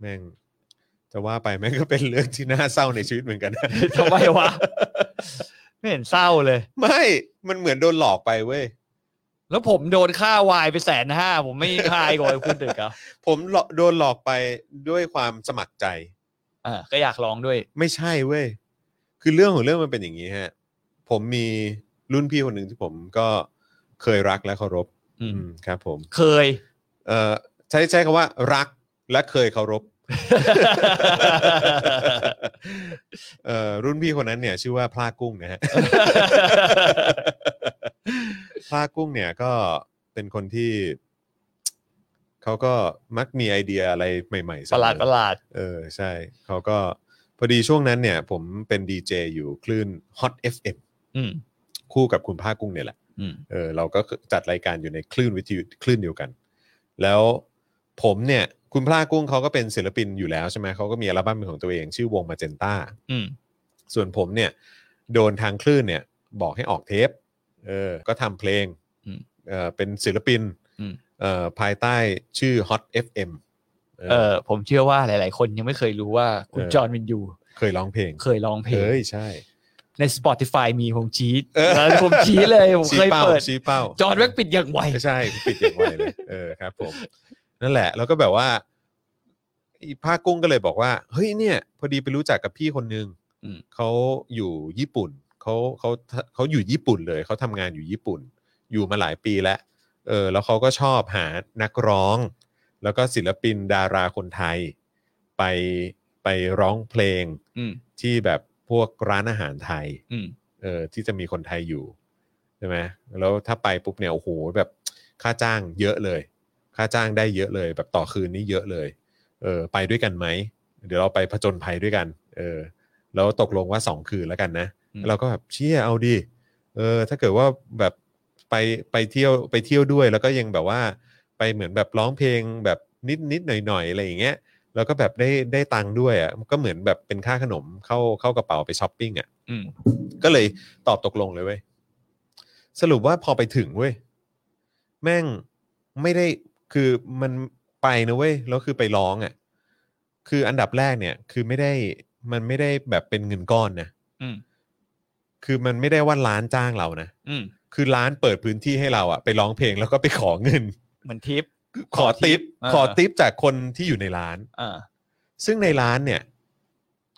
S2: แม่ง จะว่าไปแม่งก็เป็นเรื่องที่น่าเศร้าในชีวิตเหมือนกันนะ
S3: ทำไมวะ ไม่เห็นเศร้าเลย
S2: ไม่ มันเหมือนโดนหลอกไปเว้ย
S3: แล้วผมโดนค่าวายไปแสนห้าผมไม่คายก่อนคุณถึกอ่ะ
S2: ผมหลอกโดนหลอกไปด้วยความสมัครใจ
S3: อ่าก็อยากลองด้วย
S2: ไม่ใช่เว้ย คือเรื่องของเรื่องมันเป็นอย่างนี้ฮะ ผมมีรุ่นพี่คนหนึ่งที่ผมก็เคยรักและเคารพ
S3: อืม
S2: อืมครับ ผม
S3: เคย
S2: เอ่อใช้ใช้คำว่ารักและเคยเคาร พ เอ่อรุ่นพี่คนนั้นเนี่ยชื่อว่าพลากุ้งนะฮะ พลากุ้งเนี่ยก็เป็นคนที่ เขาก็มักมีไอเดียอะไรใหม่ๆเสม
S3: ป
S2: อ
S3: ระหลาดประหลาด
S2: เออใช่ เขาก็พอดีช่วงนั้นเนี่ย ผมเป็นดีเจอยู่คลื่น Hot FM
S3: อืม
S2: คู่กับคุณพลากุ้งเนี่ยแหละ
S3: อืม
S2: เออเราก็จัดรายการอยู่ในคลื่นวิทยุคลื่นเดียวกัน แล้วผมเนี่ยคุณพลากุ้งเขาก็เป็นศิลปินอยู่แล้วใช่ไหมเขาก็มีอัลบั้มเป็นของตัวเอง ชื่อวงมาเจนตา
S3: อืม
S2: ส่วนผมเนี่ย โดนทางคลื่นเนี่ยบอกให้ออกเทปเออก็ทำเพลง
S3: อืม
S2: เออเป็นศิลปิน
S3: อืม
S2: เอ่อภายใต้ชื่อ Hot FM เออ
S3: เออ ผมเชื่อว่าหลาย ๆ คนยังไม่เคยรู้ว่าคุณจอห์นวินยู
S2: เคยร้องเพลง
S3: เคยร้องเพลง
S2: เอ้ยใช่
S3: ใน Spotify มีผมชี้
S2: เออ
S3: แล้วผมชี้เลยผม
S2: ชี้
S3: เคย
S2: เป้า
S3: เปิด
S2: ชี้เป้า
S3: จอห์นแว็กปิดอย่างไว
S2: ไม่ใช่ปิดอย่างไวเลย เออครับผมนั่นแหละ แล้วก็แบบว่าอีภาคกุ้งก็เลยบอกว่าเฮ้ยเนี่ย พอดีไปรู้จักกับพี่คนนึง
S3: อืม
S2: เขาอยู่ญี่ปุ่นเขาเขาเขาอยู่ญี่ปุ่นเลยเขาทำงานอยู่ญี่ปุ่น อยู่มาหลายปีแล้วเออ แล้วเขาก็ชอบหานักร้อง แล้วก็ศิลปินดาราคนไทย ไปไปร้องเพลง
S3: อืม
S2: ที่แบบพวกร้านอาหารไทย
S3: อืม
S2: เออที่จะมีคนไทยอยู่ใช่ไหมแล้วถ้าไปปุ๊บเนี่ยโอ้โหแบบค่าจ้างเยอะเลย ค่าจ้างได้เยอะเลย แบบต่อคืนนี่เยอะเลยเออไปด้วยกันไหมเดี๋ยวเราไปผจญภัยด้วยกันเออแล้วตกลงว่า 2 คืนแล้วกันนะ
S3: อืม
S2: เราก็แบบเชี่ยเอาดีเออถ้าเกิดว่าแบบไปไปเที่ยวไปเที่ยวด้วย แล้วก็ยังแบบว่าไปเหมือนแบบร้องเพลงแบบนิดนิดหน่อยหน่อยๆอะไรอย่างเงี้ยแล้วก็แบบได้ได้ตังค์ด้วยอ่ะมันก็เหมือนแบบเป็นค่าขนมเข้าเข้ากระเป๋าไปช้อปปิ้งอ่ะ
S3: อืม
S2: ก็เลยตอบตกลงเลยเว้ย สรุปว่าพอไปถึงเว้ย แม่งไม่ได้คือมันไปนะเว้ย แล้วคือไปร้องอะ่ะ คืออันดับแรกเนี่ย คือไม่ได้มันไม่ได้แบบเป็นเงินก้อนนะ
S3: อืม
S2: คือมันไม่ได้ว่าร้านจ้างเรานะ
S3: อืม
S2: คือร้านเปิดพื้นที่ให้เราอะ่ะ ไปร้องเพลงแล้วก็ไปขอเงิน
S3: เหมือนทิป
S2: ขอติป
S3: อ่า
S2: ขอติปจากคนที่อยู่ในร้าน
S3: อ่า
S2: ซึ่งในร้านเนี่ย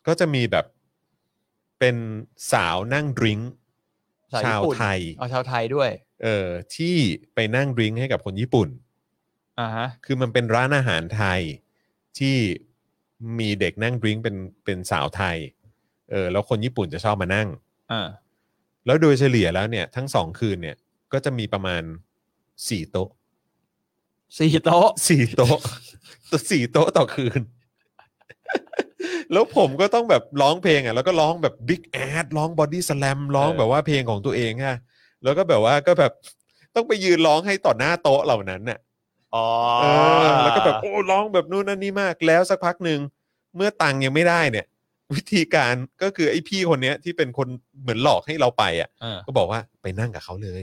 S2: ก็จะมีแบบเป็นสาวนั่งดริงก์
S3: สาวญี่
S2: ชาว
S3: ปุ่น
S2: ไทย
S3: เอาชาวไทยด้วย
S2: เอ่อที่ไปนั่งดริงก์ให้กับคนญี่ปุ่น
S3: อ่าฮะ
S2: คือมันเป็นร้านอาหารไทยที่มีเด็กนั่งดริงก์เป็นเป็นสาวไทย เออแล้วคนญี่ปุ่นจะชอบมานั่ง
S3: อ่า
S2: แล้วโดยเฉลี่ยแล้วเนี่ยทั้งสองคืนเนี่ยก็จะมีประมาณสี่โต๊ะ
S3: สี่โต๊ะ
S2: สี่โต๊ะ ตัวสี่โต๊ะต่อคืน แล้วผมก็ต้องแบบร้องเพลงอ่ะแล้วก็ร้องแบบบิ๊กแอดร้องบอดี้สแลมร้องแบบว่าเพลงของตัวเองอ่ะแล้วก็แบบว่าก็แบบต้องไปยืนร้องให้ต่อหน้าโต๊ะเหล่านั้นน่ะ
S3: อ๋อ
S2: เออแล้วก็แบบโอ้ร้องแบบนู่นนั่นนี่มากแล้วสักพักหนึ่งเมื่อตังค์ยังไม่ได้เนี่ย วิธีการก็คือไอ้พี่คนเนี้ยที่เป็นคนเหมือนหลอกให้เราไปอ่ะ
S3: อ่า
S2: ก็บอกว่าไปนั่งกับเขาเลย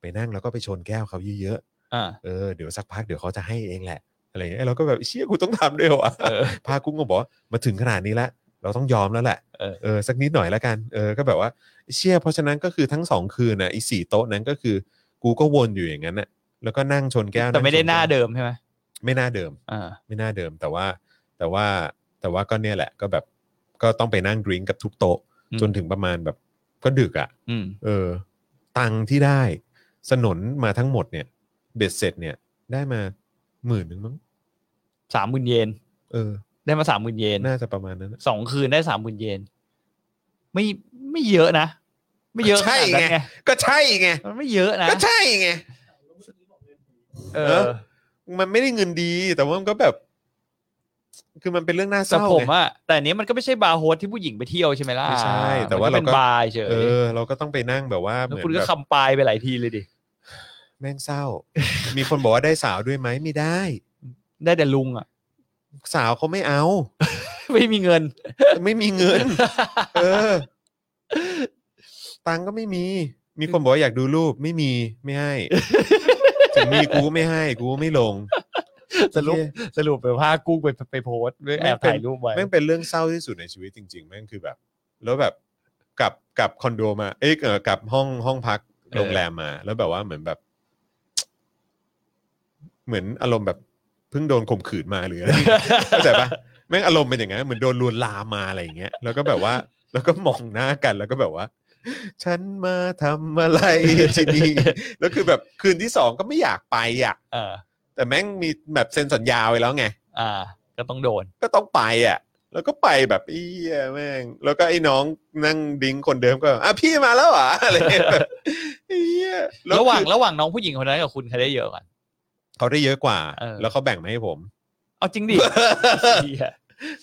S2: ไปนั่งแล้วก็ไปชนแก้วเขาเยอะ
S3: อ่า
S2: ๆเออเดี๋ยวสักพักเดี๋ยวเขาจะให้เองแหละอะไรอย่างเงี้ยเราก็แบบเชี่ยกูต้องทำด้วยวะ
S3: เออ
S2: พากุ้งก็บอกว่ามาถึงขนาดนี้แล้วเราต้องยอมแล้วแหละ
S3: เออ
S2: เออสักนิดหน่อยแล้วกันเออก็แบบว่าเชี่ยเพราะฉะนั้นก็คือทั้งสองคืนน่ะไอ้สี่โต๊ะนั้นก็คือ กูก็วนอยู่อย่างนั้นน่ะแล้วก็นั่งชนแก้ว
S3: แต่ไม่ได้
S2: งช
S3: หน้า
S2: แก้ว
S3: เดิมใช่ไหม
S2: ไม่หน้าเดิม
S3: อ่า
S2: ไม่น่าเดิมแต่ว่าแต่ว่าแต่ว่าก็เนี่ยแหละก็แบบก็ต้องไปนั่งดริงก์กับทุกโต๊ะ
S3: อืม
S2: จนถึงประมาณแบบก็ดึกอะ่ะ
S3: อืม
S2: เออ ตังค์ที่ได้สนนมาทั้งหมดเนี่ย เบ็ดเสร็จเนี่ย ได้มาหมื่นหนึ่งมั้ง
S3: สามหมื่นเยน
S2: เออ
S3: ได้มาสามหมื่นเยน
S2: น่าจะประมาณนั้นน่ะ
S3: สองคืนได้สามหมื่นเยน ไม่ไม่เยอะนะ ไม่เยอะ
S2: ใช่
S3: ขนาดนั้น
S2: ไง ก็ใช่ไง
S3: มันไม่เยอะนะ
S2: ก็ใช่ไง
S3: เอ
S2: เอ
S3: อ
S2: อ มันไม่ได้เงินดี แต่ว่ามันก็แบบ คือมันเป็นเรื่องน่าเศ
S3: แต่
S2: ร้า
S3: ผม
S2: ไง
S3: อะแต่อันนี้มันก็ไม่ใช่บาร์โฮสที่ผู้หญิงไปเที่ยวใช่ไหมล่ะ
S2: ไม่ใช่แต่ว่า
S3: มันก็เป็น
S2: เราก็
S3: บาร์เฉย
S2: เออ เราก็ต้องไปนั่งแบบว่าเห
S3: แล้ว
S2: มือน
S3: คุณ
S2: แบ
S3: ก็
S2: บ
S3: คำปลายไปหลายทีเลยดิ
S2: แม่งเศร้า มีคนบอกว่าได้สาวด้วยไหมไม่ได้
S3: ได้แต่ลุงอะ
S2: สาวเขาไม่เอา
S3: ไม่มีเงิน
S2: ไม่มีเงิน เออ ตังค์ก็ไม่มี มีคนบอกว่าอยากดูรูปไม่มีไม่ให้ ถึงมีกูก็ไม่ให้ กูก็ไม่ลง
S3: สรุปสรุปไปว่ากุ้งไปไปโพสต์ด้วยแอบถ่ายรูปไว้
S2: แม่งเป็นเรื่องเศร้าที่สุดในชีวิตจริงๆแม่งคือแบบ แล้วแบบกลับกลับคอนโดมาเอ้ยเออกลับห้องห้องพัก
S3: เออ
S2: โรงแรมมา แล้วแบบว่าเหมือนแบบ เหมือนอารมณ์แบบเพิ่งโดนข่มขืนมาหรืออะไร เข้าใจปะแม่งอารมณ์เป็นอย่างนั้นเหมือนโดนลวนลามมาอะไรอย่างเงี้ยแล้วก็แบบว่า แล้วก็มองหน้ากันแล้วก็แบบว่า ฉันมาทำอะไร ที่นี่แล้วคือแบบคืนที่สองก็ไม่อยากไปอ่ะ
S3: เออ
S2: แต่แม่งมีแบบเซ็นสัญญาไว้แล้วไง
S3: อ่า ก็ต้องโดน
S2: ก็ต้องไปอ่ะ แล้วก็ไปแบบเอี้ยแม่ง แล้วก็ไอ้น้องนั่งดิ้งคนเดิมก็แบบอ่ะพี่มาแล้วเหรอ อะไรเงี้ยแบบเอี้ยแล้
S3: ระหว่าง
S2: คือ
S3: ระหว่างน้องผู้หญิงคนนั้นกับคุณใครได้เยอะกว่า
S2: เขาได้เยอะกว่า
S3: เออ
S2: แล้วเขาแบ่งมาให้ผม
S3: เอา จริงดิ เหี้ย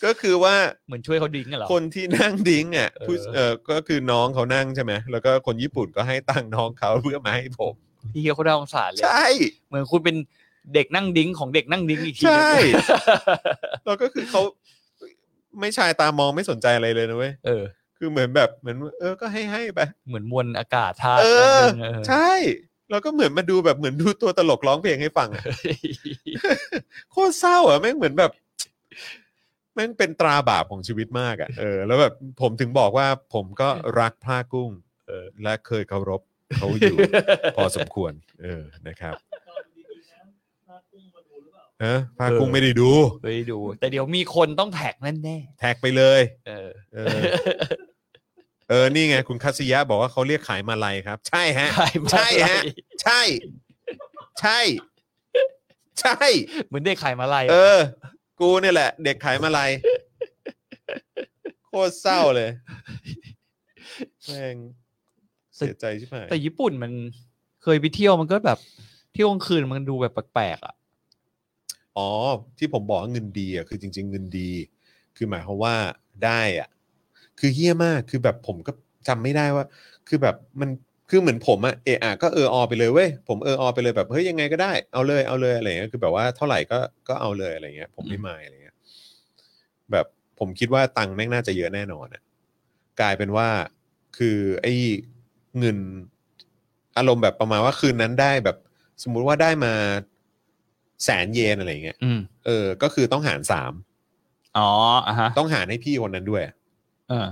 S2: ก็คือว่า
S3: เหมือนช่วยเขาดิ้งกันเหรอ
S2: คนที่นั่งดิ้งอ่ะผู้
S3: เออ
S2: เออก็คือน้องเขานั่งใช่ไหมแล้วก็คนญี่ปุ่นก็ให้ตังค์น้องเขาเพื่อมาให้ผม
S3: พี่เฮียเขาได้องสารเลย
S2: ใช่
S3: เหมือนคุณเป็นเด็กนั่งดิ้งของเด็กนั่งดิ้งอีกทีหนึ่ง
S2: ใช่ แล้วก็คือเขาไม่ชายตามองไม่สนใจอะไรเลยนะเว้ย
S3: เออ
S2: คือเหมือนแบบเหมือนเออก็ให้ให้ไป
S3: เหมือนมวลอากาศธาตุ
S2: เออ
S3: นั่นเองเออ
S2: ใช่ แล้วก็เหมือนมาดูแบบเหมือนดูตัวตลกร้องเพลงให้ฟังอะ โคตรเศร้าอ่ะแม่งเหมือนแบบ แม่งเป็นตราบาปของชีวิตมากอ่ะเออแล้วแบบผมถึงบอกว่าผมก็รักพระกุ้ง เออ และเคยเคารพเขาอยู่ พอสมควร เออนะครับ
S5: ดีๆนะหน้ากุ้งมาดูหรือเปล่า
S2: ฮะพระกุ้งไม่ได้ดู
S3: ไปดู แต่เดี๋ยวมีคนต้องแท็กแน่แน่
S2: แท็กไปเลย
S3: ๆเออ
S2: เออ เออนี่ไง คุณคัสซิยะบอกว่าเขาเรียกขายมาลัยครับ ใช่ฮะ
S3: ใช่ไหม
S2: ใช่ฮะ ใช่ ใช่ ใช่
S3: เหมือนเด็กขายมาลัยะ
S2: เออ กูเนี่ยแหละ เด็กขายมาลัยโคตรเศร้าเลยแม่งเสียใจชิบหาย
S3: แต่ญี่ปุ่นมันเคยไปเที่ยวมันก็แบบเที่ยวกลางคืนมันดูแบบแปลกๆอ่ะ
S2: อ๋อ ที่ผมบอกว่าเงินดีอ่ะคือจริง ๆ เงินดี คือหมายความว่าได้อ่ะ คือเฮี้ยมากคือแบบผมก็จำไม่ได้ว่า คือแบบมันคือเหมือนผมอะเอออะก็เอออไปเลยเว้ยผมเอออไปเลยแบบเฮ้ยยังไงก็ได้เอาเลยเอาเลยอะไรเงี้ยคือแบบว่าเท่าไหร่ก็ก็เอาเลยอะไรเงี้ย ผมไม่มายอะไรเงี้ยแบบผมคิดว่าตังค์แม่งน่าจะเยอะแน่นอนอะกลายเป็นว่าคือไอ้เงินอารมณ์แบบประมาณว่าคืนนั้นได้แบบ สมมุติว่าได้มาแสนเยนอะไรเงี้ย
S3: อืม
S2: เออ ก็คือต้องหารสาม
S3: อ๋ออ่ะฮะ
S2: ต้องหารให้พี่คนนั้นด้วย
S3: เออ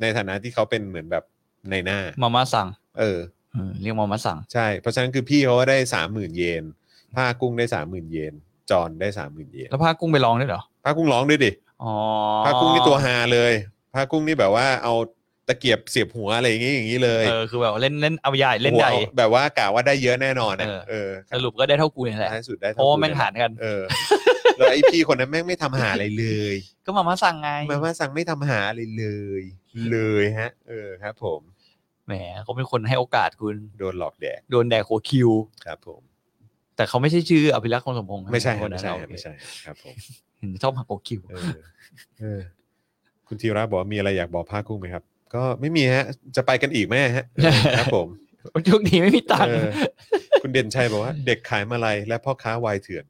S2: ในฐานะที่เขาเป็นเหมือนแบบในหน้า
S3: มาม่าสั่ง
S2: เออ
S3: เออเรียกมาม่าสั่ง
S2: ใช่ เพราะฉะนั้นคือพี่เขาก็ได้สามหมื่นเยนผ้ากุ้งได้สามหมื่นเยน จอนได้สามหมื่นเยน
S3: แล้วพากุ้งไปลองด้วยเหรอ
S2: ผ้ากุ้งร้องด้วยดิ
S3: อ๋อ
S2: ผ้ากุ้งนี่ตัวฮาเลยผ้ากุ้งนี่แบบว่าเอาตะเกียบเสียบหัวอะไรอย่างงี้อย่างนี้เลย
S3: เออคือแบบเล่นเล่นเอาใหญ่เล่นใหญ่
S2: หัวแบบว่ากะว่าได้เยอะแน่นอนนะ
S3: เออ
S2: เออ
S3: สรุปก็ได้เท่ากูนี่แหละ
S2: ท้ายสุดได้
S3: เพราะว่า
S2: กู
S3: แม่งหารกัน
S2: เออแล้วไอพี่คนนั้นแม่งไม่ทำหาอะไรเลย
S3: ก็มาม่าสั่งไง
S2: มาม่าสั่งไม่ทำหาอะไรเลย เลยฮะ เออครับ ผม
S3: แหมเขาเป็นคนให้โอกาสคุณ
S2: โดนหลอกแดก
S3: โดนแดกหัวคิว
S2: ครับผม
S3: แต่เขาไม่ใช่ชื่ออภิรักษ์คงสมพงษ์
S2: ไม่ใช่ฮะ
S3: คน
S2: ไม่
S3: นั้น
S2: ใช่
S3: เรา
S2: ฮะไม่ใช่ครับผม
S3: เห็นชอบหักหัวคิว
S2: เออเออ คุณธีระบอกว่ามีอะไรอยากบอกภาคกุ้งไหมครับ ก็ไม่มีฮะ จะไปกันอีกไหมฮะเออครับผม
S3: ช่วงนี้ไม่มีตังค์
S2: เออคุณเด่นชัยบอกว่าเด็กขายมาลัยและพ่อค้าวายเถื่อน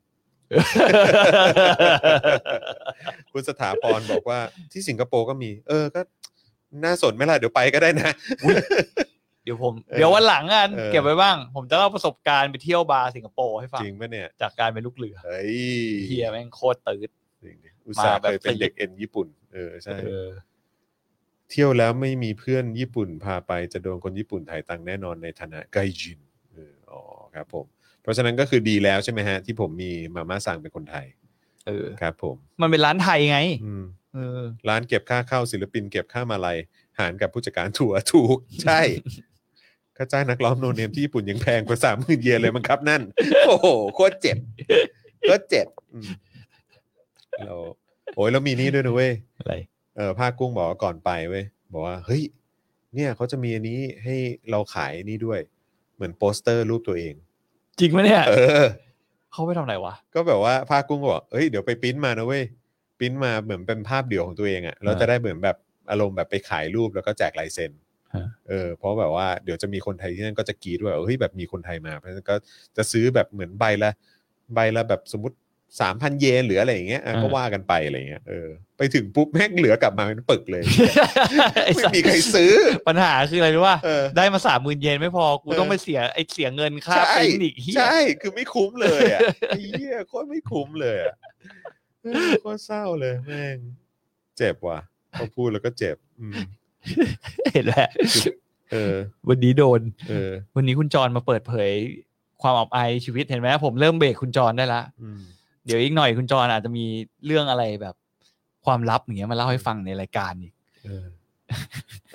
S2: คุณสถาพรบอกว่าที่สิงคโปร์ก็มี เออก็ น่าสนไหมล่ะเดี๋ยวไปก็ได้นะ
S3: เดี๋ยวผม
S2: เออ
S3: เดี๋ยววันหลังอ่ะ
S2: เออ
S3: เก็บไว้บ้าง ผมจะเล่าประสบการณ์ไปเที่ยวบาร์สิงคโปร์ให้ฟัง
S2: จริงปะเนี่ย
S3: จากการเป็นลูกเรือ
S2: เฮ้ย
S3: เฮียแม่งโคตรตืด
S2: จริงดิอุตส่าห์
S3: มาแบบ
S2: เคยเป็นเด็กเอ็นญี่ปุ่นเออใช่
S3: เออ
S2: เที่ยวแล้วไม่มีเพื่อนญี่ปุ่นพาไปจะโดนคนญี่ปุ่นถ่ายตังค์แน่นอนในฐานะไกจินเอออ๋อครับผม เพราะฉะนั้นก็คือดีแล้วใช่ไหมฮะ ที่ผมมีมาม่าสั่งเป็นคนไทย
S3: เออ
S2: ครับผม
S3: มันเป็นร้านไทยไง
S2: อืม
S3: เออ
S2: ร้านเก็บค่าเข้าศิลปินเก็บค่ามาลัยหารกับผู้จัดการทัวร์ ถูก ใช่ค่าจ้างนักร้องโนเนมที่ญี่ปุ่นยังแพงกว่าสามหมื่นเยนเลยมั้งครับนั่น โอ้โห โคตรเจ็บโคตรเจ็บอืมเราโอ้ยแล้วมีนี่ด้วยนะเว้ย
S3: อะไร
S2: เออภาคกุ้งบอกว่าก่อนไปเว้ยบอกว่า เฮ้ย เนี่ยเขาจะมีอันนี้ให้เราขายนี่ด้วย เหมือนโปสเตอร์รูปตัวเอง
S3: จริงไหมเนี่ย
S2: เออ
S3: เขาไปทำอะไรวะ
S2: ก็แบบว่าภาคกุ้งก็บอกเอ้ย เดี๋ยวไปปริ้นมานะเว้ยปริ้นมาเหมือนเป็นภาพเดี่ยวของตัวเองอะ่ะ เราจะได้เหมือนแบบอารมณ์แบบไปขายรูปแล้วก็แจกลายเซ็น
S3: ฮะ
S2: เออ เพราะแบบว่าเดี๋ยวจะมีคนไทยที่นั่นก็จะกรีดด้วยเฮ้ยแบบมีคนไทยมา เพราะฉะนั้นก็จะซื้อแบบเหมือนใบละใบละแบบสมมติสามพันเยนหรืออะไรอย่างเงี้ยอ่ะก็ว่ากันไปอะไรอย่างเงี้ย เออ ไปถึงปุ๊บแม่งเหลือกลับมาเป็นปึกเลย
S3: อ้
S2: ไม่
S3: สัตว์
S2: มีใครซื้อ
S3: ปัญหาคืออะไรรู้ป่ะ
S2: เออ
S3: ได้มาสามหมื่นเยนไม่พอ กู
S2: เออ
S3: ต้องไปเสียไอเสียเงินค่าปริ้นอีกเฮีย
S2: ใช่ คือไม่คุ้มเลย อ่ะ ไอ้เหี้ยโคตรไม่คุ้มเลยอ่ะเออโคตรเศร้าเลยแม่ง เจ็บว่ะพอพูดแล้วก็เจ็บ อืม
S3: เห็นแหละ
S2: เออ
S3: วันนี้โดน
S2: เออ
S3: วันนี้คุณจรมาเปิดเผย ความอับอายชีวิตเห็นไหมผมเริ่มเบรกคุณจรได้ละ
S2: อืม
S3: เดี๋ยวอีกหน่อยคุณจรอาจจะมีเรื่องอะไรแบบความลับอย่างเงี้ยมาเล่าให้ฟังในรายการอีก
S2: เออ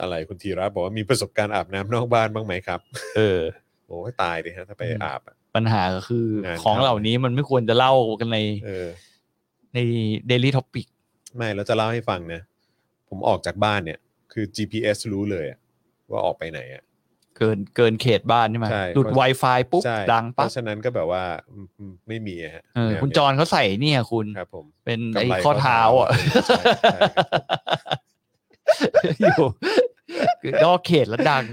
S2: อะไรคุณธีระบอกว่ามีประสบการณ์อาบน้ำนอกบ้านบ้างไหมครับ
S3: เออ
S2: โอ้ยตายเลยฮะ ถ้าไป
S3: อืม
S2: อาบอะ
S3: ปัญหาก็คือ
S2: เออ
S3: ของ
S2: ครับ
S3: เหล่านี้มันไม่ควรจะเล่ากันใน
S2: เออ
S3: ใน daily topic
S2: ไม่แล้วจะเล่าให้ฟังนะ ผมออกจากบ้านเนี่ย คือ GPS รู้เลยอะว่าออกไปไหนอ่ะ
S3: เกินเกินเขตบ้านใช่ไหม
S2: ใช่
S3: หลุด
S2: เพราะ
S3: Wi-Fi ปุ๊บ
S2: ใช่
S3: ดัง
S2: เพ
S3: ปั๊บ
S2: ราะฉะนั้นก็แบบว่าอืมอืมไม่มีอะฮะ
S3: เออ
S2: แนว
S3: คุณ
S2: เนี้ย
S3: จรเขาใส่เนี่ยคุณ
S2: ครับผม
S3: เป็น
S2: กำไร
S3: ไอ้ข้อเท้าอ่ะ
S2: ข้อเท้าใช่ใช่
S3: อยู่ คือนอกเขตแล้วดัง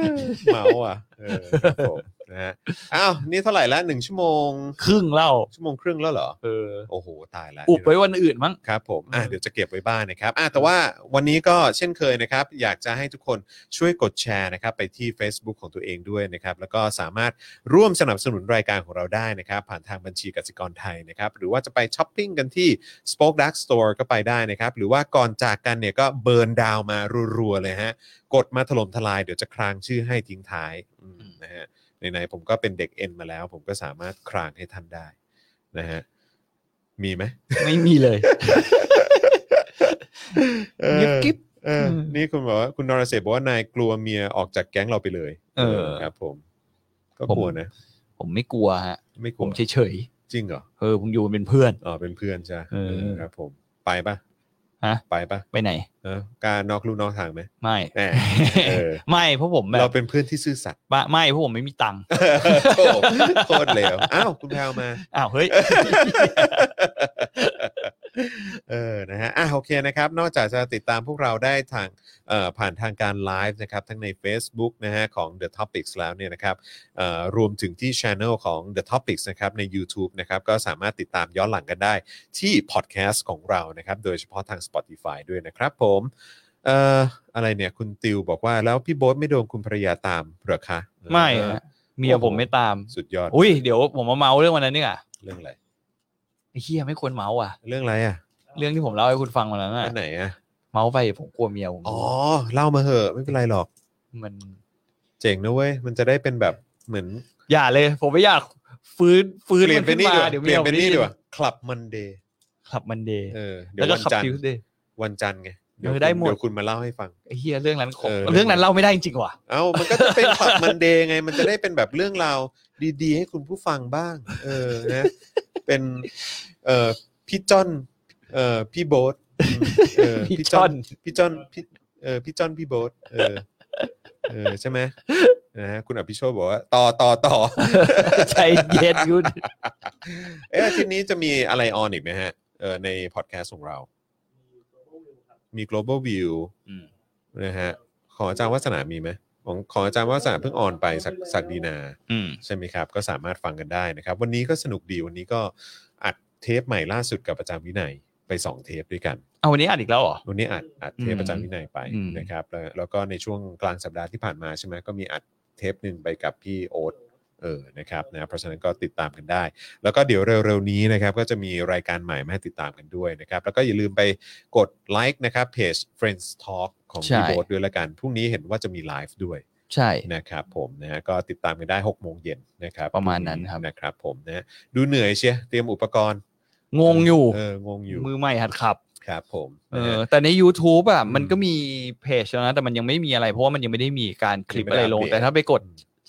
S2: เมาอ่ะเออครับผมนะฮะอ้าวนี่เท่าไหร่ละหนึ่งชั่วโมง
S3: ครึ่งเล่า
S2: ชั่วโมงครึ่งแล้วเหรอ
S3: เออ
S2: โอ้โห ตายแล้ว
S3: อุบไว้วันอื่นมั้ง
S2: ครับผมอ่ะ
S3: อืม
S2: เดี๋ยวจะเก็บไว้บ้างนะครับอ่ะแต่ว่าวันนี้ก็เช่นเคยนะครับ อยากจะให้ทุกคนช่วยกดแชร์นะครับ ไปที่ Facebook ของตัวเองด้วยนะครับ แล้วก็สามารถร่วมสนับสนุนรายการของเราได้นะครับ ผ่านทางบัญชีกสิกรไทยนะครับ หรือว่าจะไปช้อปปิ้งกันที่ Spoke Dark Store ก็ไปได้นะครับ หรือว่าก่อนจากกันเนี่ยก็เบิร์นดาวน์มารัวๆเลยฮะ กดมาถล่มทลายเดี๋ยวจะครางชื่อให้ทิ้งท้ายอืมนะฮะไหนๆผมก็เป็นเด็กเอ็นมาแล้ว ผมก็สามารถครางให้ท่านได้นะฮะมีไหม
S3: ไม่มีเลย
S2: เออ
S3: เงียบกิ๊บ
S2: เออนี่คุณบอกว่าคุณนรเศรษฐ์บอกว่านายกลัวเมียออกจากแก๊งเราไปเลย
S3: เออ
S2: ครับ ผม ก็
S3: ผม
S2: กลัวนะ
S3: ผมไม่กลัวฮะ
S2: ไม่ก
S3: ผ
S2: ลัว
S3: มเฉย
S2: จริงเหรอ
S3: ๆเออผมอยู่เป็นเพื่อน
S2: อ๋อเป็นเพื่อนใช่
S3: เออ
S2: เออครับ ผมไปปะ
S3: ฮะ
S2: ไปปะ
S3: ไปไหน
S2: เออกล้ารนอกลู่นอกทางไหม
S3: ไม่
S2: แหมเออ
S3: ไม่เพราะผมแบ
S2: เรา
S3: บ
S2: เป็นเพื่อนที่ซื่อสัตย์
S3: ปะไม่เพราะผมไม่มีตังค์
S2: โถโคตรเลวอ้าวคุณแพลวมา
S3: อ้าวเฮ้ย
S2: เออ นะฮะ อ่ะ โอเคนะครับ นอกจากจะติดตามพวกเราได้ทางเอ่อผ่านทางการไลฟ์นะครับ ทั้งใน Facebook นะฮะ ของ The Topics แล้วเนี่ยนะครับเอ่อรวมถึงที่ Channel ของ The Topics นะครับ ใน YouTube นะครับ ก็สามารถติดตามย้อนหลังกันได้ที่พอดแคสต์ของเรานะครับ โดยเฉพาะทาง Spotify ด้วยนะครับผมเอ่ออะไรเนี่ย คุณติวบอกว่าแล้วพี่โบ๊ทไม่โดนคุณภรรยาตามเหรอคะ
S3: ไม่
S2: เออ
S3: ฮะเมียผมไม่ตาม
S2: สุดยอด
S3: อุ้ยเดี๋ยวผมมาเมาเรื่องวันนั้นนี่อ่ะ
S2: เรื่องอะไร
S3: ไอ้เฮียไม่ควรเมาอ่ะ
S2: เรื่องอะไรอ่ะ
S3: เรื่องที่ผมเล่าให้คุณฟังวันนั้นอ่ะ
S2: อันไหนอ่ะ
S3: เมาไปผมกลัวเมียผม
S2: อ๋อเล่ามาเหอะไม่เป็นไรหรอก
S3: มัน
S2: เจ๋งนะเว้ย มันจะได้เป็นแบบเหมือน
S3: อย่าเลย ผมไม่อยากฟื้นฟื้น
S2: เปลี่ยน
S3: มั
S2: เป็นนี่
S3: ขึ้
S2: ดีกว่า
S3: มาเดี๋ยว
S2: เปลี่ยนเป็นนี่ดี
S3: เดี๋
S2: กว่าคลับมันเดย์
S3: ขับมันเดย์
S2: เออเดี๋ย
S3: แล้ว
S2: ว
S3: ก็
S2: วัน
S3: ขับ
S2: จันท
S3: ทิ
S2: ร์
S3: วเดย์
S2: วันจันทร์ไงเดี๋ยว
S3: เอ
S2: คุ
S3: อ
S2: ณ
S3: ได้หมด
S2: เดี๋ยวคุณมาเล่าให้ฟัง
S3: ไอ้เฮียเรื่องนั้นของ
S2: เออ
S3: เรื่องนั้นเล่าไม่ได้จริงว่ะ
S2: เอ้ามันก็จะเป็นคลับมันเดย์ไง มันจะได้เป็นแบบเรื่องราวดีๆ ให้คุณผู้ฟังบ้าง เออนะ เป็นเอ่อพี่จอนเอ่อพี่โบ๊ทอืมเออ
S3: พี่
S2: พี่
S3: จ
S2: จ้
S3: อ
S2: อน นพี่จอนพี่เออพี่จอนพี่โบ๊ทเออ เออใช่ไหมนะฮะคุณอภิโชคบอกว่าต่อต่อต่อ
S3: ใจเย็นคุณ
S2: เอออาทิตย์นี้จะมีอะไรออนอีกไหมฮะเออในพอดแคสต์ของเรา
S5: มีตัวผู้อยู่ครับ
S2: มี global view
S3: อืม
S2: นะฮะของอาจารย์วัฒนามีไหมของของอาจารย์วัฒนาเพิ่งออนไปสักสักดีนา
S3: อืม
S2: ใช่ไหมครับก็สามารถฟังกันได้นะครับ วันนี้ก็สนุกดีวันนี้ก็อัดเทปใหม่ล่าสุดกับอาจารย์วินัยไป 2 เทปด้วยกัน
S3: เอาวันนี้อ่านอีกแล้วเหรอ
S2: วันนี้อัดอัดเทป
S3: อืม
S2: อาจารย์วินัยไป
S3: อืม
S2: นะครับ แล้วแล้วก็ในช่วงกลางสัปดาห์ที่ผ่านมาใช่ไหมก็มีอัดเทปหนึ่งไปกับพี่โอ๊ตเออนะครับนะเพราะฉะนั้นก็ติดตามกันได้ แล้วก็เดี๋ยวเร็วๆนี้นะครับก็จะมีรายการใหม่มาให้ติดตามกันด้วยนะครับ แล้วก็อย่าลืมไปกดไลค์นะครับเพจ Friends Talk ของ
S3: ใช่
S2: พี่โบ๊ทด้วยละกันพรุ่งนี้เห็นว่าจะมีไลฟ์ด้วย
S3: ใช่
S2: นะครับผมนะฮะก็ติดตามกันได้ 6 โมงเย็นนะครับ
S3: ประมาณนั้นครับ
S2: นะครับผมนะฮะดูเหนื่อยเชียเตรียมอุปกรณ์
S3: งงอยู่
S2: เอองงอยู่
S3: มือใหม่หัดขับ
S2: ครับผม
S3: เอ
S2: นะ
S3: อ
S2: ฮะ
S3: แต่ใน YouTube อ่ะ
S2: อืม
S3: มันก็มีเพจแล้วนะ แต่มันยังไม่มีอะไร เพราะว่ามันยังไม่ได้มีการคลิป
S2: ยังไม่
S3: อะไร
S2: ได้
S3: ลง
S2: อัปเดต
S3: แต่ถ้าไปกด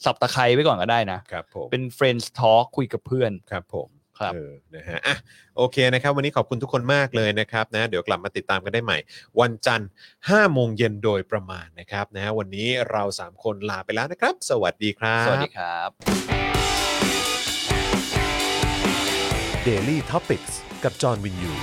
S3: สับตะไคร้ไว้ก่อนก็ได้นะ
S2: ครับผม
S3: เป็น Friends Talk คุยกับเพื่อน
S2: ครับผม
S3: ครับ
S2: เออนะฮะอ่ะโอเคนะครับ วันนี้ขอบคุณทุกคนมากเลยนะครับนะเดี๋ยวกลับมาติดตามกันได้ใหม่ วันจันทร์5โมงเย็นโดยประมาณนะครับนะฮะวันนี้เรา 3 คนลาไปแล้วนะครับ สวัสดีครับ
S3: สวัสดีครับ
S1: Daily t o p i c กกับจอห์นวินยู